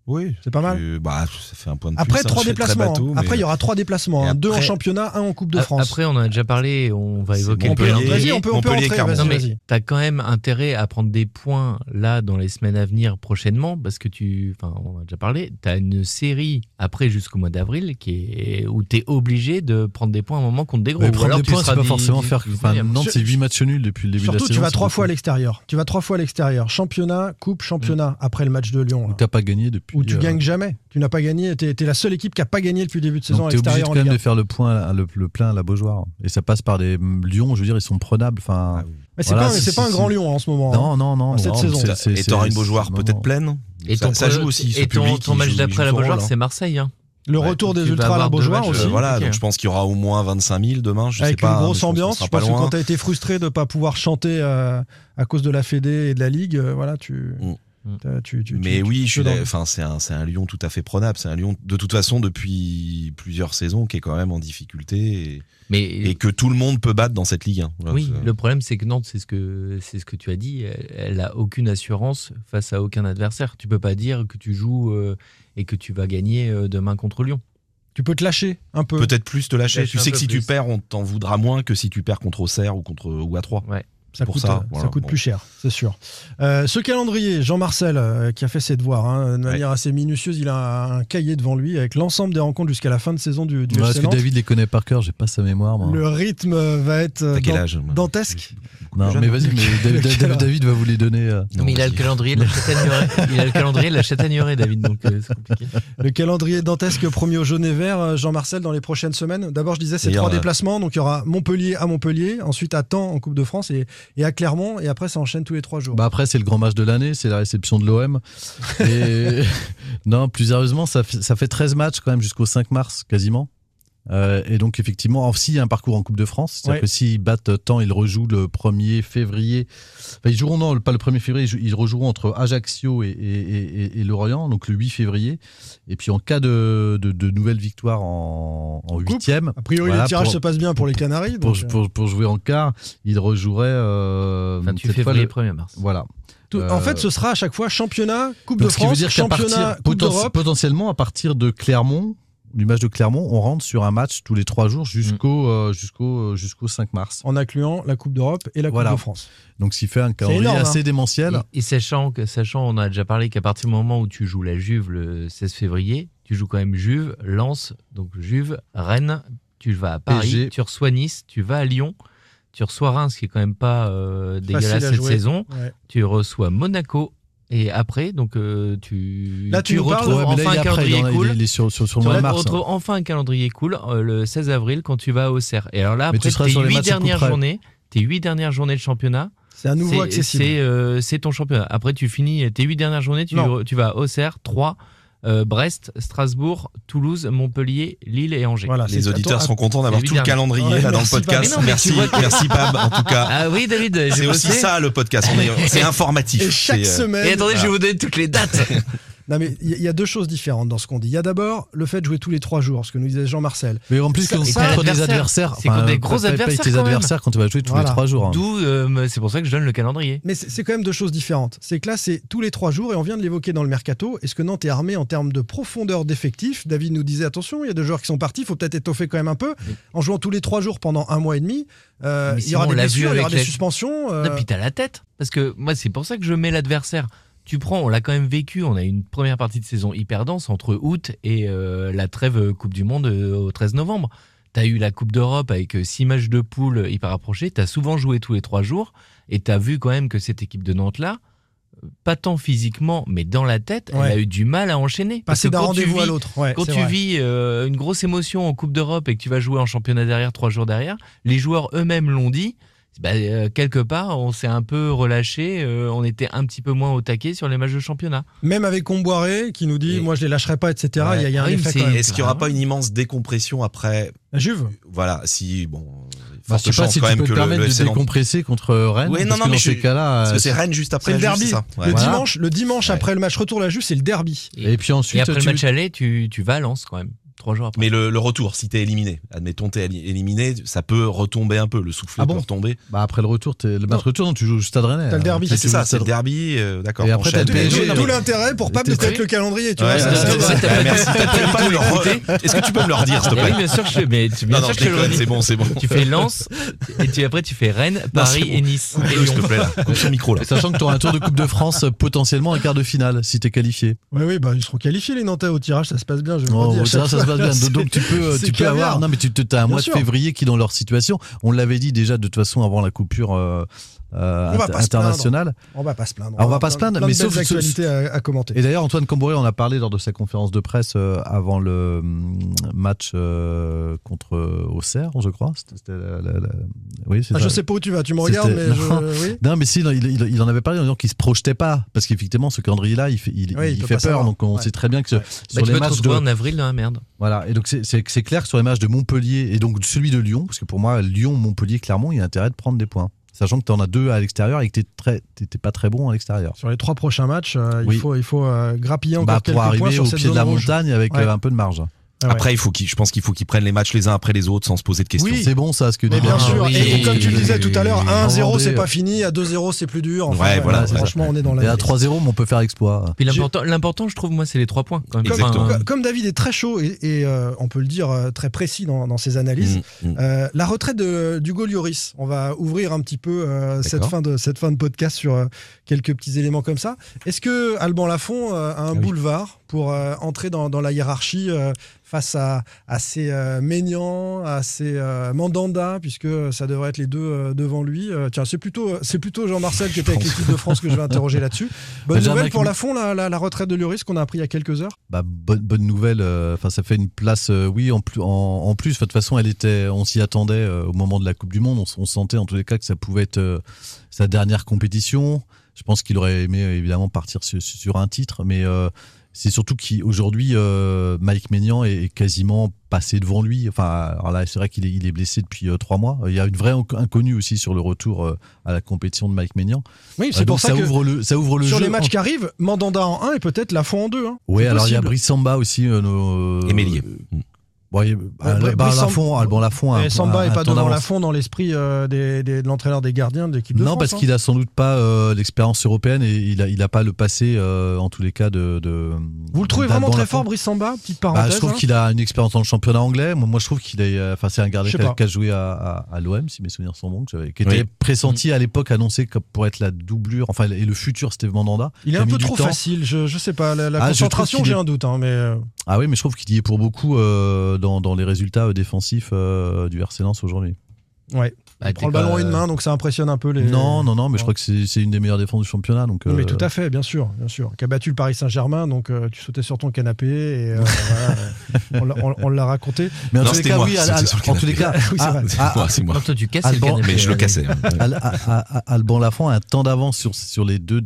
[SPEAKER 7] Oui.
[SPEAKER 6] C'est pas mal
[SPEAKER 7] Euh, bah, ça fait un point de plus.
[SPEAKER 6] Après
[SPEAKER 7] hein,
[SPEAKER 6] trois
[SPEAKER 7] je fais très
[SPEAKER 6] déplacements.
[SPEAKER 7] bateau,
[SPEAKER 6] hein.
[SPEAKER 7] mais-
[SPEAKER 6] Après, il y aura trois déplacements.
[SPEAKER 7] Et
[SPEAKER 6] hein. Deux en
[SPEAKER 9] après-
[SPEAKER 6] championnat, un en Coupe de
[SPEAKER 9] A-
[SPEAKER 6] France.
[SPEAKER 9] Après, on en a déjà parlé. On va
[SPEAKER 7] C'est bon,
[SPEAKER 9] évoquer le
[SPEAKER 6] on peut,
[SPEAKER 7] Montpellier-
[SPEAKER 9] calendrier.
[SPEAKER 6] vas-y, on peut, on peut
[SPEAKER 7] Montpellier,
[SPEAKER 6] entrer,
[SPEAKER 7] Clermont.
[SPEAKER 6] vas-y,
[SPEAKER 9] Non, mais
[SPEAKER 6] vas-y.
[SPEAKER 9] t'as quand même intérêt à prendre des points là dans les semaines à venir prochainement parce que tu, enfin, on en a déjà parlé, t'as une série après jusqu'au mois d'avril qui est où t'es obligé de prendre des points à un moment contre des gros.
[SPEAKER 8] Mais
[SPEAKER 9] Ou
[SPEAKER 8] prendre
[SPEAKER 9] alors
[SPEAKER 8] des
[SPEAKER 9] tu
[SPEAKER 8] points,
[SPEAKER 9] seras
[SPEAKER 8] c'est pas
[SPEAKER 9] dix-
[SPEAKER 8] forcément
[SPEAKER 9] dix-
[SPEAKER 8] faire. Enfin,
[SPEAKER 9] dixième.
[SPEAKER 8] Nantes, c'est 8 matchs nuls depuis le début de la
[SPEAKER 6] Surtout,
[SPEAKER 8] saison.
[SPEAKER 6] tu vas
[SPEAKER 8] c'est
[SPEAKER 6] trois
[SPEAKER 8] beaucoup.
[SPEAKER 6] fois à l'extérieur. Tu vas trois fois à l'extérieur. Championnat, coupe, championnat, après le match de Lyon.
[SPEAKER 8] Où
[SPEAKER 6] là.
[SPEAKER 8] t'as pas gagné depuis.
[SPEAKER 6] Où tu
[SPEAKER 8] euh,
[SPEAKER 6] gagnes jamais. Tu n'as pas gagné. Tu es, la seule équipe qui n'a pas gagné depuis le début de
[SPEAKER 8] Donc
[SPEAKER 6] saison à
[SPEAKER 8] t'es obligé de
[SPEAKER 6] l'extérieur en
[SPEAKER 8] quand
[SPEAKER 6] Ligue
[SPEAKER 8] même
[SPEAKER 6] 1.
[SPEAKER 8] de faire le point, à- le, le plein à la Beaujoire. Et ça passe par des mm, Lyon, je veux dire, ils sont prenables. Enfin,
[SPEAKER 6] Mais c'est
[SPEAKER 8] Voilà,
[SPEAKER 6] pas, un-
[SPEAKER 8] si,
[SPEAKER 6] c'est
[SPEAKER 8] si,
[SPEAKER 6] pas un
[SPEAKER 8] si.
[SPEAKER 6] grand Lyon hein, en ce moment. hein.
[SPEAKER 8] non, non, non.
[SPEAKER 6] cette
[SPEAKER 8] non,
[SPEAKER 6] saison.
[SPEAKER 8] c'est- c'est-
[SPEAKER 7] Et t'auras
[SPEAKER 8] c'est-
[SPEAKER 7] une Beaujoire
[SPEAKER 8] c'est
[SPEAKER 7] peut-être
[SPEAKER 8] vraiment-
[SPEAKER 7] pleine.
[SPEAKER 9] Et
[SPEAKER 7] Ça
[SPEAKER 9] ton,
[SPEAKER 7] ça joue aussi. ce
[SPEAKER 9] Et ton,
[SPEAKER 7] public,
[SPEAKER 9] ton
[SPEAKER 7] il
[SPEAKER 9] match
[SPEAKER 7] joue- il joue
[SPEAKER 9] d'après à la
[SPEAKER 7] son
[SPEAKER 9] Beaujoire,
[SPEAKER 7] rôle, hein.
[SPEAKER 9] c'est Marseille. hein.
[SPEAKER 6] Le
[SPEAKER 7] Ouais,
[SPEAKER 6] retour
[SPEAKER 9] donc
[SPEAKER 6] des
[SPEAKER 9] tu vas
[SPEAKER 6] Ultras à la
[SPEAKER 9] avoir deux
[SPEAKER 6] Beaujoire
[SPEAKER 9] matchs,
[SPEAKER 6] aussi.
[SPEAKER 7] Euh, voilà,
[SPEAKER 9] ok.
[SPEAKER 7] donc je pense qu'il y aura au moins 25 000 demain. Je sais
[SPEAKER 6] Avec
[SPEAKER 7] pas,
[SPEAKER 6] une
[SPEAKER 7] hein, mais
[SPEAKER 6] grosse
[SPEAKER 7] je pense qu'on
[SPEAKER 6] ambiance,
[SPEAKER 7] sera
[SPEAKER 6] je
[SPEAKER 7] pas
[SPEAKER 6] pense que
[SPEAKER 7] loin.
[SPEAKER 6] quand t'as été frustré de pas pouvoir chanter euh, à cause de la Fédé et de la Ligue, euh, voilà, tu,
[SPEAKER 7] Mm.
[SPEAKER 6] t'as- tu, tu-
[SPEAKER 7] Mais
[SPEAKER 6] tu-
[SPEAKER 7] oui,
[SPEAKER 6] tu-
[SPEAKER 7] je suis
[SPEAKER 6] tu-
[SPEAKER 7] là- enfin, c'est un, c'est un Lyon tout à fait prenable. C'est un Lyon, de toute façon, depuis plusieurs saisons, qui est quand même en difficulté
[SPEAKER 9] Mais
[SPEAKER 7] et, et que tout le monde peut battre dans cette Ligue 1. Voilà,
[SPEAKER 9] oui,
[SPEAKER 7] c'est-
[SPEAKER 9] le problème c'est que Nantes, c'est ce que c'est ce que tu as dit, elle- elle a aucune assurance face à aucun adversaire. Tu peux pas dire que tu joues euh, et que tu vas gagner euh, demain contre Lyon.
[SPEAKER 6] Tu peux te lâcher un peu.
[SPEAKER 7] Peut-être plus te lâcher.
[SPEAKER 9] Lâcher
[SPEAKER 7] Tu sais
[SPEAKER 9] un
[SPEAKER 7] que
[SPEAKER 9] peu
[SPEAKER 7] si tu
[SPEAKER 9] plus.
[SPEAKER 7] perds, on t'en voudra moins que si tu perds contre Auxerre ou, contre, ou à 3.
[SPEAKER 6] ça
[SPEAKER 7] pour
[SPEAKER 6] coûte,
[SPEAKER 7] ça,
[SPEAKER 6] euh,
[SPEAKER 7] voilà,
[SPEAKER 6] coûte
[SPEAKER 7] bon.
[SPEAKER 6] plus cher, c'est sûr. Euh, ce calendrier, Jean-Marcel, euh, qui a fait ses devoirs hein, de manière assez minutieuse, il a un cahier devant lui avec l'ensemble des rencontres jusqu'à la fin de saison du, du
[SPEAKER 8] Ouais, Est-ce Bah,
[SPEAKER 6] FC
[SPEAKER 8] que
[SPEAKER 6] Nantes.
[SPEAKER 8] David les connaît par cœur J'ai pas sa mémoire. moi.
[SPEAKER 6] Le rythme euh, va être euh,
[SPEAKER 7] T'as quel
[SPEAKER 6] dan-
[SPEAKER 7] âge moi
[SPEAKER 6] dantesque.
[SPEAKER 8] Non,
[SPEAKER 7] jeune.
[SPEAKER 8] mais vas-y, mais David,
[SPEAKER 6] Lequel
[SPEAKER 8] David- David va vous les donner. euh.
[SPEAKER 7] Non,
[SPEAKER 9] mais il a le
[SPEAKER 7] vas-y.
[SPEAKER 9] calendrier de la châtaigneraie. il a le calendrier de la châtaigneraie, David, donc euh, c'est compliqué.
[SPEAKER 6] Le calendrier dantesque premier au jaune et vert, euh, Jean-Marcel, dans les prochaines semaines. D'abord, je disais, c'est
[SPEAKER 7] D'ailleurs,
[SPEAKER 6] trois
[SPEAKER 7] euh,
[SPEAKER 6] déplacements. Donc, il y aura Montpellier à Montpellier, ensuite à Caen en Coupe de France et, et à Clermont. Et après, ça enchaîne tous les trois jours.
[SPEAKER 8] Bah après, c'est le grand match de l'année, c'est la réception de l'OM. Et... non, plus sérieusement, ça, fait- ça fait 13 matchs quand même jusqu'au 5 mars, quasiment. Euh, et donc, effectivement, alors, s'il y a un parcours en Coupe de France, c'est-à-dire
[SPEAKER 6] Ouais.
[SPEAKER 8] que s'ils battent tant, ils rejouent le 1er février. Enfin, ils joueront, non, le- pas le 1er février, ils jou- ils rejoueront entre Ajaccio et, et, et- et Lorient, donc le 8 février. Et puis, en cas de, de, de nouvelle victoire en, en
[SPEAKER 6] Coupe.
[SPEAKER 8] 8e,
[SPEAKER 6] a priori,
[SPEAKER 8] voilà,
[SPEAKER 6] les tirages
[SPEAKER 8] pour-
[SPEAKER 6] se passent bien pour, les Canaries.
[SPEAKER 8] pour,
[SPEAKER 6] donc, euh,
[SPEAKER 8] pour, pour jouer en quart, ils rejoueraient euh,
[SPEAKER 9] Enfin, tu
[SPEAKER 8] cette
[SPEAKER 9] fais
[SPEAKER 8] fois
[SPEAKER 9] le
[SPEAKER 8] le-
[SPEAKER 9] 1er mars.
[SPEAKER 8] Voilà.
[SPEAKER 6] tout- En
[SPEAKER 8] euh,
[SPEAKER 6] fait, ce sera à chaque fois championnat, Coupe
[SPEAKER 8] Donc,
[SPEAKER 6] de
[SPEAKER 8] ce qui veut
[SPEAKER 6] France,
[SPEAKER 8] dire qu'à
[SPEAKER 6] championnat,
[SPEAKER 8] partir
[SPEAKER 6] Coupe
[SPEAKER 8] poten-
[SPEAKER 6] d'Europe.
[SPEAKER 8] potentiellement à partir de Clermont, du match de Clermont, on rentre sur un match tous les trois jours jusqu'au
[SPEAKER 7] Mm.
[SPEAKER 8] euh, jusqu'au euh, jusqu'au 5 mars.
[SPEAKER 6] En incluant la Coupe d'Europe et la Coupe
[SPEAKER 8] Voilà.
[SPEAKER 6] de France.
[SPEAKER 8] Donc ce qui fait un calendrier
[SPEAKER 6] énorme, hein.
[SPEAKER 8] assez démentiel.
[SPEAKER 9] Et, et sachant, que, sachant, on a déjà parlé qu'à partir du moment où tu joues la Juve le 16 février, tu joues quand même Juve, Lens, donc Juve, Rennes, tu vas à Paris,
[SPEAKER 8] PSG.
[SPEAKER 9] tu reçois Nice, tu vas à Lyon, tu reçois Reims, qui est quand même pas euh,
[SPEAKER 6] Facile à
[SPEAKER 9] dégueulasse cette
[SPEAKER 6] jouer.
[SPEAKER 9] saison,
[SPEAKER 6] Ouais.
[SPEAKER 9] tu reçois Monaco. Et après, donc euh, tu,
[SPEAKER 6] Là, tu
[SPEAKER 9] tu
[SPEAKER 6] nous parles-
[SPEAKER 9] retrouves
[SPEAKER 6] Ouais,
[SPEAKER 8] mais là,
[SPEAKER 9] enfin
[SPEAKER 8] il est
[SPEAKER 9] un
[SPEAKER 8] après,
[SPEAKER 9] calendrier
[SPEAKER 8] dans- il est-
[SPEAKER 9] cool.
[SPEAKER 8] il est sur, sur, sur le
[SPEAKER 9] Tu
[SPEAKER 8] mois de
[SPEAKER 9] retrouves
[SPEAKER 8] mars. hein.
[SPEAKER 9] enfin un calendrier cool euh, le 16 avril quand tu vas au CER. Et alors là,
[SPEAKER 8] Mais tu
[SPEAKER 9] après
[SPEAKER 8] seras
[SPEAKER 9] tes
[SPEAKER 8] sur les
[SPEAKER 9] huit
[SPEAKER 8] matchs à coup
[SPEAKER 9] dernières
[SPEAKER 8] près.
[SPEAKER 9] journées, tes huit dernières journées de championnat,
[SPEAKER 6] C'est à nouveau
[SPEAKER 9] c'est
[SPEAKER 6] accessible.
[SPEAKER 9] c'est, euh, c'est ton championnat. Après, tu finis tes huit dernières journées, tu,
[SPEAKER 6] Non.
[SPEAKER 9] tu vas au CER, 3, Brest, Strasbourg, Toulouse, Montpellier, Lille et Angers.
[SPEAKER 6] Voilà,
[SPEAKER 7] Les
[SPEAKER 6] c'est-
[SPEAKER 7] auditeurs
[SPEAKER 6] attends,
[SPEAKER 7] seront contents d'avoir
[SPEAKER 9] c'est
[SPEAKER 7] tout le
[SPEAKER 9] évident.
[SPEAKER 7] calendrier
[SPEAKER 6] Ouais,
[SPEAKER 7] là dans le
[SPEAKER 6] merci, Pab.
[SPEAKER 7] podcast.
[SPEAKER 9] Mais non, mais
[SPEAKER 7] merci,
[SPEAKER 9] tu vois que-
[SPEAKER 7] merci Pab en tout cas.
[SPEAKER 9] Ah oui, David, j'ai
[SPEAKER 7] C'est aussi
[SPEAKER 9] bossé.
[SPEAKER 7] ça le podcast. On est- C'est informatif.
[SPEAKER 6] Et chaque
[SPEAKER 7] C'est, euh,
[SPEAKER 6] semaine.
[SPEAKER 9] Et attendez, je vais vous donner toutes les dates.
[SPEAKER 6] Non, mais il y- y a deux choses différentes dans ce qu'on dit. Il y a d'abord le fait de jouer tous les trois jours, ce que nous disait Jean-Marcel.
[SPEAKER 8] Mais en plus,
[SPEAKER 6] Ça-
[SPEAKER 8] quand-
[SPEAKER 6] et
[SPEAKER 8] contre
[SPEAKER 9] t'as
[SPEAKER 8] des
[SPEAKER 9] l'adversaire,
[SPEAKER 8] adversaires,
[SPEAKER 9] c'est contre des gros
[SPEAKER 8] paye- paye
[SPEAKER 9] adversaires,
[SPEAKER 8] tes
[SPEAKER 9] quand même.
[SPEAKER 8] adversaires quand tu vas jouer tous
[SPEAKER 6] Voilà.
[SPEAKER 8] les trois jours. hein.
[SPEAKER 9] D'où, euh, c'est pour ça que je donne le calendrier.
[SPEAKER 6] Mais c'est c'est quand même deux choses différentes. C'est que là, c'est tous les trois jours, et on vient de l'évoquer dans le mercato. Est-ce que Nantes est armé en termes de profondeur d'effectifs David nous disait attention, il y a des joueurs qui sont partis, il faut peut-être étoffer quand même un peu. En jouant tous les trois jours pendant un mois et demi, euh,
[SPEAKER 9] Mais
[SPEAKER 6] il y aura des
[SPEAKER 9] sinon, on l'a vu
[SPEAKER 6] blessures, il y aura
[SPEAKER 9] avec
[SPEAKER 6] des
[SPEAKER 9] la-
[SPEAKER 6] suspensions. euh,
[SPEAKER 9] Non, puis t'as la tête. Parce que moi, c'est pour ça que je mets l'adversaire. Tu prends, on l'a quand même vécu, on a eu une première partie de saison hyper dense entre août et euh, la trêve euh, Coupe du Monde euh, au 13 novembre. T'as eu la Coupe d'Europe avec euh, six matchs de poule hyper rapprochés, t'as souvent joué tous les trois jours, et t'as vu quand même que cette équipe de Nantes-là, euh, pas tant physiquement, mais dans la tête,
[SPEAKER 6] Ouais.
[SPEAKER 9] elle a eu du mal à enchaîner. Parce
[SPEAKER 6] passer
[SPEAKER 9] que
[SPEAKER 6] d'un
[SPEAKER 9] quand tu
[SPEAKER 6] rendez-vous à
[SPEAKER 9] vis-
[SPEAKER 6] l'autre. Ouais,
[SPEAKER 9] Quand
[SPEAKER 6] c'est
[SPEAKER 9] tu
[SPEAKER 6] vrai.
[SPEAKER 9] vis euh, une grosse émotion en Coupe d'Europe et que tu vas jouer en championnat derrière, trois jours derrière, les joueurs eux-mêmes l'ont dit. bah, euh, quelque part, on s'est un peu relâché, euh, on était un petit peu moins au taquet sur les matchs de championnat.
[SPEAKER 6] Même avec Comboiré qui nous dit
[SPEAKER 9] Et-
[SPEAKER 6] moi je les lâcherai pas, etc. Il
[SPEAKER 9] Ouais.
[SPEAKER 6] y a- il y a un
[SPEAKER 9] Ah oui,
[SPEAKER 6] effet
[SPEAKER 9] mais c'est-
[SPEAKER 6] quand même.
[SPEAKER 7] Est-ce qu'il n'y aura pas une immense décompression après
[SPEAKER 6] La Juve
[SPEAKER 7] Voilà, si bon,
[SPEAKER 8] Bah,
[SPEAKER 7] forte
[SPEAKER 8] je sais pas
[SPEAKER 7] chance
[SPEAKER 8] si
[SPEAKER 7] quand
[SPEAKER 8] tu
[SPEAKER 7] même
[SPEAKER 8] peux
[SPEAKER 7] que
[SPEAKER 8] te
[SPEAKER 7] le,
[SPEAKER 8] permettre
[SPEAKER 7] le
[SPEAKER 8] de
[SPEAKER 7] FC Nantes-
[SPEAKER 8] décompresser contre Rennes.
[SPEAKER 7] Ouais,
[SPEAKER 8] parce
[SPEAKER 7] non, non,
[SPEAKER 8] que
[SPEAKER 7] mais
[SPEAKER 8] dans
[SPEAKER 7] je-
[SPEAKER 8] ces cas-là,
[SPEAKER 7] Parce que
[SPEAKER 8] euh,
[SPEAKER 7] c'est Rennes juste
[SPEAKER 6] C'est
[SPEAKER 7] après.
[SPEAKER 6] le
[SPEAKER 7] Juve,
[SPEAKER 6] derby.
[SPEAKER 7] c'est ça
[SPEAKER 6] Le
[SPEAKER 7] Ouais.
[SPEAKER 8] Voilà.
[SPEAKER 6] dimanche, le dimanche
[SPEAKER 7] Ouais.
[SPEAKER 6] après le match retour la Juve, c'est le derby.
[SPEAKER 8] Et puis
[SPEAKER 9] Et
[SPEAKER 8] ensuite,
[SPEAKER 9] après
[SPEAKER 8] tu-
[SPEAKER 9] le match
[SPEAKER 7] euh,
[SPEAKER 9] aller, tu, tu vas à Lens quand même, trois jours après.
[SPEAKER 7] Mais le, le retour, si t'es éliminé, admettons t'es éli- éliminé, ça peut retomber un peu, le souffle
[SPEAKER 8] Ah bon
[SPEAKER 7] peut retomber.
[SPEAKER 8] bah, après le retour, t'es- le match retour, non, tu joues juste à Rennes.
[SPEAKER 6] T'as le derby.
[SPEAKER 8] Tu
[SPEAKER 7] C'est
[SPEAKER 8] joues
[SPEAKER 7] ça,
[SPEAKER 8] juste
[SPEAKER 7] c'est
[SPEAKER 8] à
[SPEAKER 7] le
[SPEAKER 8] Drenay.
[SPEAKER 7] derby, euh, d'accord.
[SPEAKER 8] Et après,
[SPEAKER 7] enchaîne.
[SPEAKER 8] t'as le PSG,
[SPEAKER 7] Ouais,
[SPEAKER 6] D'où
[SPEAKER 7] non,
[SPEAKER 6] d'où
[SPEAKER 7] mais-
[SPEAKER 6] l'intérêt pour pas
[SPEAKER 8] T'es-
[SPEAKER 6] peut-être le calendrier, tu
[SPEAKER 7] Ouais,
[SPEAKER 6] vois.
[SPEAKER 7] ouais,
[SPEAKER 6] ça-
[SPEAKER 7] ouais,
[SPEAKER 6] ça-
[SPEAKER 7] ouais,
[SPEAKER 6] ça-
[SPEAKER 7] ouais.
[SPEAKER 9] t'as
[SPEAKER 7] Bah,
[SPEAKER 9] pas-
[SPEAKER 7] merci.
[SPEAKER 9] t'as pas
[SPEAKER 7] T'as
[SPEAKER 9] du
[SPEAKER 7] pas
[SPEAKER 9] tout
[SPEAKER 7] me le re- Est-ce que tu peux me le redire, s'il te
[SPEAKER 9] Ah oui,
[SPEAKER 7] plaît
[SPEAKER 9] bien sûr que je, mais tu- bien
[SPEAKER 7] Non, non,
[SPEAKER 9] sûr
[SPEAKER 7] je
[SPEAKER 9] que je le
[SPEAKER 7] déconne,
[SPEAKER 9] redis.
[SPEAKER 7] c'est bon, c'est bon.
[SPEAKER 9] Tu fais Lens, et tu, après tu fais Rennes, Paris
[SPEAKER 7] bon.
[SPEAKER 9] et Nice. Et
[SPEAKER 7] Coupe-le,
[SPEAKER 9] Lyon. Bah,
[SPEAKER 7] s'il te plaît, là. Coupe son micro, là.
[SPEAKER 8] Sachant que tu auras un tour de Coupe de France, euh, potentiellement un quart de finale, si t'es qualifié.
[SPEAKER 6] Oui, oui, bah, ils seront qualifiés les Nantais au tirage, ça se passe bien. Je vais pas
[SPEAKER 8] Oh,
[SPEAKER 6] dire, à
[SPEAKER 8] ça,
[SPEAKER 6] chaque
[SPEAKER 8] ça se passe
[SPEAKER 6] fois.
[SPEAKER 8] bien.
[SPEAKER 6] C'est-
[SPEAKER 8] Donc tu peux, euh,
[SPEAKER 6] c'est
[SPEAKER 8] tu peux
[SPEAKER 6] caviar.
[SPEAKER 8] avoir. Non, mais tu tu- t'as un
[SPEAKER 6] Bien
[SPEAKER 8] mois
[SPEAKER 6] sûr.
[SPEAKER 8] de février qui, dans leur situation, on l'avait dit déjà de toute façon avant la coupure euh, euh,
[SPEAKER 6] On va
[SPEAKER 8] inter-
[SPEAKER 6] pas se plaindre.
[SPEAKER 8] internationale.
[SPEAKER 6] On va pas se plaindre.
[SPEAKER 8] Ah, on va
[SPEAKER 6] a
[SPEAKER 8] pas se
[SPEAKER 6] plein-
[SPEAKER 8] plaindre,
[SPEAKER 6] plein de
[SPEAKER 8] mais sauf-
[SPEAKER 6] belles actualités à, à commenter.
[SPEAKER 8] Et d'ailleurs, Antoine Camboré en a parlé lors de sa conférence de presse euh, avant le hum, match euh, contre euh, Auxerre, je crois. C'était- c'était la- la- la- Oui, c'est
[SPEAKER 6] Ah,
[SPEAKER 8] ça.
[SPEAKER 6] je sais pas où tu vas, tu me regardes,
[SPEAKER 8] C'était-
[SPEAKER 6] mais je-
[SPEAKER 8] Non.
[SPEAKER 6] oui.
[SPEAKER 8] Non, mais si, non, il, il- il en avait parlé en disant qu'il se projetait pas, parce qu'effectivement, ce calendrier-là, il fait, il,
[SPEAKER 6] Oui, il
[SPEAKER 8] il
[SPEAKER 6] peut
[SPEAKER 8] fait peur.
[SPEAKER 6] pas savoir.
[SPEAKER 8] Donc, on
[SPEAKER 6] Ouais.
[SPEAKER 8] sait très bien que ce-
[SPEAKER 6] Ouais.
[SPEAKER 9] Bah,
[SPEAKER 8] sur
[SPEAKER 9] tu
[SPEAKER 8] les
[SPEAKER 9] peux te
[SPEAKER 8] matchs de,
[SPEAKER 9] retrouver en avril dans la merde.
[SPEAKER 8] voilà. Et donc, c'est- c'est c'est clair que sur les matchs de Montpellier et donc celui de Lyon, parce que pour moi, Lyon, Montpellier, Clermont, il y a intérêt de prendre des points, sachant que tu en as deux à l'extérieur et que t'es très, t'es- t'es pas très bon à l'extérieur.
[SPEAKER 6] Sur les trois prochains matchs, euh,
[SPEAKER 8] Oui.
[SPEAKER 6] il faut, il faut euh, grappiller encore
[SPEAKER 8] Bah,
[SPEAKER 6] quelques
[SPEAKER 8] pour
[SPEAKER 6] points
[SPEAKER 8] arriver
[SPEAKER 6] sur
[SPEAKER 8] au
[SPEAKER 6] cette
[SPEAKER 8] pied de
[SPEAKER 6] zone
[SPEAKER 8] la
[SPEAKER 6] rouge.
[SPEAKER 8] montagne avec
[SPEAKER 6] Ouais.
[SPEAKER 8] euh, un peu de marge.
[SPEAKER 6] Ah ouais.
[SPEAKER 7] Après, il faut qu'ils- je pense qu'il faut qu'ils prennent les matchs les uns après les autres sans se poser de questions.
[SPEAKER 6] Oui.
[SPEAKER 8] C'est bon ça, ce que
[SPEAKER 6] mais
[SPEAKER 8] dit
[SPEAKER 6] bien
[SPEAKER 8] Bernard.
[SPEAKER 6] sûr,
[SPEAKER 9] oui,
[SPEAKER 6] et, et comme tu le
[SPEAKER 9] oui,
[SPEAKER 6] disais tout à l'heure, 1-0 c'est
[SPEAKER 8] Vendée,
[SPEAKER 6] pas fini, à 2-0 c'est plus dur. Enfin,
[SPEAKER 7] Ouais, voilà,
[SPEAKER 6] c'est-
[SPEAKER 7] ouais.
[SPEAKER 6] franchement, on est dans
[SPEAKER 8] Et
[SPEAKER 6] la.
[SPEAKER 8] à 3-0, mais on peut faire exploit.
[SPEAKER 9] Puis l'important, l'important, je trouve, moi, c'est les trois points. Quand même.
[SPEAKER 6] Comme,
[SPEAKER 7] Exactement.
[SPEAKER 9] Enfin, euh,
[SPEAKER 6] comme- comme David est très chaud et, et, euh, on peut le dire euh, très précis dans, dans ses analyses,
[SPEAKER 7] Mm, mm.
[SPEAKER 6] euh, la retraite de- d'Hugo Lloris, on va ouvrir un petit peu euh, cette,
[SPEAKER 7] D'accord.
[SPEAKER 6] fin de, cette fin de podcast sur euh, quelques petits éléments comme ça. Est-ce que Alban Lafont euh, a un
[SPEAKER 7] Ah oui.
[SPEAKER 6] boulevard pour euh, entrer dans, dans la hiérarchie euh, face à, à ses euh, Maignan, à ses euh, Mandanda, puisque ça devrait être les deux euh, devant lui Euh, Tiens, c'est plutôt, c'est plutôt Jean-Marcel qui était avec l'équipe de France que je vais interroger là-dessus. Bonne
[SPEAKER 8] Déjà,
[SPEAKER 6] nouvelle
[SPEAKER 8] Mike-
[SPEAKER 6] pour Lafont, la, la, la retraite de Lloris qu'on a appris il y a quelques heures
[SPEAKER 8] bah, bonne, bonne nouvelle. euh, Enfin, ça fait une place. euh, oui, en plus, en, en plus. enfin, De toute façon, elle était. On s'y attendait euh, au moment de la Coupe du Monde. On, s- on sentait en tous les cas que ça pouvait être euh, sa dernière compétition. Je pense qu'il aurait aimé euh, évidemment partir sur, sur un titre, mais euh, c'est surtout qu'aujourd'hui, euh, Mike Maignan est, est quasiment passé devant lui. Enfin, alors là, c'est vrai qu'il est, il est blessé depuis euh, trois mois. Il y a une vraie inc- inconnue aussi sur le retour euh, à la compétition de Mike Maignan.
[SPEAKER 6] Oui,
[SPEAKER 8] Euh, donc, ça, ouvre le, ça ouvre le
[SPEAKER 6] sur
[SPEAKER 8] jeu
[SPEAKER 6] les matchs
[SPEAKER 8] en-
[SPEAKER 6] qui arrivent, Mandanda en 1 et peut-être Lafont en 2. Hein.
[SPEAKER 8] Oui,
[SPEAKER 6] C'est
[SPEAKER 8] alors il y a
[SPEAKER 6] possible.
[SPEAKER 8] Brice Samba aussi. euh, nos-
[SPEAKER 7] Et Mélier.
[SPEAKER 8] Bon, il- Al-
[SPEAKER 6] Brice
[SPEAKER 8] bah,
[SPEAKER 6] Sam-
[SPEAKER 8] Lafont, Alban hein, Lafont a un-
[SPEAKER 6] Et Samba
[SPEAKER 8] a un
[SPEAKER 6] est pas
[SPEAKER 8] temps
[SPEAKER 6] devant
[SPEAKER 8] d'avance.
[SPEAKER 6] Lafont dans l'esprit euh, des, des- de l'entraîneur des gardiens de l'équipe de
[SPEAKER 8] non,
[SPEAKER 6] France.
[SPEAKER 8] parce
[SPEAKER 6] hein.
[SPEAKER 8] qu'il a sans doute pas euh, l'expérience européenne et il a, il a pas le passé, euh, en tous les cas, de. de-
[SPEAKER 6] Vous le trouvez
[SPEAKER 8] d'Alban
[SPEAKER 6] vraiment très
[SPEAKER 8] Lafont.
[SPEAKER 6] fort, Brice Samba Petite
[SPEAKER 8] Bah,
[SPEAKER 6] parenthèse.
[SPEAKER 8] Je trouve
[SPEAKER 6] hein.
[SPEAKER 8] qu'il a une expérience dans le championnat anglais. Moi, moi je trouve qu'il est. euh, Enfin, c'est un gardien
[SPEAKER 6] Je sais
[SPEAKER 8] qui a,
[SPEAKER 6] pas.
[SPEAKER 8] qui a joué à, à- à l'OM, si mes souvenirs sont bons, que j'avais- qui
[SPEAKER 7] Oui.
[SPEAKER 8] était
[SPEAKER 6] Mm.
[SPEAKER 8] pressenti à l'époque, annoncé comme pour être la doublure, enfin, et le futur Steve Mandanda.
[SPEAKER 6] Il est
[SPEAKER 8] qui a
[SPEAKER 6] un
[SPEAKER 8] mis
[SPEAKER 6] peu
[SPEAKER 8] du
[SPEAKER 6] trop
[SPEAKER 8] temps.
[SPEAKER 6] facile, je, je sais pas. La, la
[SPEAKER 8] Ah, je trouve
[SPEAKER 6] concentration,
[SPEAKER 8] qu'il
[SPEAKER 6] j'ai
[SPEAKER 8] est-
[SPEAKER 6] un doute, hein, mais euh,
[SPEAKER 8] Ah oui, mais je trouve qu'il y est pour beaucoup euh, dans, dans les résultats euh, défensifs euh, du RC Lens aujourd'hui.
[SPEAKER 6] Ouais.
[SPEAKER 9] Bah,
[SPEAKER 6] Il
[SPEAKER 9] t'es
[SPEAKER 6] prend le ballon
[SPEAKER 9] pas-
[SPEAKER 6] à une main, donc ça impressionne un peu les.
[SPEAKER 8] euh, Non, non, non, mais je
[SPEAKER 6] euh, Non.
[SPEAKER 8] crois que c'est c'est une des meilleures défenses du championnat. Donc,
[SPEAKER 6] Mais
[SPEAKER 8] euh,
[SPEAKER 6] tout à fait, bien sûr, bien sûr. Qui a battu le Paris Saint-Germain, donc euh, tu sautais sur ton canapé et euh, voilà, euh, on l'a- on- on l'a raconté.
[SPEAKER 8] Mais en
[SPEAKER 7] Non,
[SPEAKER 8] tous les
[SPEAKER 7] c'était
[SPEAKER 8] cas,
[SPEAKER 7] moi,
[SPEAKER 8] oui, à-
[SPEAKER 7] c'était
[SPEAKER 8] à-
[SPEAKER 7] sur le
[SPEAKER 8] en tous les cas,
[SPEAKER 7] canapé.
[SPEAKER 6] Oui, c'est
[SPEAKER 8] à-
[SPEAKER 6] vrai.
[SPEAKER 7] C'est
[SPEAKER 8] à-
[SPEAKER 7] moi, c'est moi.
[SPEAKER 9] Non, toi, tu casses
[SPEAKER 8] Ah,
[SPEAKER 9] le
[SPEAKER 8] bon,
[SPEAKER 9] canapé. euh,
[SPEAKER 7] Mais je le
[SPEAKER 9] Allez.
[SPEAKER 7] cassais. hein.
[SPEAKER 8] Al- à- à- à- Alban Lafont a un temps d'avance sur, sur les deux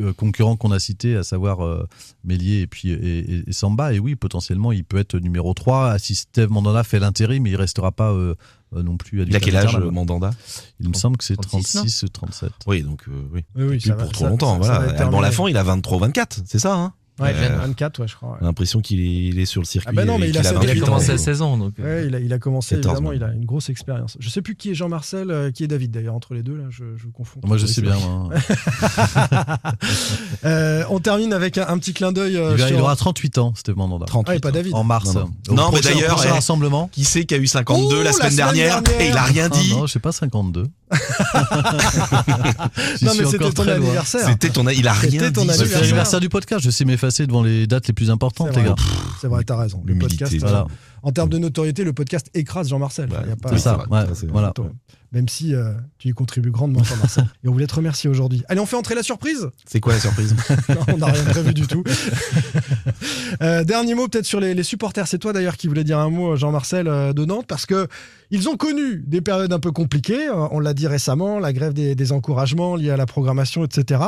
[SPEAKER 8] euh, concurrents qu'on a cités, à savoir euh, Mélier et, puis, et, et- et Samba. Et oui, potentiellement, il peut être numéro 3. Si Steve Mandanda fait l'intérim, mais il restera pas euh, euh, non plus à
[SPEAKER 7] Il a quel âge, euh, Mandanda
[SPEAKER 8] Il me semble que c'est
[SPEAKER 9] 36,
[SPEAKER 8] 36 ou 37.
[SPEAKER 7] Oui, donc euh, oui.
[SPEAKER 6] Oui, oui,
[SPEAKER 7] Plus
[SPEAKER 6] ça va-
[SPEAKER 7] pour trop
[SPEAKER 6] ça-
[SPEAKER 7] longtemps.
[SPEAKER 6] ça- ça va
[SPEAKER 7] voilà.
[SPEAKER 6] être
[SPEAKER 7] Alban
[SPEAKER 6] terminé.
[SPEAKER 7] Lafont, il a 23 24, c'est ça hein
[SPEAKER 6] Ouais,
[SPEAKER 7] Euh,
[SPEAKER 6] 24, ouais, je crois. ouais.
[SPEAKER 7] On a l'impression qu'il est, il est sur le circuit.
[SPEAKER 6] Ah bah non, mais
[SPEAKER 7] et
[SPEAKER 6] il a
[SPEAKER 7] qu'il
[SPEAKER 6] cette-
[SPEAKER 9] Il a
[SPEAKER 7] 28
[SPEAKER 9] commencé
[SPEAKER 7] ans.
[SPEAKER 9] à 16 ans, donc. euh,
[SPEAKER 6] Ouais, il, a, il a commencé,
[SPEAKER 7] 14,
[SPEAKER 6] évidemment,
[SPEAKER 7] même.
[SPEAKER 6] il a une grosse expérience. Je sais plus qui est Jean-Marcel, euh, qui est David d'ailleurs, entre les deux, là, je, je confonds.
[SPEAKER 8] Moi, je sais bien. moi.
[SPEAKER 6] Euh, on termine avec un, un petit clin d'œil. euh,
[SPEAKER 8] Il, va- il
[SPEAKER 6] sur-
[SPEAKER 8] aura 38 ans, Steve Mandanda.
[SPEAKER 7] 38
[SPEAKER 6] Ah, et pas
[SPEAKER 7] ans.
[SPEAKER 6] David.
[SPEAKER 8] En mars.
[SPEAKER 7] Non, non.
[SPEAKER 8] Au
[SPEAKER 7] Non, mais
[SPEAKER 8] prochain-
[SPEAKER 7] d'ailleurs,
[SPEAKER 8] prochain
[SPEAKER 7] eh,
[SPEAKER 8] rassemblement.
[SPEAKER 7] Qui c'est qui a eu 52
[SPEAKER 6] Ouh,
[SPEAKER 7] la, semaine
[SPEAKER 6] la semaine
[SPEAKER 7] dernière,
[SPEAKER 6] dernière.
[SPEAKER 7] Et il a rien
[SPEAKER 8] Ah
[SPEAKER 7] dit.
[SPEAKER 8] non, je sais pas 52. J'y
[SPEAKER 6] Non,
[SPEAKER 8] suis
[SPEAKER 6] mais c'était
[SPEAKER 8] encore
[SPEAKER 6] ton
[SPEAKER 8] très loin. Bah,
[SPEAKER 6] anniversaire.
[SPEAKER 7] C'était ton, il a
[SPEAKER 6] C'était
[SPEAKER 7] rien
[SPEAKER 6] ton
[SPEAKER 7] dit.
[SPEAKER 8] C'est
[SPEAKER 6] anniversaire.
[SPEAKER 8] l'anniversaire du podcast. Je sais m'effacer devant les dates les plus importantes,
[SPEAKER 6] C'est
[SPEAKER 8] les
[SPEAKER 6] vrai.
[SPEAKER 8] gars.
[SPEAKER 6] C'est vrai, t'as raison. Le
[SPEAKER 7] L'humilité,
[SPEAKER 6] podcast,
[SPEAKER 7] voilà.
[SPEAKER 6] euh, en termes de notoriété, le podcast écrase Jean-Marcel.
[SPEAKER 7] Ouais,
[SPEAKER 6] Il y a
[SPEAKER 8] Bah,
[SPEAKER 6] pas-
[SPEAKER 8] C'est
[SPEAKER 7] Oui,
[SPEAKER 8] ça.
[SPEAKER 7] c'est vrai,
[SPEAKER 8] ouais,
[SPEAKER 7] c'est vrai.
[SPEAKER 8] Voilà.
[SPEAKER 6] Toi, Même si euh, tu y contribues grandement, Jean-Marcel. Et on voulait te remercier aujourd'hui. Allez, on fait entrer la surprise
[SPEAKER 7] C'est quoi la surprise
[SPEAKER 6] Non, on n'a rien prévu du tout. Euh, dernier mot peut-être sur les, les supporters. C'est toi d'ailleurs qui voulais dire un mot, Jean-Marcel, euh, de Nantes, parce que ils ont connu des périodes un peu compliquées. Euh, On l'a dit récemment, la grève des, des encouragements liés à la programmation, etc.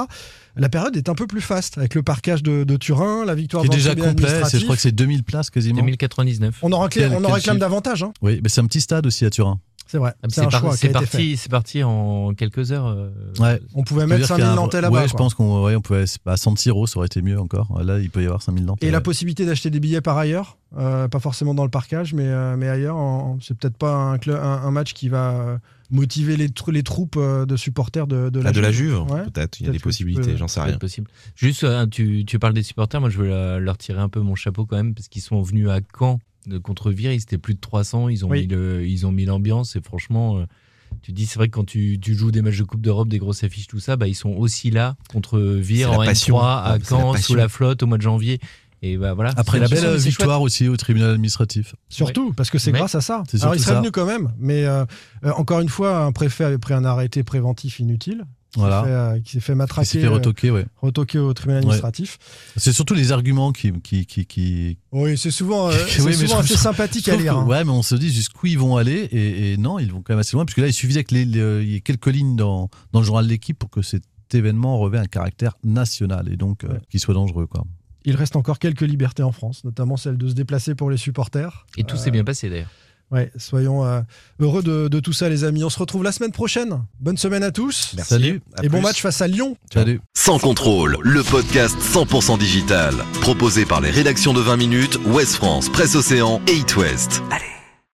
[SPEAKER 6] La période est un peu plus faste avec le parquage de, de Turin, la victoire
[SPEAKER 8] Qui est
[SPEAKER 6] devant le
[SPEAKER 8] déjà
[SPEAKER 6] tribunal
[SPEAKER 8] complet. c'est-
[SPEAKER 6] administratif.
[SPEAKER 8] Je crois que c'est 2000 places quasiment.
[SPEAKER 9] 2099.
[SPEAKER 6] On en réclame,
[SPEAKER 8] Quel-
[SPEAKER 6] on en
[SPEAKER 8] quel
[SPEAKER 6] réclame
[SPEAKER 8] chiffre
[SPEAKER 6] davantage. hein.
[SPEAKER 8] Oui, mais c'est un petit stade aussi à Turin.
[SPEAKER 6] C'est vrai.
[SPEAKER 9] Ah, mais
[SPEAKER 6] C'est un
[SPEAKER 9] par-
[SPEAKER 6] choix qui a
[SPEAKER 9] C'est
[SPEAKER 6] été fait.
[SPEAKER 9] parti, c'est parti en quelques heures. euh,
[SPEAKER 8] Ouais.
[SPEAKER 6] On pouvait
[SPEAKER 8] Ça veut
[SPEAKER 6] mettre
[SPEAKER 8] dire qu'il y a
[SPEAKER 6] 5000
[SPEAKER 8] un-
[SPEAKER 6] Nantais là-bas.
[SPEAKER 8] Ouais, je
[SPEAKER 6] quoi.
[SPEAKER 8] pense qu'on ouais, on pouvait. À San Siro, ça aurait été mieux encore. Là, il peut y avoir 5000 Nantais.
[SPEAKER 6] Et la
[SPEAKER 8] ouais.
[SPEAKER 6] possibilité d'acheter des billets par ailleurs, euh, pas forcément dans le parcage, mais, euh, mais ailleurs, en- en- c'est peut-être pas un, cl- un, un match qui va euh, motiver les, trou- les troupes euh, de supporters de,
[SPEAKER 8] Ah,
[SPEAKER 6] de la
[SPEAKER 7] La Ah, de la
[SPEAKER 6] Juve.
[SPEAKER 7] Juve,
[SPEAKER 6] Ouais.
[SPEAKER 7] peut-être. Il y a
[SPEAKER 6] Peut-être que
[SPEAKER 7] des
[SPEAKER 6] tu
[SPEAKER 7] possibilités,
[SPEAKER 6] peux-
[SPEAKER 7] j'en sais
[SPEAKER 9] c'est
[SPEAKER 7] rien.
[SPEAKER 9] possible. Juste, euh, tu, tu parles des supporters. Moi, je veux la- leur tirer un peu mon chapeau quand même, parce qu'ils sont venus à Caen de contre Vire. Ils étaient plus de 300. Ils ont
[SPEAKER 6] Oui.
[SPEAKER 9] mis le- ils ont mis l'ambiance. Et franchement, euh, tu te dis, c'est vrai que quand tu, tu joues des matchs de Coupe d'Europe, des grosses affiches, tout ça, bah, ils sont aussi là contre Vire
[SPEAKER 7] C'est la
[SPEAKER 9] en
[SPEAKER 7] passion.
[SPEAKER 9] N3 à
[SPEAKER 7] Ouais, c'est la
[SPEAKER 9] Caen
[SPEAKER 7] passion.
[SPEAKER 9] sous la flotte au mois de janvier. Et bah voilà.
[SPEAKER 8] Après
[SPEAKER 9] C'est
[SPEAKER 8] la
[SPEAKER 9] chouette,
[SPEAKER 8] belle euh,
[SPEAKER 9] c'est
[SPEAKER 8] victoire aussi au tribunal administratif.
[SPEAKER 6] Surtout, parce que c'est
[SPEAKER 9] Mais-
[SPEAKER 6] grâce à ça.
[SPEAKER 8] C'est
[SPEAKER 6] Alors, il
[SPEAKER 8] surtout
[SPEAKER 6] serait
[SPEAKER 8] ça.
[SPEAKER 6] venu quand même, mais euh, euh, encore une fois, un préfet avait pris un arrêté préventif inutile qui s'est fait,
[SPEAKER 8] Voilà.
[SPEAKER 6] euh, qui s'est fait
[SPEAKER 8] Il
[SPEAKER 6] matraquer,
[SPEAKER 8] s'est fait retoquer, ouais.
[SPEAKER 6] euh, retoquer au tribunal
[SPEAKER 8] Ouais.
[SPEAKER 6] administratif.
[SPEAKER 8] C'est surtout les arguments qui, qui, qui, qui,
[SPEAKER 6] Oui, c'est souvent, euh, c'est
[SPEAKER 8] Oui, mais je
[SPEAKER 6] souvent
[SPEAKER 8] trouve
[SPEAKER 6] assez
[SPEAKER 8] ça-
[SPEAKER 6] sympathique à
[SPEAKER 8] Sauf
[SPEAKER 6] lire.
[SPEAKER 8] que-
[SPEAKER 6] hein.
[SPEAKER 8] Ouais, mais on se dit jusqu'où ils vont aller. Et, et non, ils vont quand même assez loin. Puisque là, il suffisait que les- les- il y ait quelques lignes dans, dans le journal de l'équipe pour que cet événement revêt un caractère national et donc euh,
[SPEAKER 6] Ouais.
[SPEAKER 8] qu'il soit dangereux. Quoi.
[SPEAKER 6] Il reste encore quelques libertés en France, notamment celle de se déplacer pour les supporters.
[SPEAKER 9] chouette. Et tout s'est bien passé d'ailleurs.
[SPEAKER 6] Ouais, soyons euh, heureux de, de tout ça, les amis. On se retrouve la semaine prochaine. Bonne semaine à tous.
[SPEAKER 7] Merci.
[SPEAKER 8] Salut.
[SPEAKER 7] À
[SPEAKER 6] Et bon
[SPEAKER 7] plus.
[SPEAKER 6] match face à Lyon.
[SPEAKER 8] Salut.
[SPEAKER 1] Sans contrôle, le podcast 100% digital. Proposé par les rédactions de 20 minutes, Ouest France, Presse Océan et It West.
[SPEAKER 10] Allez.